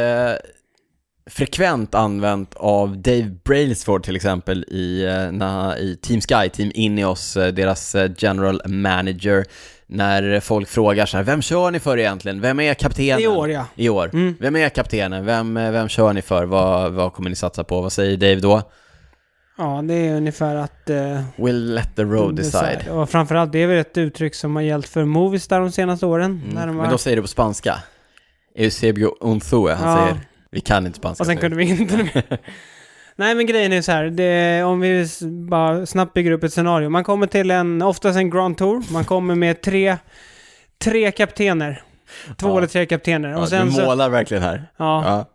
Speaker 1: frekvent använt av Dave Brailsford till exempel i, eh, na, i Team Sky, Team Ineos, eh, deras eh, general manager, när folk frågar så här, vem kör ni för egentligen? Vem är kaptenen?
Speaker 2: I år ja.
Speaker 1: I år.
Speaker 2: Mm.
Speaker 1: Vem är kaptenen? Vem, eh, vem kör ni för? Vad, vad kommer ni satsa på? Vad säger Dave då?
Speaker 2: Ja, det är ungefär att... eh,
Speaker 1: We'll let the road decide.
Speaker 2: Och framförallt, det är väl ett uttryck som har gällt för Movistar de senaste åren. När
Speaker 1: Mm.
Speaker 2: de
Speaker 1: Men
Speaker 2: har...
Speaker 1: då säger du på spanska. Eusebio Unzue, han
Speaker 2: Ja.
Speaker 1: säger, vi kan inte spanska.
Speaker 2: Och sen
Speaker 1: säger
Speaker 2: kunde vi inte... Nej men grejen är så här, det, om vi s- bara snabbt bygger upp ett scenario. Man kommer till en, oftast en Grand Tour, man kommer med tre, tre kaptener. Två
Speaker 1: Ja.
Speaker 2: eller tre kaptener.
Speaker 1: du.
Speaker 2: Och
Speaker 1: ja,
Speaker 2: sen
Speaker 1: du
Speaker 2: så,
Speaker 1: målar verkligen här.
Speaker 2: ja,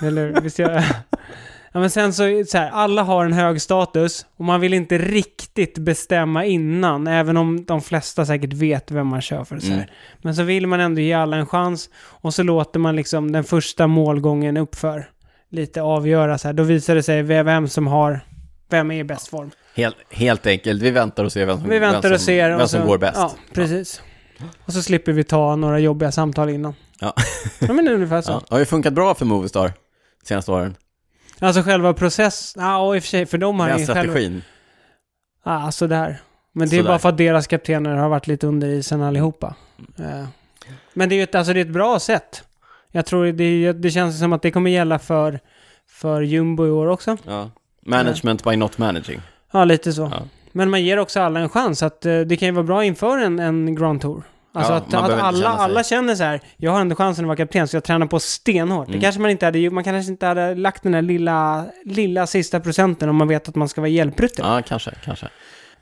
Speaker 1: Ja.
Speaker 2: Eller visst gör jag? Ja men sen så, är det så här, alla har en hög status och man vill inte riktigt bestämma innan, även om de flesta säkert vet vem man kör för. Så här.
Speaker 1: Mm.
Speaker 2: Men så vill man ändå ge alla en chans och så låter man liksom den första målgången uppför lite avgöra så här. Då visar det sig ve- vem som har, vem är i bäst form.
Speaker 1: Helt, helt enkelt, vi väntar och ser vem som,
Speaker 2: Vi väntar
Speaker 1: vem
Speaker 2: och
Speaker 1: som,
Speaker 2: ser.
Speaker 1: vem
Speaker 2: och
Speaker 1: som
Speaker 2: så-
Speaker 1: går bäst.
Speaker 2: Ja, precis. Och så slipper vi ta några jobbiga samtal innan.
Speaker 1: Ja.
Speaker 2: ja men ungefär så.
Speaker 1: Ja. Har ju funkat bra för Movistar senaste åren.
Speaker 2: Alltså själva process, ja och i och för sig, för de har
Speaker 1: Den
Speaker 2: ju själva...
Speaker 1: strategin.
Speaker 2: Ja, sådär. Men det är
Speaker 1: Sådär.
Speaker 2: bara för att deras kaptener har varit lite under isen allihopa.
Speaker 1: Mm.
Speaker 2: Eh, Men det är ju ett, alltså det är ett bra sätt. Jag tror det, är- det känns som att det kommer gälla för, för jumbo i år också.
Speaker 1: Ja. Management by not managing.
Speaker 2: Ja, lite så.
Speaker 1: Ja.
Speaker 2: Men man ger också alla en chans. Att, eh, det kan ju vara bra inför en, en Grand Tour. Alltså
Speaker 1: Ja,
Speaker 2: att,
Speaker 1: man
Speaker 2: att
Speaker 1: behöver inte
Speaker 2: alla,
Speaker 1: känna sig-
Speaker 2: alla känner så här, jag har ändå chansen att vara kapten så jag tränar på stenhårt.
Speaker 1: Mm.
Speaker 2: Det kanske man inte hade gjort, man kanske inte hade lagt den där lilla, lilla sista procenten om man vet att man ska vara hjälpryttare.
Speaker 1: Ja, kanske, kanske.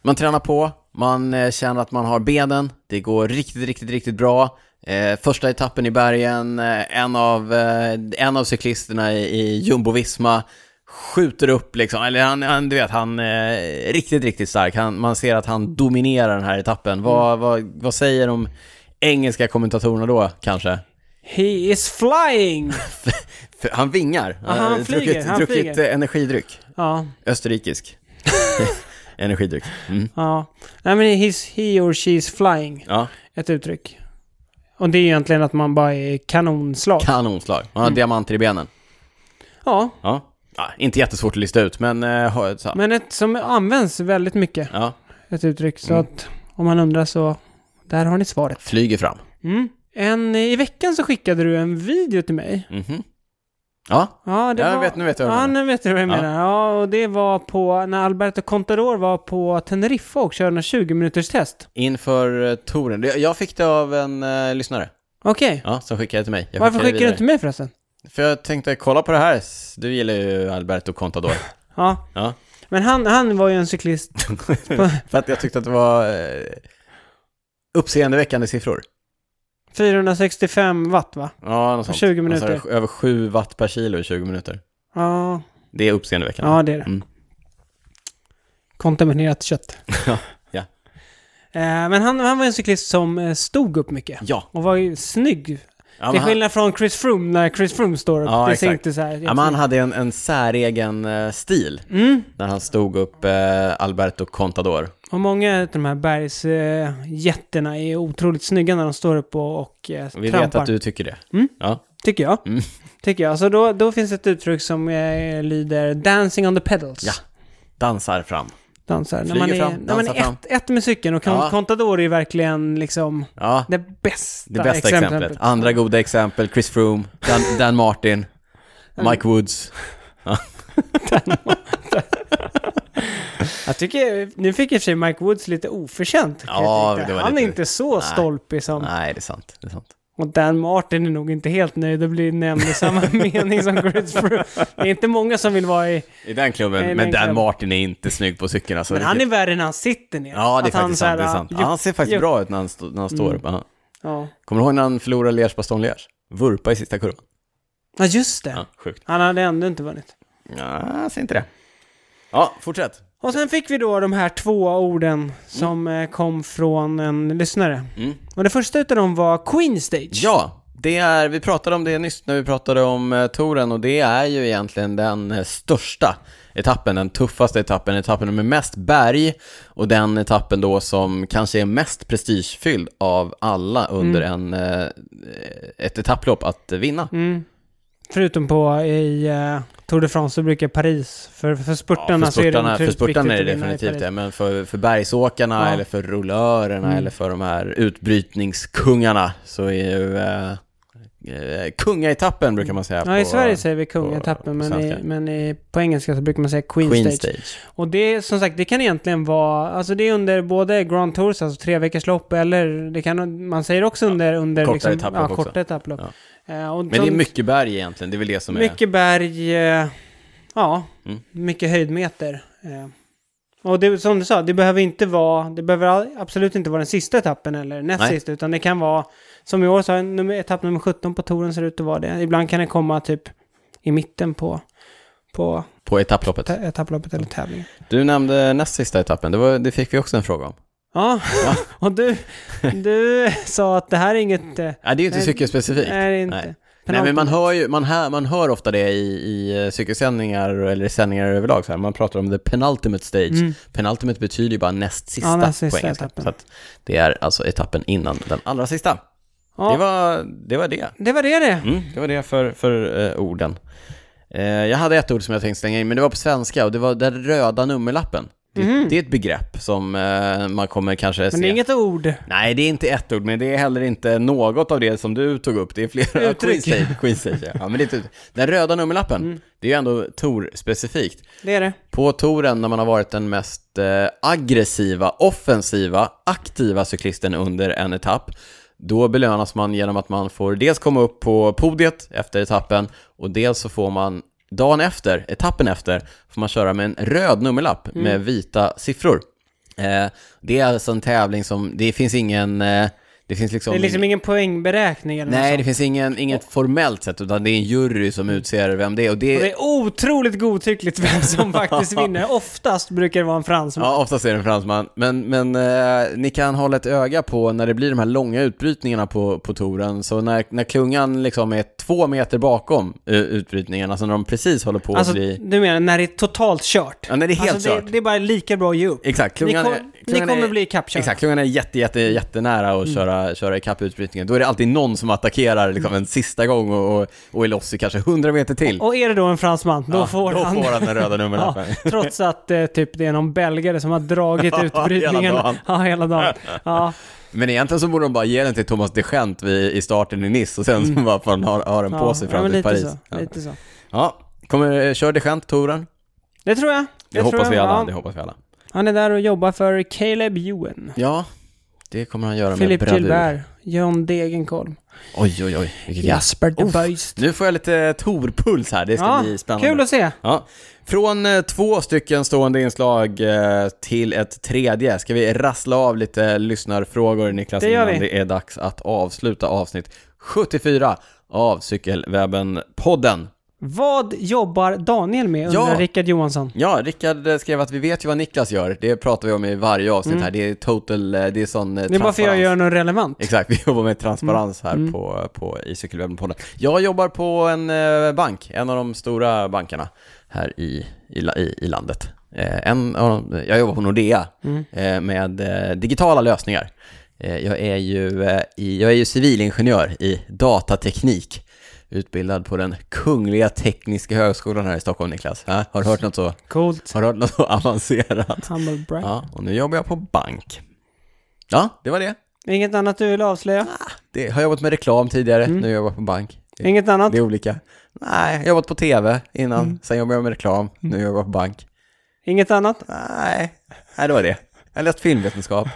Speaker 1: Man tränar på, man eh, känner att man har benen, det går riktigt, riktigt, riktigt bra. Eh, första etappen i bergen, eh, en av, eh, en av cyklisterna i, i Jumbo-Visma skjuter upp liksom, eller han, han du vet, han är riktigt, riktigt stark. Han, man ser att han dominerar den här etappen.
Speaker 2: Mm.
Speaker 1: Vad, vad, vad säger de engelska kommentatorerna då, kanske?
Speaker 2: He is flying!
Speaker 1: För han vingar.
Speaker 2: Ja, han
Speaker 1: Eh,
Speaker 2: flyger,
Speaker 1: druckit,
Speaker 2: han
Speaker 1: druckit
Speaker 2: flyger.
Speaker 1: eh, energidryck.
Speaker 2: ja.
Speaker 1: Österrikisk. energidryck. Mm.
Speaker 2: Ja. Nej men he's, he or she's flying,
Speaker 1: Ja.
Speaker 2: ett uttryck. Och det är egentligen att man bara är kanonslag.
Speaker 1: Kanonslag. Han
Speaker 2: Mm.
Speaker 1: har diamanter i benen.
Speaker 2: ja,
Speaker 1: Ja. ja. Inte jättesvårt att lista ut, men... eh, ha- så.
Speaker 2: men ett som används väldigt mycket,
Speaker 1: Ja. Mm.
Speaker 2: ett uttryck. Så att om man undrar så, där har ni svaret.
Speaker 1: Flyger fram.
Speaker 2: Mm. En, I veckan så skickade du en video till mig.
Speaker 1: Mhm. Ja,
Speaker 2: Ja, det
Speaker 1: ja
Speaker 2: var...
Speaker 1: vet, nu vet jag vad
Speaker 2: Ja,
Speaker 1: jag menar.
Speaker 2: nu vet du vad jag
Speaker 1: Ja.
Speaker 2: menar. Ja, och det var på när Alberto Contador var på Teneriffa och körde en 20 minuters test.
Speaker 1: Inför eh, touren. Det- Jag fick det av en eh, lyssnare,
Speaker 2: Okej.
Speaker 1: ja, som skickade det till mig. Jag
Speaker 2: Varför
Speaker 1: det
Speaker 2: skickar du
Speaker 1: vidare.
Speaker 2: inte mig förresten?
Speaker 1: För jag tänkte, kolla på det här. Du gillar ju Alberto Contador.
Speaker 2: Ja.
Speaker 1: Ja.
Speaker 2: Men han, han var ju en cyklist.
Speaker 1: För att jag tyckte att det var eh, uppseendeväckande siffror.
Speaker 2: 465 watt va?
Speaker 1: Ja, något sånt.
Speaker 2: 20
Speaker 1: Och så är det
Speaker 2: minuter.
Speaker 1: Över 7 watt per kilo i 20 minuter.
Speaker 2: Ja,
Speaker 1: Det är uppseendeväckande.
Speaker 2: ja det är det.
Speaker 1: Mm.
Speaker 2: Kontaminerat kött.
Speaker 1: Ja, ja.
Speaker 2: Eh, Men han, han var en cyklist som eh, stod upp mycket.
Speaker 1: Ja.
Speaker 2: Och var ju snygg.
Speaker 1: Ja,
Speaker 2: Till
Speaker 1: men han,
Speaker 2: skillnad från Chris Froome, när Chris Froome står upp.
Speaker 1: Ja,
Speaker 2: det ser
Speaker 1: exakt.
Speaker 2: inte så här...
Speaker 1: ja, men han hade en, en säregen eh, stil
Speaker 2: mm.
Speaker 1: när han stod upp eh, Alberto Contador.
Speaker 2: Och många av de här bergsjätterna är otroligt snygga när de står upp och, och eh,
Speaker 1: Och Vi
Speaker 2: trampar.
Speaker 1: vet att du tycker det.
Speaker 2: Mm.
Speaker 1: Ja.
Speaker 2: Tycker jag.
Speaker 1: Mm.
Speaker 2: Tycker jag. Så då, då finns ett uttryck som eh, lyder “dancing on the pedals”.
Speaker 1: Ja. Dansar fram.
Speaker 2: Dansar. När
Speaker 1: Flyger
Speaker 2: man är,
Speaker 1: fram,
Speaker 2: när man
Speaker 1: dansar
Speaker 2: är
Speaker 1: fram.
Speaker 2: ett, ett med cykeln och kon-
Speaker 1: Ja.
Speaker 2: Contador är verkligen liksom
Speaker 1: Ja,
Speaker 2: det bästa,
Speaker 1: det bästa exemplet. Andra goda exempel, Chris Froome, Dan, Dan Martin,
Speaker 2: Mm.
Speaker 1: Mike Woods.
Speaker 2: Jag tycker, nu fick i och för sig Mike Woods lite oförtjänt. kan jag
Speaker 1: Ja,
Speaker 2: tycka.
Speaker 1: det var
Speaker 2: Han
Speaker 1: lite-
Speaker 2: är inte så
Speaker 1: Nej.
Speaker 2: stolpig som...
Speaker 1: Nej, det är sant. Det är sant.
Speaker 2: Och Dan Martin är nog inte helt nöjd att bli nämnd i samma mening som Chris Froome. Det är inte många som vill vara i...
Speaker 1: I den klubben,
Speaker 2: I den
Speaker 1: men Dan
Speaker 2: klubben.
Speaker 1: Martin är inte snygg på cykeln alltså.
Speaker 2: Men han är
Speaker 1: Vilket-
Speaker 2: värre när han sitter ner.
Speaker 1: Ja, det är
Speaker 2: Att han
Speaker 1: faktiskt
Speaker 2: så här,
Speaker 1: sant. Det är sant.
Speaker 2: ja,
Speaker 1: Ja, han ser faktiskt
Speaker 2: jupp.
Speaker 1: bra ut när han, stå, när han
Speaker 2: Mm.
Speaker 1: står upp. Ja.
Speaker 2: Ja.
Speaker 1: Kommer du ihåg när han förlorade Liège-Bastogne-Liège? Vurpa i sista kurvan.
Speaker 2: ja, just det.
Speaker 1: Ja, sjukt.
Speaker 2: Han hade ändå inte vunnit.
Speaker 1: Ja, jag ser inte det. Ja, fortsätt.
Speaker 2: Och sen fick vi då de här två orden som eh, kom från en lyssnare.
Speaker 1: Mm.
Speaker 2: Och det första utav dem var Queen Stage.
Speaker 1: Ja, det är, vi pratade om det nyss när vi pratade om eh, touren och det är ju egentligen den eh, största etappen, den tuffaste etappen, etappen med mest berg och den etappen då som kanske är mest prestigefylld av alla under en, eh, ett etapplopp att vinna.
Speaker 2: Mm. Förutom på i eh, Tour de France så brukar Paris, för, för spurtarna
Speaker 1: Ja,
Speaker 2: så alltså, är det
Speaker 1: för
Speaker 2: naturligt
Speaker 1: spurtarna är det
Speaker 2: viktigt att vinna i
Speaker 1: definitivt
Speaker 2: Paris.
Speaker 1: det, men för, för bergsåkarna
Speaker 2: Ja. Mm.
Speaker 1: eller för rullörerna eller för de här utbrytningskungarna så är ju eh, eh, kungaetappen brukar man säga
Speaker 2: Ja, i
Speaker 1: på
Speaker 2: Sverige säger vi kungetappen,
Speaker 1: på
Speaker 2: men, i,
Speaker 1: svenska.
Speaker 2: men i, på engelska så brukar man säga Queen,
Speaker 1: Queen
Speaker 2: Stage.
Speaker 1: Stage.
Speaker 2: Och det är, som sagt, det kan egentligen vara, alltså det är under både Grand Tours, alltså tre veckors lopp, eller det kan, man säger också under, under
Speaker 1: kortare
Speaker 2: liksom,
Speaker 1: etapplopp
Speaker 2: ja,
Speaker 1: också.
Speaker 2: korta etapplopp. Eh, och
Speaker 1: Men det är
Speaker 2: sånt-
Speaker 1: mycket berg egentligen, det är väl det som är...
Speaker 2: mycket berg, eh, ja,
Speaker 1: Mm.
Speaker 2: mycket höjdmeter. Eh. Och det, som du sa, det behöver inte vara, det behöver all- absolut inte vara den sista etappen eller näst
Speaker 1: Nej.
Speaker 2: sista, utan det kan vara, som i år så har nummer, etapp nummer 17 på touren ser ut att vara det. Ibland kan det komma typ i mitten på, på
Speaker 1: På etapploppet.
Speaker 2: ta- etapploppet eller tävlingen.
Speaker 1: Du nämnde näst sista etappen, det, var, det fick vi också en fråga om.
Speaker 2: Ja, och du, du sa att det här är inget... eh,
Speaker 1: Nej, det är ju inte
Speaker 2: Nej,
Speaker 1: cykelspecifikt.
Speaker 2: Är det inte.
Speaker 1: Nej. Nej, men man hör ju, man hör, man hör ofta det i, i eh, cykelsändningar eller i sändningar överlag så här. Man pratar om the penultimate stage.
Speaker 2: Mm.
Speaker 1: Penultimate betyder ju bara näst sista,
Speaker 2: Ja, näst sista
Speaker 1: på engelska.
Speaker 2: etappen.
Speaker 1: Så att det är alltså etappen innan den allra sista.
Speaker 2: Ja,
Speaker 1: Det, var, det var det.
Speaker 2: det var det det.
Speaker 1: Mm, det var det för, för eh, orden. Eh, jag hade ett ord som jag tänkte slänga in, men det var på svenska och det var den röda nummerlappen. Det, det är ett begrepp som eh, man kommer kanske se.
Speaker 2: Mhm. Men det är inget ord.
Speaker 1: Nej, det är inte ett ord, men det är heller inte något av det som du tog upp. Det är flera
Speaker 2: Uttryck. Mm.
Speaker 1: Queenstage- Queenstage, ja. ja, men det är ett uttryck. Den röda nummerlappen, det är ju ändå Tor-specifikt.
Speaker 2: Det är det.
Speaker 1: På touren när man har varit den mest eh, aggressiva, offensiva, aktiva cyklisten under en etapp, då belönas man genom att man får dels komma upp på podiet efter etappen och dels så får man dagen efter, etappen efter, får man köra med en röd nummerlapp med vita siffror. Eh, det är alltså en tävling som, det finns ingen, eh, det finns liksom,
Speaker 2: Det är liksom
Speaker 1: ingen-
Speaker 2: ingen poängberäkning eller
Speaker 1: Nej,
Speaker 2: något
Speaker 1: det
Speaker 2: sånt.
Speaker 1: finns ingen, inget formellt sätt, utan det är en jury som utser vem det är. Och
Speaker 2: Och
Speaker 1: det,
Speaker 2: det är otroligt godtyckligt vem som faktiskt vinner. Oftast brukar det vara en fransman.
Speaker 1: Ja, oftast är det en fransman. Men, men eh, ni kan hålla ett öga på när det blir de här långa utbrytningarna på, på touren. Så när, när klungan liksom är två meter bakom eh, utbrytningarna, alltså när de precis håller på
Speaker 2: alltså,
Speaker 1: att bli...
Speaker 2: du menar när det är totalt kört?
Speaker 1: Ja, när det är helt
Speaker 2: alltså, det,
Speaker 1: kört.
Speaker 2: det är bara lika bra att ge upp.
Speaker 1: Exakt, klungan,
Speaker 2: Ni kom-
Speaker 1: är,
Speaker 2: Ni
Speaker 1: Klungan
Speaker 2: kommer
Speaker 1: är-
Speaker 2: bli Mm. ikappkörda.
Speaker 1: Exakt, klungan är jätte, jätte, jättenära att köra, köra ikapp utbrytningen. Då är det alltid någon som attackerar liksom, en sista gång och, och, och är loss i kanske 100 meter till.
Speaker 2: Och är det då en fransman, då
Speaker 1: Ja,
Speaker 2: får
Speaker 1: då
Speaker 2: han.
Speaker 1: får han den röda nummerlappen.
Speaker 2: Ja, trots att eh, typ det är någon belgare som har dragit utbrytningen.
Speaker 1: Hela dagen.
Speaker 2: Ja, hela dagen. Ja,
Speaker 1: Men egentligen så borde de bara ge den till Thomas de Gent vid, i starten i Nice och sen så bara får han ha, ha den på
Speaker 2: Mm. ja,
Speaker 1: sig
Speaker 2: ja,
Speaker 1: fram
Speaker 2: men
Speaker 1: till
Speaker 2: lite
Speaker 1: Paris.
Speaker 2: Så,
Speaker 1: ja.
Speaker 2: lite så.
Speaker 1: ja, kommer, eh, kör de Gent touren?
Speaker 2: Det tror jag.
Speaker 1: Det
Speaker 2: tror
Speaker 1: hoppas
Speaker 2: jag.
Speaker 1: vi alla, det
Speaker 2: Ja.
Speaker 1: hoppas vi alla.
Speaker 2: Han är där och jobbar för Caleb Ewan.
Speaker 1: Ja, det kommer han göra med
Speaker 2: Philip
Speaker 1: bradur.
Speaker 2: Gilbert, John Degenkolm,
Speaker 1: Oj, oj, oj, vilket yes.
Speaker 2: Jasper De
Speaker 1: Uff.
Speaker 2: Beust.
Speaker 1: Nu får jag lite torpuls här, det ska
Speaker 2: Ja,
Speaker 1: bli spännande.
Speaker 2: Kul att se.
Speaker 1: Ja. Från eh, två stycken stående inslag eh, till ett tredje. Ska vi rassla av lite lyssnarfrågor Niklas
Speaker 2: Det gör
Speaker 1: innan
Speaker 2: vi.
Speaker 1: det är dags att avsluta avsnitt 74 av Cykelwebben-podden.
Speaker 2: Vad jobbar Daniel med, undrar
Speaker 1: Ja.
Speaker 2: Rickard Johansson.
Speaker 1: Ja, Rickard eh, skrev att vi vet ju vad Niklas gör. Det pratar vi om i varje avsnitt här. Det är total, eh, det är sån eh,
Speaker 2: Mm. Det är bara för att jag
Speaker 1: transparens.
Speaker 2: gör Mm. något relevant.
Speaker 1: Exakt, vi jobbar med transparens här På, på, i Cykelwebben-podden. Jag jobbar på en eh, bank, en av de stora bankerna här i, i, la- i, i landet. Eh, en av de, jag jobbar på Nordea
Speaker 2: Mm.
Speaker 1: eh, med eh, digitala lösningar. Eh, jag, är ju, eh, i, jag är ju civilingenjör i datateknik, utbildad på den Kungliga Tekniska Högskolan här i Stockholm, Niklas. Ja, har du hört något så,
Speaker 2: Coolt.
Speaker 1: har du hört något så avancerat?
Speaker 2: Humble brag.
Speaker 1: Ja, och nu jobbar jag på bank. Ja, det var det.
Speaker 2: Inget annat du vill avslöja?
Speaker 1: Det, har jobbat med reklam tidigare,
Speaker 2: Mm.
Speaker 1: nu jobbar jag på bank. Det,
Speaker 2: Inget annat?
Speaker 1: det är olika. Nej, jag har jobbat på tv innan,
Speaker 2: Mm.
Speaker 1: sen jobbade jag med reklam, nu jobbar jag på bank.
Speaker 2: Inget annat?
Speaker 1: Nej, nej det var det. Jag har läst filmvetenskap.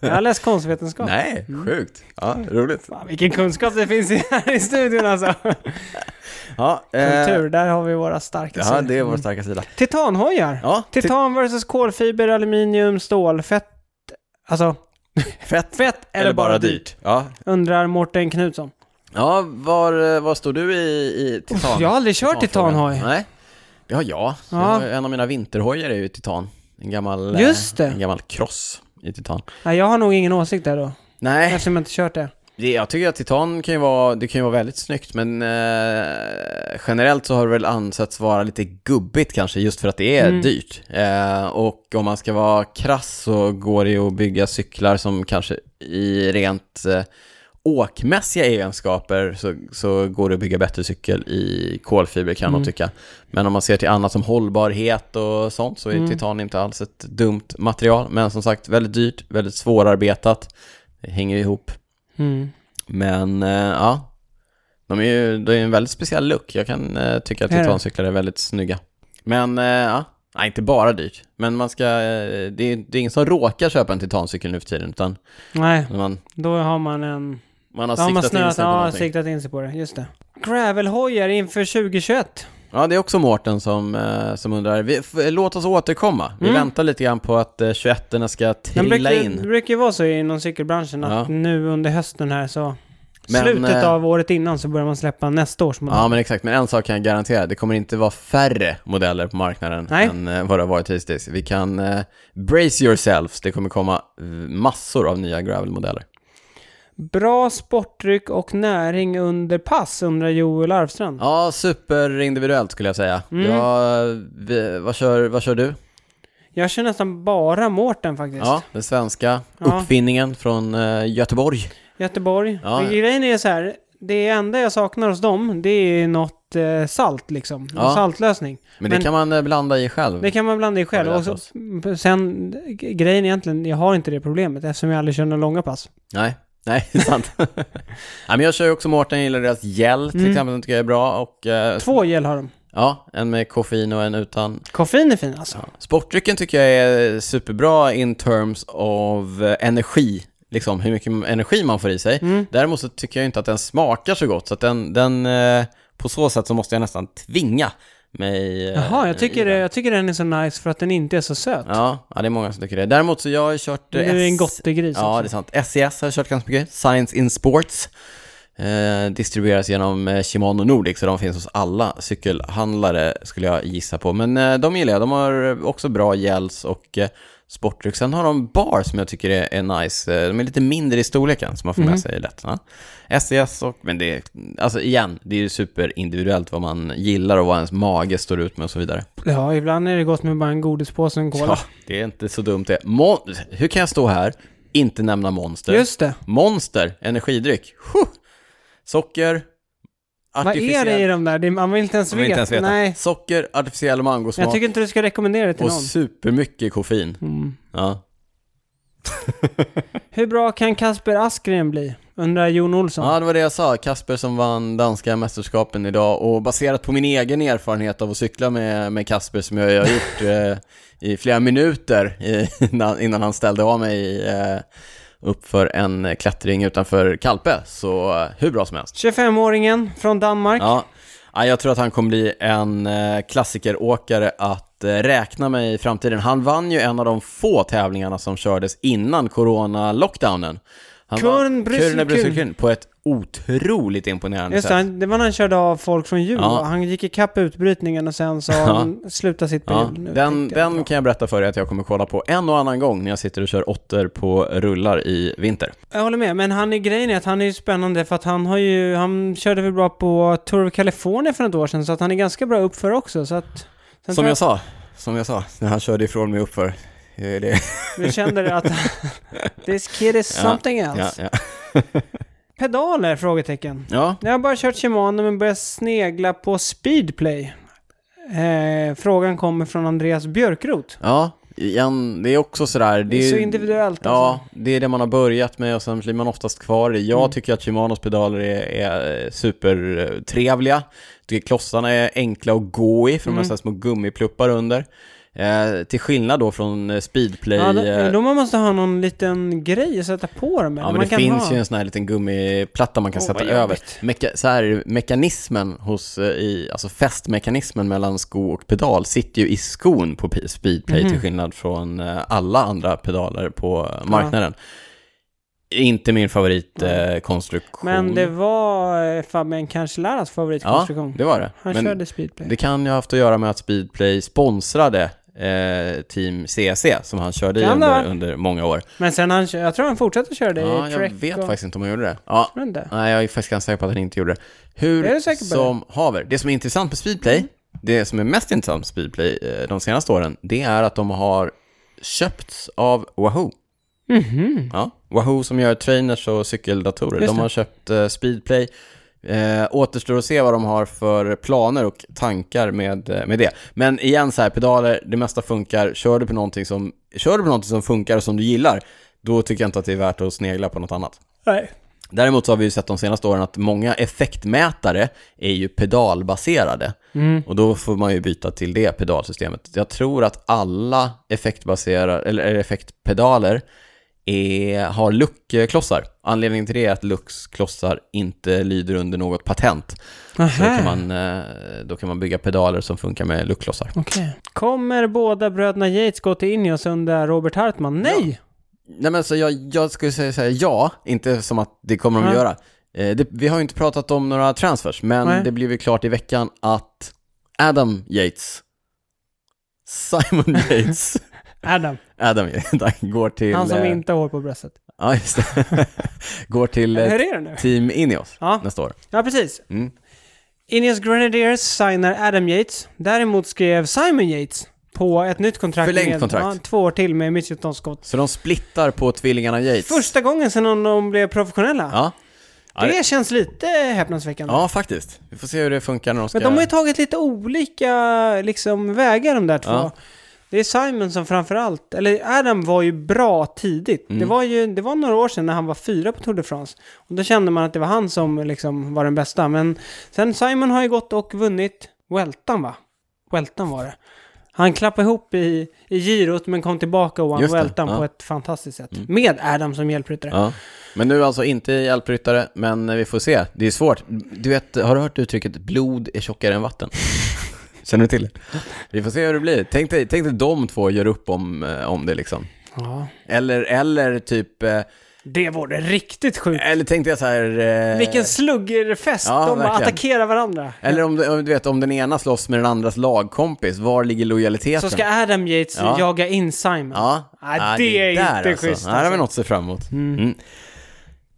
Speaker 2: Jag har läst konstvetenskap.
Speaker 1: Nej,
Speaker 2: Mm.
Speaker 1: sjukt. Ja, roligt.
Speaker 2: Fan, vilken kunskap det finns i, här i studion
Speaker 1: Eh.
Speaker 2: alltså.
Speaker 1: Ja, eh,
Speaker 2: Kultur, där har vi våra starka
Speaker 1: ja,
Speaker 2: sidor.
Speaker 1: det är vår starka sida.
Speaker 2: Titanhojar.
Speaker 1: Ja,
Speaker 2: Titan versus kolfiber, aluminium, stål, fett. Alltså,
Speaker 1: fett
Speaker 2: fett eller, bara, dyrt?
Speaker 1: Ja,
Speaker 2: Undrar Mårten Knutsson.
Speaker 1: ja var, var står du i, i titan?
Speaker 2: Jag har aldrig kört
Speaker 1: titanfrågan?
Speaker 2: titanhoj.
Speaker 1: Nej. Ja, ja.
Speaker 2: Ja.
Speaker 1: En av mina vinterhojar är ju titan. En gammal, eh,
Speaker 2: Just det.
Speaker 1: En gammal cross i titan.
Speaker 2: Nej, jag har nog ingen åsikt där då.
Speaker 1: Nej,
Speaker 2: Eftersom jag inte kört det.
Speaker 1: Det, jag tycker att titan kan ju vara, det kan ju vara väldigt snyggt, men eh, generellt så har det väl ansetts vara lite gubbigt kanske, just för att det är
Speaker 2: Mm.
Speaker 1: dyrt. Eh, och om man ska vara krass så går det ju att bygga cyklar som kanske i rent eh, åkmässiga egenskaper så, så går det att bygga bättre cykel i kolfiber kan jag nog tycka. Men om man ser till annat som hållbarhet och sånt så är titan inte alls ett dumt material. Men som sagt, väldigt dyrt, väldigt svårarbetat. Det hänger ju ihop
Speaker 2: Mm.
Speaker 1: men eh, ja, de är ju, det är ju en väldigt speciell look. Jag kan eh, tycka att
Speaker 2: Det är det.
Speaker 1: titancyklar är väldigt snygga. Men eh, ja, nej, inte bara dyrt. Men man ska, eh, det, är, det är ingen som råkar köpa en titancykel nu för tiden, utan
Speaker 2: Nej,
Speaker 1: när man,
Speaker 2: då har man en...
Speaker 1: man har
Speaker 2: Då har man
Speaker 1: siktat in
Speaker 2: snöat,
Speaker 1: sig på
Speaker 2: ja,
Speaker 1: någonting.
Speaker 2: siktat in sig på det. Just det. Gravelhojar inför 2021.
Speaker 1: Ja, det är också Mårten som, eh, som undrar. Vi, f- låt oss återkomma. Vi
Speaker 2: Mm.
Speaker 1: väntar lite grann på att eh, 21 ska
Speaker 2: Den
Speaker 1: trilla
Speaker 2: brukar, det
Speaker 1: in.
Speaker 2: brukar ju vara så inom cykelbranschen att
Speaker 1: Ja.
Speaker 2: nu under hösten här så...
Speaker 1: Men,
Speaker 2: slutet
Speaker 1: eh,
Speaker 2: av året innan så börjar man släppa nästa års modell.
Speaker 1: Ja, men exakt. Men en sak kan jag garantera. Det kommer inte vara färre modeller på marknaden
Speaker 2: Nej.
Speaker 1: än eh, vad det har varit hittills. Vi kan eh, brace yourselves. Det kommer komma eh, massor av nya gravelmodeller.
Speaker 2: Mm. Bra sportdryck och näring under pass undrar Joel Arvstrand.
Speaker 1: Ja, superindividuellt skulle jag säga.
Speaker 2: Mm.
Speaker 1: Ja, vi, vad, kör, vad kör du?
Speaker 2: Jag kör nästan bara Mårten faktiskt.
Speaker 1: Ja, den svenska
Speaker 2: Ja.
Speaker 1: uppfinningen från eh, Göteborg.
Speaker 2: Göteborg.
Speaker 1: Ja,
Speaker 2: Men
Speaker 1: ja.
Speaker 2: Grejen är så här, det enda jag saknar hos dem det är något eh, salt liksom.
Speaker 1: Ja.
Speaker 2: En saltlösning.
Speaker 1: Men,
Speaker 2: Men-
Speaker 1: det kan man eh, blanda i själv.
Speaker 2: Det kan man blanda i själv.
Speaker 1: Har vi
Speaker 2: Och
Speaker 1: lärt
Speaker 2: så, sen, g- grejen egentligen, jag har inte det problemet eftersom jag aldrig kör några långa pass.
Speaker 1: Nej, nej, det är sant. Nej, men jag kör ju också Mårten, jag gillar deras gel till
Speaker 2: Mm.
Speaker 1: exempel, den tycker jag är bra. Och, eh,
Speaker 2: Två gel har de.
Speaker 1: Ja, en med koffein och en utan.
Speaker 2: Koffein är fin alltså.
Speaker 1: Sportdrycken tycker jag är superbra in terms of eh, energi, liksom hur mycket energi man får i sig.
Speaker 2: Mm.
Speaker 1: Däremot så tycker jag inte att den smakar så gott, så att den, den eh, på så sätt så måste jag nästan tvinga mig. eh,
Speaker 2: Jaha, jag
Speaker 1: i
Speaker 2: tycker,
Speaker 1: den.
Speaker 2: jag tycker den är så nice för att den inte är så söt.
Speaker 1: Ja, ja, det är många som tycker det. Däremot så jag har ju kört...
Speaker 2: Du
Speaker 1: eh,
Speaker 2: är en
Speaker 1: S-
Speaker 2: gottegris
Speaker 1: Ja,
Speaker 2: också.
Speaker 1: det är sant. SES har jag kört ganska mycket. Science in Sports. Eh, distribueras genom eh, Shimano Nordic, så de finns hos alla cykelhandlare skulle jag gissa på. Men eh, de gillar jag. De har också bra gels och eh, sportdryck. Sen har de bar som jag tycker är, är nice. Eh, De är lite mindre i storleken som man får
Speaker 2: Mhm.
Speaker 1: med sig lätt. va? SES och, men det är, alltså igen, det är ju superindividuellt vad man gillar och vad ens mage står ut med och så vidare.
Speaker 2: Ja, ibland är det gott med bara en godispåse och en cola.
Speaker 1: Ja, det är inte så dumt det. Mon- Hur kan jag stå här, inte nämna Monster?
Speaker 2: Just det.
Speaker 1: Monster, energidryck. Huh! Socker,
Speaker 2: Vad är det i de där? Det- Man vill inte ens,
Speaker 1: Man vill inte ens veta.
Speaker 2: Nej.
Speaker 1: Socker, artificiell
Speaker 2: Jag
Speaker 1: mangosmak
Speaker 2: tycker inte du ska rekommendera det till
Speaker 1: och
Speaker 2: någon.
Speaker 1: supermycket koffein.
Speaker 2: Mm.
Speaker 1: Ja.
Speaker 2: Hur bra kan Kasper Askren bli? Undrar Jon Olsson.
Speaker 1: ja, det var det jag sa. Kasper som vann danska mästerskapen idag och baserat på min egen erfarenhet av att cykla med, med Kasper som jag, jag har gjort eh, i flera minuter i, innan, innan han ställde av mig eh, uppför en klättring utanför Kalpe. Så eh, hur bra som helst.
Speaker 2: 25-åringen från Danmark.
Speaker 1: Ja. ja, jag tror att han kommer bli en eh, klassikeråkare att eh, räkna med i framtiden. Han vann ju en av de få tävlingarna som kördes innan corona-lockdownen. Han
Speaker 2: Köln,
Speaker 1: vann
Speaker 2: Bryssel,
Speaker 1: Köln, Bryssel,
Speaker 2: Köln.
Speaker 1: Köln på ett otroligt imponerande
Speaker 2: Just det,
Speaker 1: sätt.
Speaker 2: han, det var när han körde av folk från jul.
Speaker 1: Ja.
Speaker 2: va? Han gick ikapp utbrytningen och sen sa han sluta sitt bil.
Speaker 1: Ja,
Speaker 2: nu,
Speaker 1: den
Speaker 2: tänkte jag.
Speaker 1: den kan jag berätta för er att jag kommer kolla på en och annan gång när jag sitter och kör åttor på rullar i vinter.
Speaker 2: Jag håller med, men han är grejen är att han är ju spännande för att han har ju, han körde väl bra på Tour of California för något år sedan så att han är ganska bra uppför också så att...
Speaker 1: Som
Speaker 2: Sen tror
Speaker 1: jag sa, som jag sa, när han körde ifrån mig uppför. Det är det.
Speaker 2: Vi kände att this kid is
Speaker 1: Ja,
Speaker 2: something
Speaker 1: Ja,
Speaker 2: else.
Speaker 1: ja.
Speaker 2: Pedaler? Frågetecken.
Speaker 1: ja,
Speaker 2: Jag har bara kört Shimano men börjat snegla på Speedplay. Eh, frågan kommer från Andreas Björkrot.
Speaker 1: Ja, igen, det är också sådär.
Speaker 2: Det är så
Speaker 1: ju-
Speaker 2: individuellt
Speaker 1: Ja, det är det man har börjat med och sen blir man oftast kvar i.
Speaker 2: Mm.
Speaker 1: Jag tycker att Shimanos pedaler är, är eh, supertrevliga. Jag tycker klossarna är enkla att gå i för
Speaker 2: Mm.
Speaker 1: de har så här små gummipluppar under. Eh, till skillnad då från eh, Speedplay.
Speaker 2: Ja,
Speaker 1: Ja,
Speaker 2: då, då man måste ha någon liten grej att sätta på dem med.
Speaker 1: Ja, men
Speaker 2: man
Speaker 1: det finns
Speaker 2: ha...
Speaker 1: ju en sån här liten gummiplatta man kan
Speaker 2: Åh,
Speaker 1: sätta
Speaker 2: vad
Speaker 1: över.
Speaker 2: jobbigt.
Speaker 1: Meka- så här, är det mekanismen hos, eh, i, alltså fästmekanismen mellan sko och pedal sitter ju i skon på P- speedplay
Speaker 2: Mhm.
Speaker 1: till skillnad från eh, alla andra pedaler på eh, marknaden. Inte min eh, favoritkonstruktion.
Speaker 2: Men det var eh, Fabian Cancellaras
Speaker 1: ja,
Speaker 2: favoritkonstruktion.
Speaker 1: det var det.
Speaker 2: Han
Speaker 1: men
Speaker 2: körde Speedplay.
Speaker 1: det kan ju ha haft att göra med att speedplay sponsrade eh, Team CC som han körde i
Speaker 2: Kan det
Speaker 1: under,
Speaker 2: vara?
Speaker 1: under många år.
Speaker 2: Men sen han, jag tror han fortsatte köra det
Speaker 1: Ja,
Speaker 2: i
Speaker 1: jag
Speaker 2: Trek
Speaker 1: vet
Speaker 2: och...
Speaker 1: faktiskt inte om han gjorde det. Ja,
Speaker 2: Jag vet inte.
Speaker 1: Nej, jag är faktiskt ganska säker på att han inte gjorde det. Hur
Speaker 2: Är du säker på det? Mm.
Speaker 1: som haver. Det som är intressant med Speedplay, det som är mest intressant med Speedplay eh, de senaste åren, det är att de har köpts av Wahoo.
Speaker 2: Mhm.
Speaker 1: Ja, Wahoo som gör trainers och cykeldatorer.
Speaker 2: Just
Speaker 1: De
Speaker 2: det.
Speaker 1: har köpt eh, Speedplay. Eh, återstår att se vad de har för planer och tankar med, eh, med det. Men igen så här, pedaler, det mesta funkar. Kör du på någonting som, kör du på någonting som funkar och som du gillar, då tycker jag inte att det är värt att snegla på något annat.
Speaker 2: Nej.
Speaker 1: Däremot så har vi ju sett de senaste åren att många effektmätare är ju pedalbaserade.
Speaker 2: Mm.
Speaker 1: Och då får man ju byta till det pedalsystemet. Jag tror att alla effektbaserade, eller eller effektpedaler är, har luckklossar. Anledningen till det är att lucksklossar inte lyder under något patent. Så då kan,
Speaker 2: Aha.
Speaker 1: man, eh, då kan man bygga pedaler som funkar med luckklossar.
Speaker 2: Okej. Kommer båda bröderna Yates gå till Ineos under Robert Hartman? Nej!
Speaker 1: Nej men så jag, jag skulle säga så här, ja, inte som att det kommer de
Speaker 2: Nej.
Speaker 1: göra. Eh, det, vi har ju inte pratat om några transfers, men
Speaker 2: Nej.
Speaker 1: det blev ju klart i veckan att Adam Yates, Simon Yates,
Speaker 2: Adam.
Speaker 1: Adam Yates, går till...
Speaker 2: Han som
Speaker 1: eh,
Speaker 2: inte har hår på bröstet.
Speaker 1: Ja, just det. går till eh,
Speaker 2: Hur är det nu?
Speaker 1: Team Ineos
Speaker 2: Ja.
Speaker 1: nästa år.
Speaker 2: Ja, precis.
Speaker 1: Mm.
Speaker 2: Ineos Grenadiers signar Adam Yates. Däremot skrev Simon Yates på ett nytt kontrakt.
Speaker 1: Förlängt
Speaker 2: med,
Speaker 1: kontrakt.
Speaker 2: Ja, två år till med Mitchelton Scott.
Speaker 1: Så de splittar på tvillingarna Yates.
Speaker 2: Första gången sedan de blev professionella.
Speaker 1: Ja. Ja,
Speaker 2: Det känns lite häpnadsväckande.
Speaker 1: ja, faktiskt. Vi får se hur det funkar när de ska...
Speaker 2: Men de har ju tagit lite olika liksom, vägar de där två.
Speaker 1: Ja.
Speaker 2: Det är Simon som framförallt, eller Adam var ju bra tidigt.
Speaker 1: Mm.
Speaker 2: Det, var ju, det var några år sedan när han var fyra på Tour de France. Och då kände man att det var han som liksom var den bästa. Men sen Simon har ju gått och vunnit Weltan va? Weltan var det. Han klappade ihop i, i girot men kom tillbaka och vann
Speaker 1: Just det,
Speaker 2: Weltan
Speaker 1: ja. Mm.
Speaker 2: på ett fantastiskt sätt. Med Adam som hjälpryttare.
Speaker 1: Ja. Men nu alltså inte hjälpryttare, men vi får se. Det är svårt. Du vet, har du hört uttrycket blod är tjockare än vatten? Känner du till det? Vi får se hur det blir. Tänk dig, tänk dig de två gör upp om, eh, om det liksom.
Speaker 2: Ja.
Speaker 1: Eller, eller typ eh,
Speaker 2: Det vore riktigt sjukt.
Speaker 1: Eller tänkte jag så här... Eh...
Speaker 2: Vilken sluggerfest!
Speaker 1: ja,
Speaker 2: de bara
Speaker 1: verkligen.
Speaker 2: attackerar varandra.
Speaker 1: Eller om, om du vet, om den ena slåss med den andras lagkompis, var ligger lojaliteten?
Speaker 2: Så ska Adam Yates
Speaker 1: Ja.
Speaker 2: jaga in Simon.
Speaker 1: Ja,
Speaker 2: Nej, det är
Speaker 1: där
Speaker 2: inte schysst,
Speaker 1: Nej, det har vi
Speaker 2: alltså.
Speaker 1: något att se fram emot. Mm.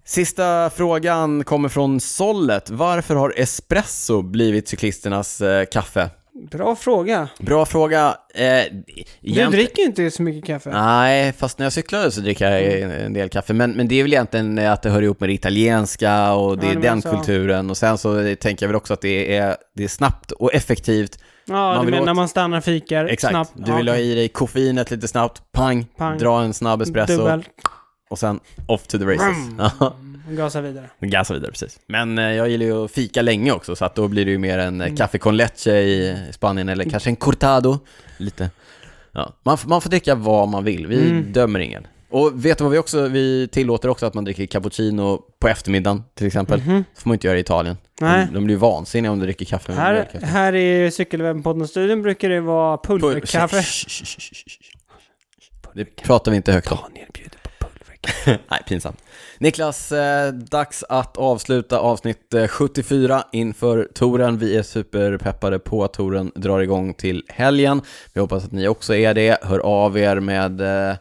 Speaker 1: Sista frågan kommer från Sollet. Varför har espresso blivit cyklisternas eh, kaffe?
Speaker 2: Bra fråga.
Speaker 1: Bra fråga. Eh,
Speaker 2: Du
Speaker 1: egent-
Speaker 2: dricker ju Mm. inte så mycket kaffe.
Speaker 1: Nej, fast när jag cyklade så dricker jag en- en del kaffe. Men, men det är väl egentligen eh, att det hör ihop med det italienska och det
Speaker 2: Ja, alltså-
Speaker 1: är
Speaker 2: det
Speaker 1: den
Speaker 2: menar jag.
Speaker 1: kulturen. Och sen så eh, tänker jag väl också att det är, det är snabbt och effektivt.
Speaker 2: ja,
Speaker 1: man
Speaker 2: du
Speaker 1: vill
Speaker 2: menar
Speaker 1: åt-
Speaker 2: när man stannar och fikar
Speaker 1: Exakt.
Speaker 2: snabbt.
Speaker 1: Du vill
Speaker 2: ja,
Speaker 1: ha i dig koffeinet lite snabbt, pang,
Speaker 2: Pang.
Speaker 1: dra en snabb espresso
Speaker 2: Dubbel.
Speaker 1: och sen off to the races. Ja,
Speaker 2: Och Gasa vidare.
Speaker 1: Gasa vidare, precis. Men eh, jag gillar ju att fika länge också, så att då blir det ju mer en
Speaker 2: Mm.
Speaker 1: eh, café con leche i Spanien eller kanske en cortado. Lite. Ja. Man, f- man får dricka vad man vill, vi
Speaker 2: Mm.
Speaker 1: dömer ingen. Och vet du vad vi också, vi tillåter också att man dricker cappuccino på eftermiddagen till exempel.
Speaker 2: Mhm.
Speaker 1: Så får man inte göra i Italien.
Speaker 2: Nej.
Speaker 1: De, de blir ju vansinniga om du dricker kaffe med
Speaker 2: Här,
Speaker 1: mjölk.
Speaker 2: här i Cykelwebben-podden-studion brukar det vara
Speaker 1: Pul-
Speaker 2: pulverkaffe.
Speaker 1: Det pratar vi inte högt om.
Speaker 2: Daniel bjuder på pulverkaffe.
Speaker 1: Nej, pinsamt. Niklas, eh, dags att avsluta avsnitt eh, 74 inför touren. Vi är superpeppade på att touren drar igång till helgen. Vi hoppas att ni också är det. Hör av er med eh,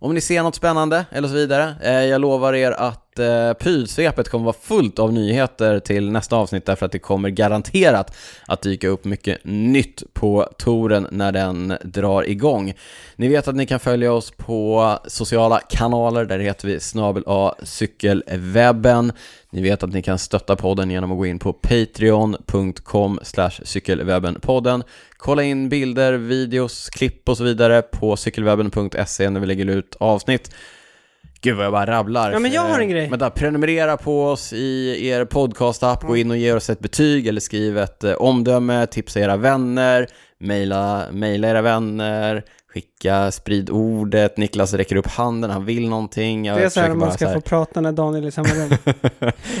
Speaker 1: om ni ser något spännande eller så vidare. Eh, jag lovar er att eh, prylsvepet kommer vara fullt av nyheter till nästa avsnitt därför att det kommer garanterat att dyka upp mycket nytt på touren när den drar igång. Ni vet att ni kan följa oss på sociala kanaler, där heter vi snabel A cykelwebben. Ni vet att ni kan stötta podden genom att gå in på patreon.com cykelwebbenpodden. Kolla in bilder, videos, klipp och så vidare på cykelwebben.se när vi lägger ut avsnitt. Gud vad jag bara rabblar.
Speaker 2: Ja, men jag har en grej.
Speaker 1: Vänta, prenumerera på oss i er podcastapp, gå in och ge oss ett betyg eller skriv ett eh, omdöme, tipsa era vänner, mejla, mejla era vänner, skicka, sprid ordet, Niklas räcker upp handen, han vill någonting. Jag
Speaker 2: Det är så här
Speaker 1: försöker
Speaker 2: man
Speaker 1: bara
Speaker 2: ska få prata när Daniel är i samma rum.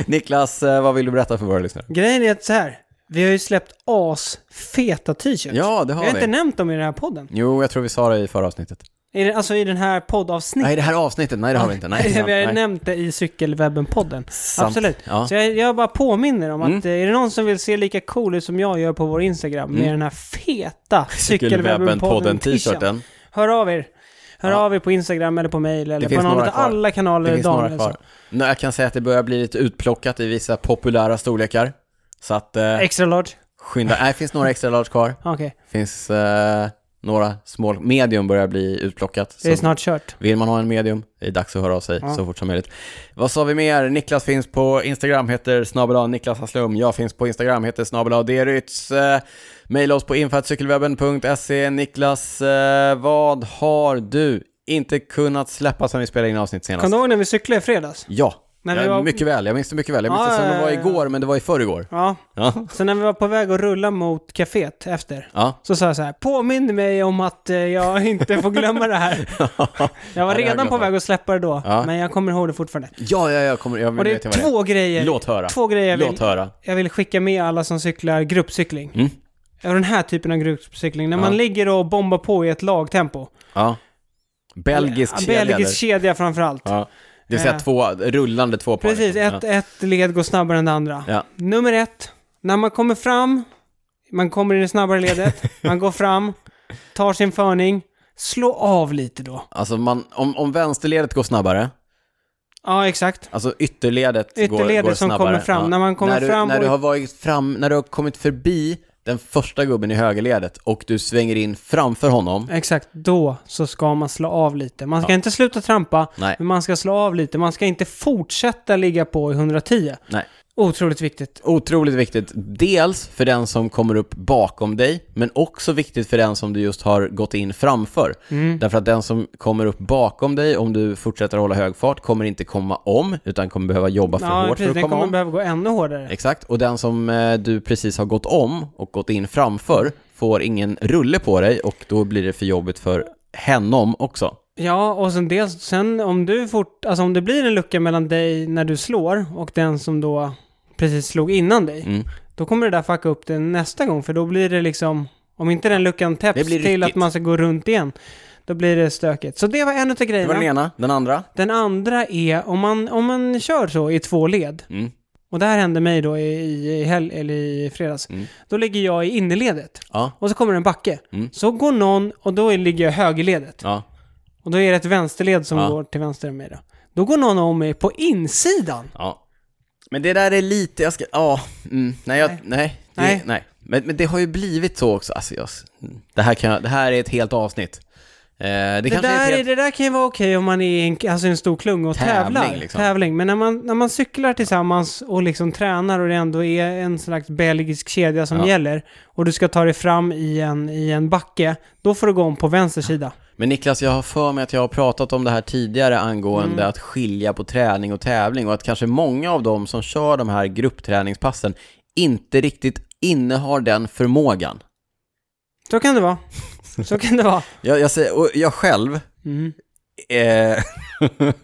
Speaker 1: Niklas, eh, vad vill du berätta för våra lyssnare?
Speaker 2: Grejen är att så här, vi har ju släppt asfeta t-shirts.
Speaker 1: Ja, det
Speaker 2: vi
Speaker 1: har
Speaker 2: har
Speaker 1: vi.
Speaker 2: inte nämnt dem i den här podden.
Speaker 1: Jo, jag tror vi sa det i förra avsnittet.
Speaker 2: I den, alltså i den här poddavsnittet.
Speaker 1: Nej, det här avsnittet, nej det har vi inte. Nej, det är sant.
Speaker 2: vi har ju
Speaker 1: Nej.
Speaker 2: nämnt det i Cykelwebben-podden.
Speaker 1: Sant.
Speaker 2: Absolut.
Speaker 1: Ja.
Speaker 2: Så jag, jag bara påminner om
Speaker 1: Mm.
Speaker 2: att eh, är det någon som vill se lika cool ut som jag gör på vår Instagram
Speaker 1: Mm.
Speaker 2: med den här feta Cykelwebben-podden-t-shirten.
Speaker 1: Cykelwebben-podden-t-shirten.
Speaker 2: Hör av er. Hör
Speaker 1: Ja.
Speaker 2: av er på Instagram eller på mail eller på
Speaker 1: finns
Speaker 2: någon
Speaker 1: några
Speaker 2: av
Speaker 1: kvar.
Speaker 2: alla kanaler
Speaker 1: Det finns några
Speaker 2: Daniel
Speaker 1: kvar. Nej, jag kan säga att det börjar bli lite utplockat i vissa populära storlekar. Så att eh,
Speaker 2: Extra large.
Speaker 1: skynda. Nej, det finns några extra large kvar.
Speaker 2: Okej,
Speaker 1: finns eh, några small. Medium börjar bli utplockat.
Speaker 2: det är
Speaker 1: Så
Speaker 2: snart kört.
Speaker 1: vill man ha en medium, det är dags att höra av sig
Speaker 2: Ja.
Speaker 1: så fort som möjligt. Vad sa vi mer? Niklas finns på Instagram, heter snabel-a Niklas Hasslum. Jag finns på Instagram, heter snabel-a Derytz. Eh, Maila oss på info.cykelwebben.se. Niklas, eh, vad har du inte kunnat släppa sen vi spelade in avsnitt senast?
Speaker 2: Kommer du ihåg när vi cyklade i fredags?
Speaker 1: Ja,
Speaker 2: När
Speaker 1: jag,
Speaker 2: vi var-
Speaker 1: mycket väl. Jag minns det mycket väl. Jag minns
Speaker 2: Ja,
Speaker 1: det som
Speaker 2: ja,
Speaker 1: det var
Speaker 2: ja, ja.
Speaker 1: igår, men det var i förrgår.
Speaker 2: Ja.
Speaker 1: Ja.
Speaker 2: Så när vi var på väg att rulla mot kaféet efter,
Speaker 1: ja.
Speaker 2: så sa jag så här, påminn mig om att eh, jag inte får glömma det här. Jag var
Speaker 1: har jag
Speaker 2: redan
Speaker 1: glömt
Speaker 2: på
Speaker 1: av.
Speaker 2: väg att släppa det då,
Speaker 1: Ja.
Speaker 2: men jag kommer ihåg det fortfarande.
Speaker 1: Ja, ja, jag kommer... Jag
Speaker 2: Och det
Speaker 1: vet
Speaker 2: är
Speaker 1: vad det
Speaker 2: två
Speaker 1: är.
Speaker 2: grejer,
Speaker 1: Låt höra.
Speaker 2: två grejer jag
Speaker 1: Låt
Speaker 2: vill,
Speaker 1: höra.
Speaker 2: jag vill skicka med alla som cyklar gruppcykling.
Speaker 1: Mm.
Speaker 2: Och den här typen av gruppcykling, när
Speaker 1: Ja.
Speaker 2: man ligger och bombar på i ett lagtempo.
Speaker 1: Ja. Belgisk
Speaker 2: Ja,
Speaker 1: kedja.
Speaker 2: Belgisk
Speaker 1: Belgisk
Speaker 2: kedja framförallt.
Speaker 1: Ja. Det vill säga
Speaker 2: Eh.
Speaker 1: två, rullande två par.
Speaker 2: Precis,
Speaker 1: liksom.
Speaker 2: ett, ett led går snabbare än det andra.
Speaker 1: Ja.
Speaker 2: Nummer ett, när man kommer fram, man kommer i det snabbare ledet, man går fram, tar sin förning, slå av lite då.
Speaker 1: Alltså man, om, om vänsterledet går snabbare,
Speaker 2: Ja, exakt.
Speaker 1: alltså ytterledet,
Speaker 2: Ytterledet
Speaker 1: går, går
Speaker 2: som
Speaker 1: snabbare.
Speaker 2: kommer fram. När man kommer
Speaker 1: när du,
Speaker 2: fram
Speaker 1: när
Speaker 2: och-
Speaker 1: du har varit fram, när du har kommit förbi den första gubben i högerledet och du svänger in framför honom.
Speaker 2: Exakt, då så ska man slå av lite. Man ska inte sluta trampa,
Speaker 1: Nej.
Speaker 2: men man ska slå av lite. Man ska inte fortsätta ligga på i 110.
Speaker 1: Nej.
Speaker 2: Otroligt viktigt.
Speaker 1: Otroligt viktigt, dels för den som kommer upp bakom dig, men också viktigt för den som du just har gått in framför.
Speaker 2: Mm.
Speaker 1: Därför att den som kommer upp bakom dig, om du fortsätter hålla hög fart, kommer inte komma om, utan kommer behöva jobba för
Speaker 2: Ja,
Speaker 1: hårt
Speaker 2: precis.
Speaker 1: för att
Speaker 2: Den
Speaker 1: komma
Speaker 2: kommer
Speaker 1: om.
Speaker 2: behöva gå ännu hårdare.
Speaker 1: Exakt, och den som eh, du precis har gått om och gått in framför får ingen rulle på dig och då blir det för jobbigt för henom också.
Speaker 2: Ja, och sen dels, sen om du fort, alltså om det blir en lucka mellan dig när du slår och den som då precis slog innan dig,
Speaker 1: Mm.
Speaker 2: då kommer det där fucka upp det nästa gång, för då blir det liksom, om inte den luckan
Speaker 1: Det
Speaker 2: täpps
Speaker 1: blir
Speaker 2: till
Speaker 1: ryckigt.
Speaker 2: att man ska gå runt igen, Då blir det stökigt. Så det var en av
Speaker 1: Det var
Speaker 2: grejerna.
Speaker 1: den
Speaker 2: Den,
Speaker 1: ena. Den andra?
Speaker 2: andra är om man, om man kör så i två led.
Speaker 1: Mm.
Speaker 2: Och det här hände mig då i, i, hel, eller i fredags.
Speaker 1: Mm.
Speaker 2: Då ligger jag i innerledet.
Speaker 1: Ja.
Speaker 2: Och så kommer en backe.
Speaker 1: Mm.
Speaker 2: Så går någon och då ligger jag i högerledet.
Speaker 1: Ja.
Speaker 2: Och då är det ett vänsterled som
Speaker 1: Ja.
Speaker 2: går till vänster om mig då. Då går någon om mig på insidan.
Speaker 1: Ja. Men det där är lite, jag ska, ja, mm, nej, jag, nej,
Speaker 2: Nej.
Speaker 1: nej, det, nej.
Speaker 2: Nej.
Speaker 1: Men, men det har ju blivit så också, alltså, jag, det, här kan, jag- det här är ett helt avsnitt. Eh, det,
Speaker 2: Det,
Speaker 1: kanske är ett
Speaker 2: där, är,
Speaker 1: helt,
Speaker 2: det där kan ju vara okej om man är i en, alltså en stor klunga och
Speaker 1: Tävling,
Speaker 2: tävlar.
Speaker 1: liksom.
Speaker 2: Tävling. Men när man, när man cyklar tillsammans och liksom tränar och det ändå är en slags belgisk kedja som
Speaker 1: Ja.
Speaker 2: gäller och du ska ta dig fram i en, i en backe, då får du gå om på vänster sida.
Speaker 1: Men Niklas, jag har för mig att jag har pratat om det här tidigare angående att skilja på träning och tävling och att kanske många av dem som kör de här gruppträningspassen inte riktigt innehar den förmågan.
Speaker 2: Så kan det vara. Så kan det vara.
Speaker 1: Jag, jag, säger, och jag själv,
Speaker 2: Mm.
Speaker 1: Eh,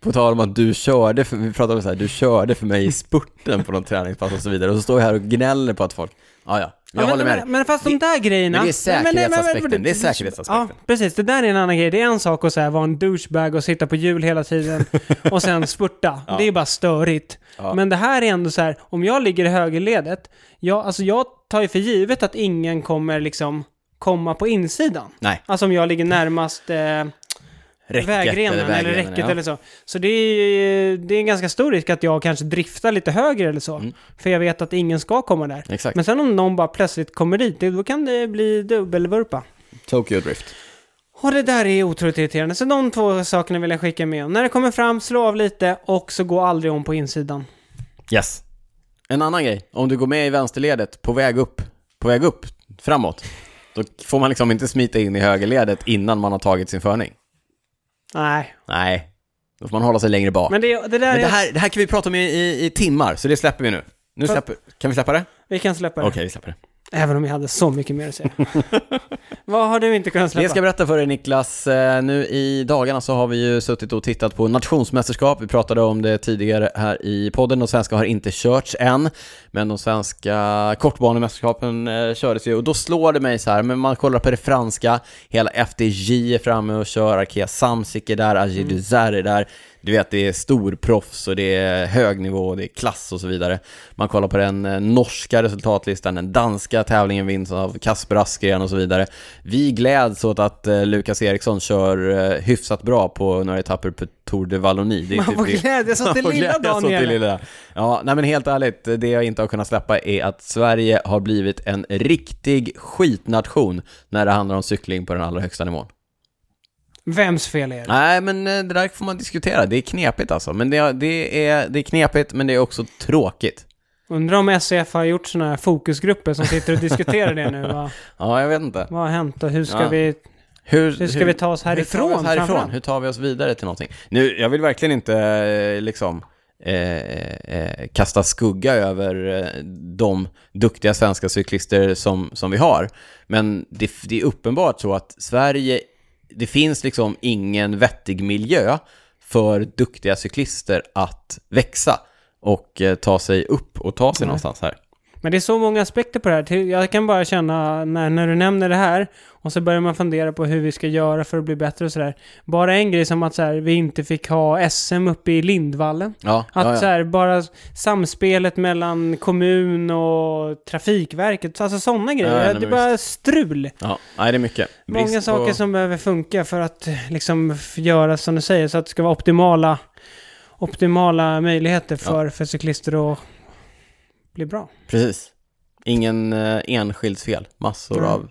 Speaker 1: på tal om att du körde, för, vi pratade om så här, du körde för mig i spurten på någon träningspass och så vidare och så står jag här och gnäller på att folk, ja ja, jag
Speaker 2: Ja,
Speaker 1: håller
Speaker 2: men,
Speaker 1: med dig.
Speaker 2: men, men fast de där grejerna...
Speaker 1: men det är
Speaker 2: Nej, nej, men-
Speaker 1: säkerhetsaspekten,
Speaker 2: men-
Speaker 1: det är säkerhetsaspekten.
Speaker 2: Ja, precis. Det där är en annan grej. Det är en sak att så här, vara en douchebag och sitta på hjul hela tiden och sen spurta. Det är bara störigt.
Speaker 1: Ja.
Speaker 2: Men det här är ändå så här, om jag ligger i högerledet, jag, alltså jag tar ju för givet att ingen kommer liksom komma på insidan.
Speaker 1: Nej,
Speaker 2: Alltså om jag ligger närmast eh,
Speaker 1: räcket
Speaker 2: vägrenen eller, räcket
Speaker 1: ja.
Speaker 2: eller så. Så det är, ju- det är en ganska stor risk att jag kanske driftar lite högre eller så.
Speaker 1: Mm.
Speaker 2: För jag vet att ingen ska komma där.
Speaker 1: Exakt,
Speaker 2: Men sen om någon bara plötsligt kommer dit, det- då kan det bli dubbelvurpa.
Speaker 1: Tokyo Drift.
Speaker 2: Och det där är otroligt irriterande. Så de två sakerna vill jag skicka med om. När det kommer fram, slå av lite och så gå aldrig om på insidan.
Speaker 1: Yes. En annan grej, om du går med i vänsterledet på väg upp, på väg upp, framåt, då får man liksom inte smita in i högerledet innan man har tagit sin förning.
Speaker 2: Nej,
Speaker 1: Nej, då får man hålla sig längre bak. Men,
Speaker 2: men det, det där
Speaker 1: det,
Speaker 2: är...
Speaker 1: här, det här kan vi prata om i, i, i timmar, så det släpper vi nu. Nu
Speaker 2: Fast-
Speaker 1: släpper, kan vi släppa det?
Speaker 2: Vi kan släppa det.
Speaker 1: Okej, vi släpper det.
Speaker 2: Även om jag hade så mycket mer att säga. Vad har du inte kunnat släppa?
Speaker 1: Det ska jag berätta för dig Niklas. Eh, Nu i dagarna så har vi ju suttit och tittat på nationsmästerskap. Vi pratade om det tidigare här i podden. De svenska har inte körts än, men de svenska kortbanemästerskapen eh, kördes ju och då slår det mig så här, men man kollar på det franska, hela FDJ är framme och kör, Arkea Samsic är där, Agir Duzar är där. Du vet, det är storproffs och det är hög nivå och det är klass och så vidare. Man kollar på den eh, norska resultatlistan, den danska tävlingen vinns av Kasper Askren och så vidare. Vi gläds åt att eh, Lukas Eriksson kör eh, hyfsat bra på några etapper på Tour de Wallonie. Det är
Speaker 2: Man
Speaker 1: typ
Speaker 2: får
Speaker 1: det-
Speaker 2: glädjas åt det
Speaker 1: och
Speaker 2: lilla
Speaker 1: glädjas åt det
Speaker 2: Daniel.
Speaker 1: lilla. Ja, nej men helt ärligt, det jag inte har kunnat släppa är att Sverige har blivit en riktig skitnation när det handlar om cykling på den allra högsta nivån.
Speaker 2: Vems fel är det?
Speaker 1: Nej, men eh, det där får man diskutera. Det är knepigt alltså. Men det, det, är, det är knepigt, men det är också tråkigt.
Speaker 2: Undrar om SF har gjort sådana här fokusgrupper som sitter och diskuterar det nu. Vad,
Speaker 1: Ja, jag vet inte.
Speaker 2: vad har hänt och hur ska,
Speaker 1: Ja.
Speaker 2: vi,
Speaker 1: Hur,
Speaker 2: hur ska vi ta oss härifrån?
Speaker 1: Hur tar vi oss härifrån?
Speaker 2: framförallt?
Speaker 1: Hur tar vi oss vidare till någonting? Nu, jag vill verkligen inte eh, liksom eh, eh, kasta skugga över eh, de duktiga svenska cyklister som, som vi har. Men det, det är uppenbart så att Sverige, det finns liksom ingen vettig miljö för duktiga cyklister att växa och eh, ta sig upp och ta sig
Speaker 2: Nej.
Speaker 1: någonstans här.
Speaker 2: Men det är så många aspekter på det här. Till- Jag kan bara känna när, när du nämner det här och så börjar man fundera på hur vi ska göra för att bli bättre och sådär. Bara en grej som att så här, vi inte fick ha SM uppe i Lindvallen.
Speaker 1: Ja,
Speaker 2: Att eh,
Speaker 1: ja, ja.
Speaker 2: så här, bara samspelet mellan kommun och Trafikverket, alltså sådana
Speaker 1: Ja,
Speaker 2: grejer.
Speaker 1: nej,
Speaker 2: det
Speaker 1: men
Speaker 2: är bara strul.
Speaker 1: ja. Nej, det är mycket. Brist
Speaker 2: Många saker
Speaker 1: på-
Speaker 2: som behöver funka för att eh, liksom f- göra som du säger, så att det ska vara optimala, optimala möjligheter för, för cyklister att bli bra.
Speaker 1: Precis. Ingen eh, enskilds fel, massor
Speaker 2: Mm.
Speaker 1: av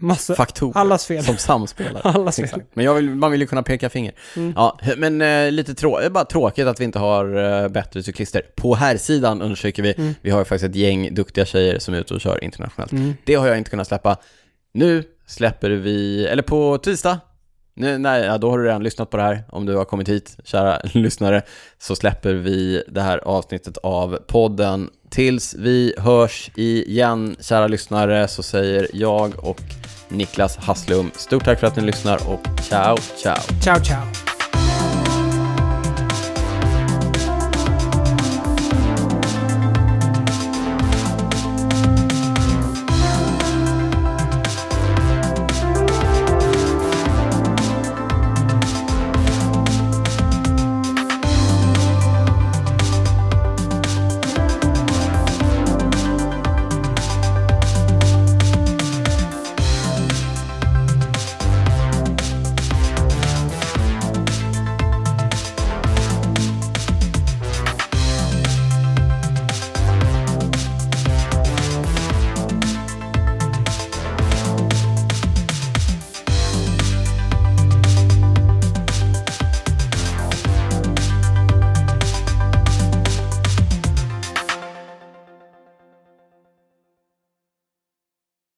Speaker 2: Massa,
Speaker 1: faktorer
Speaker 2: allas fel.
Speaker 1: som samspelar.
Speaker 2: Allas fel.
Speaker 1: Exakt. Men jag vill, man vill ju kunna peka finger.
Speaker 2: Mm.
Speaker 1: Ja, men eh, lite trå det är bara tråkigt att vi inte har eh, bättre cyklister. På här sidan undersöker vi,
Speaker 2: Mm.
Speaker 1: vi har ju faktiskt ett gäng duktiga tjejer som är ute och kör internationellt.
Speaker 2: Mm.
Speaker 1: Det har jag inte kunnat släppa. Nu släpper vi, eller på tisdag, nu, nej, ja, då har du redan lyssnat på det här. Om du har kommit hit, kära lyssnare, så släpper vi det här avsnittet av podden. Tills vi hörs igen, kära lyssnare, så säger jag och Niklas Hasslum stort tack för att ni lyssnar och ciao, ciao.
Speaker 2: Ciao, ciao.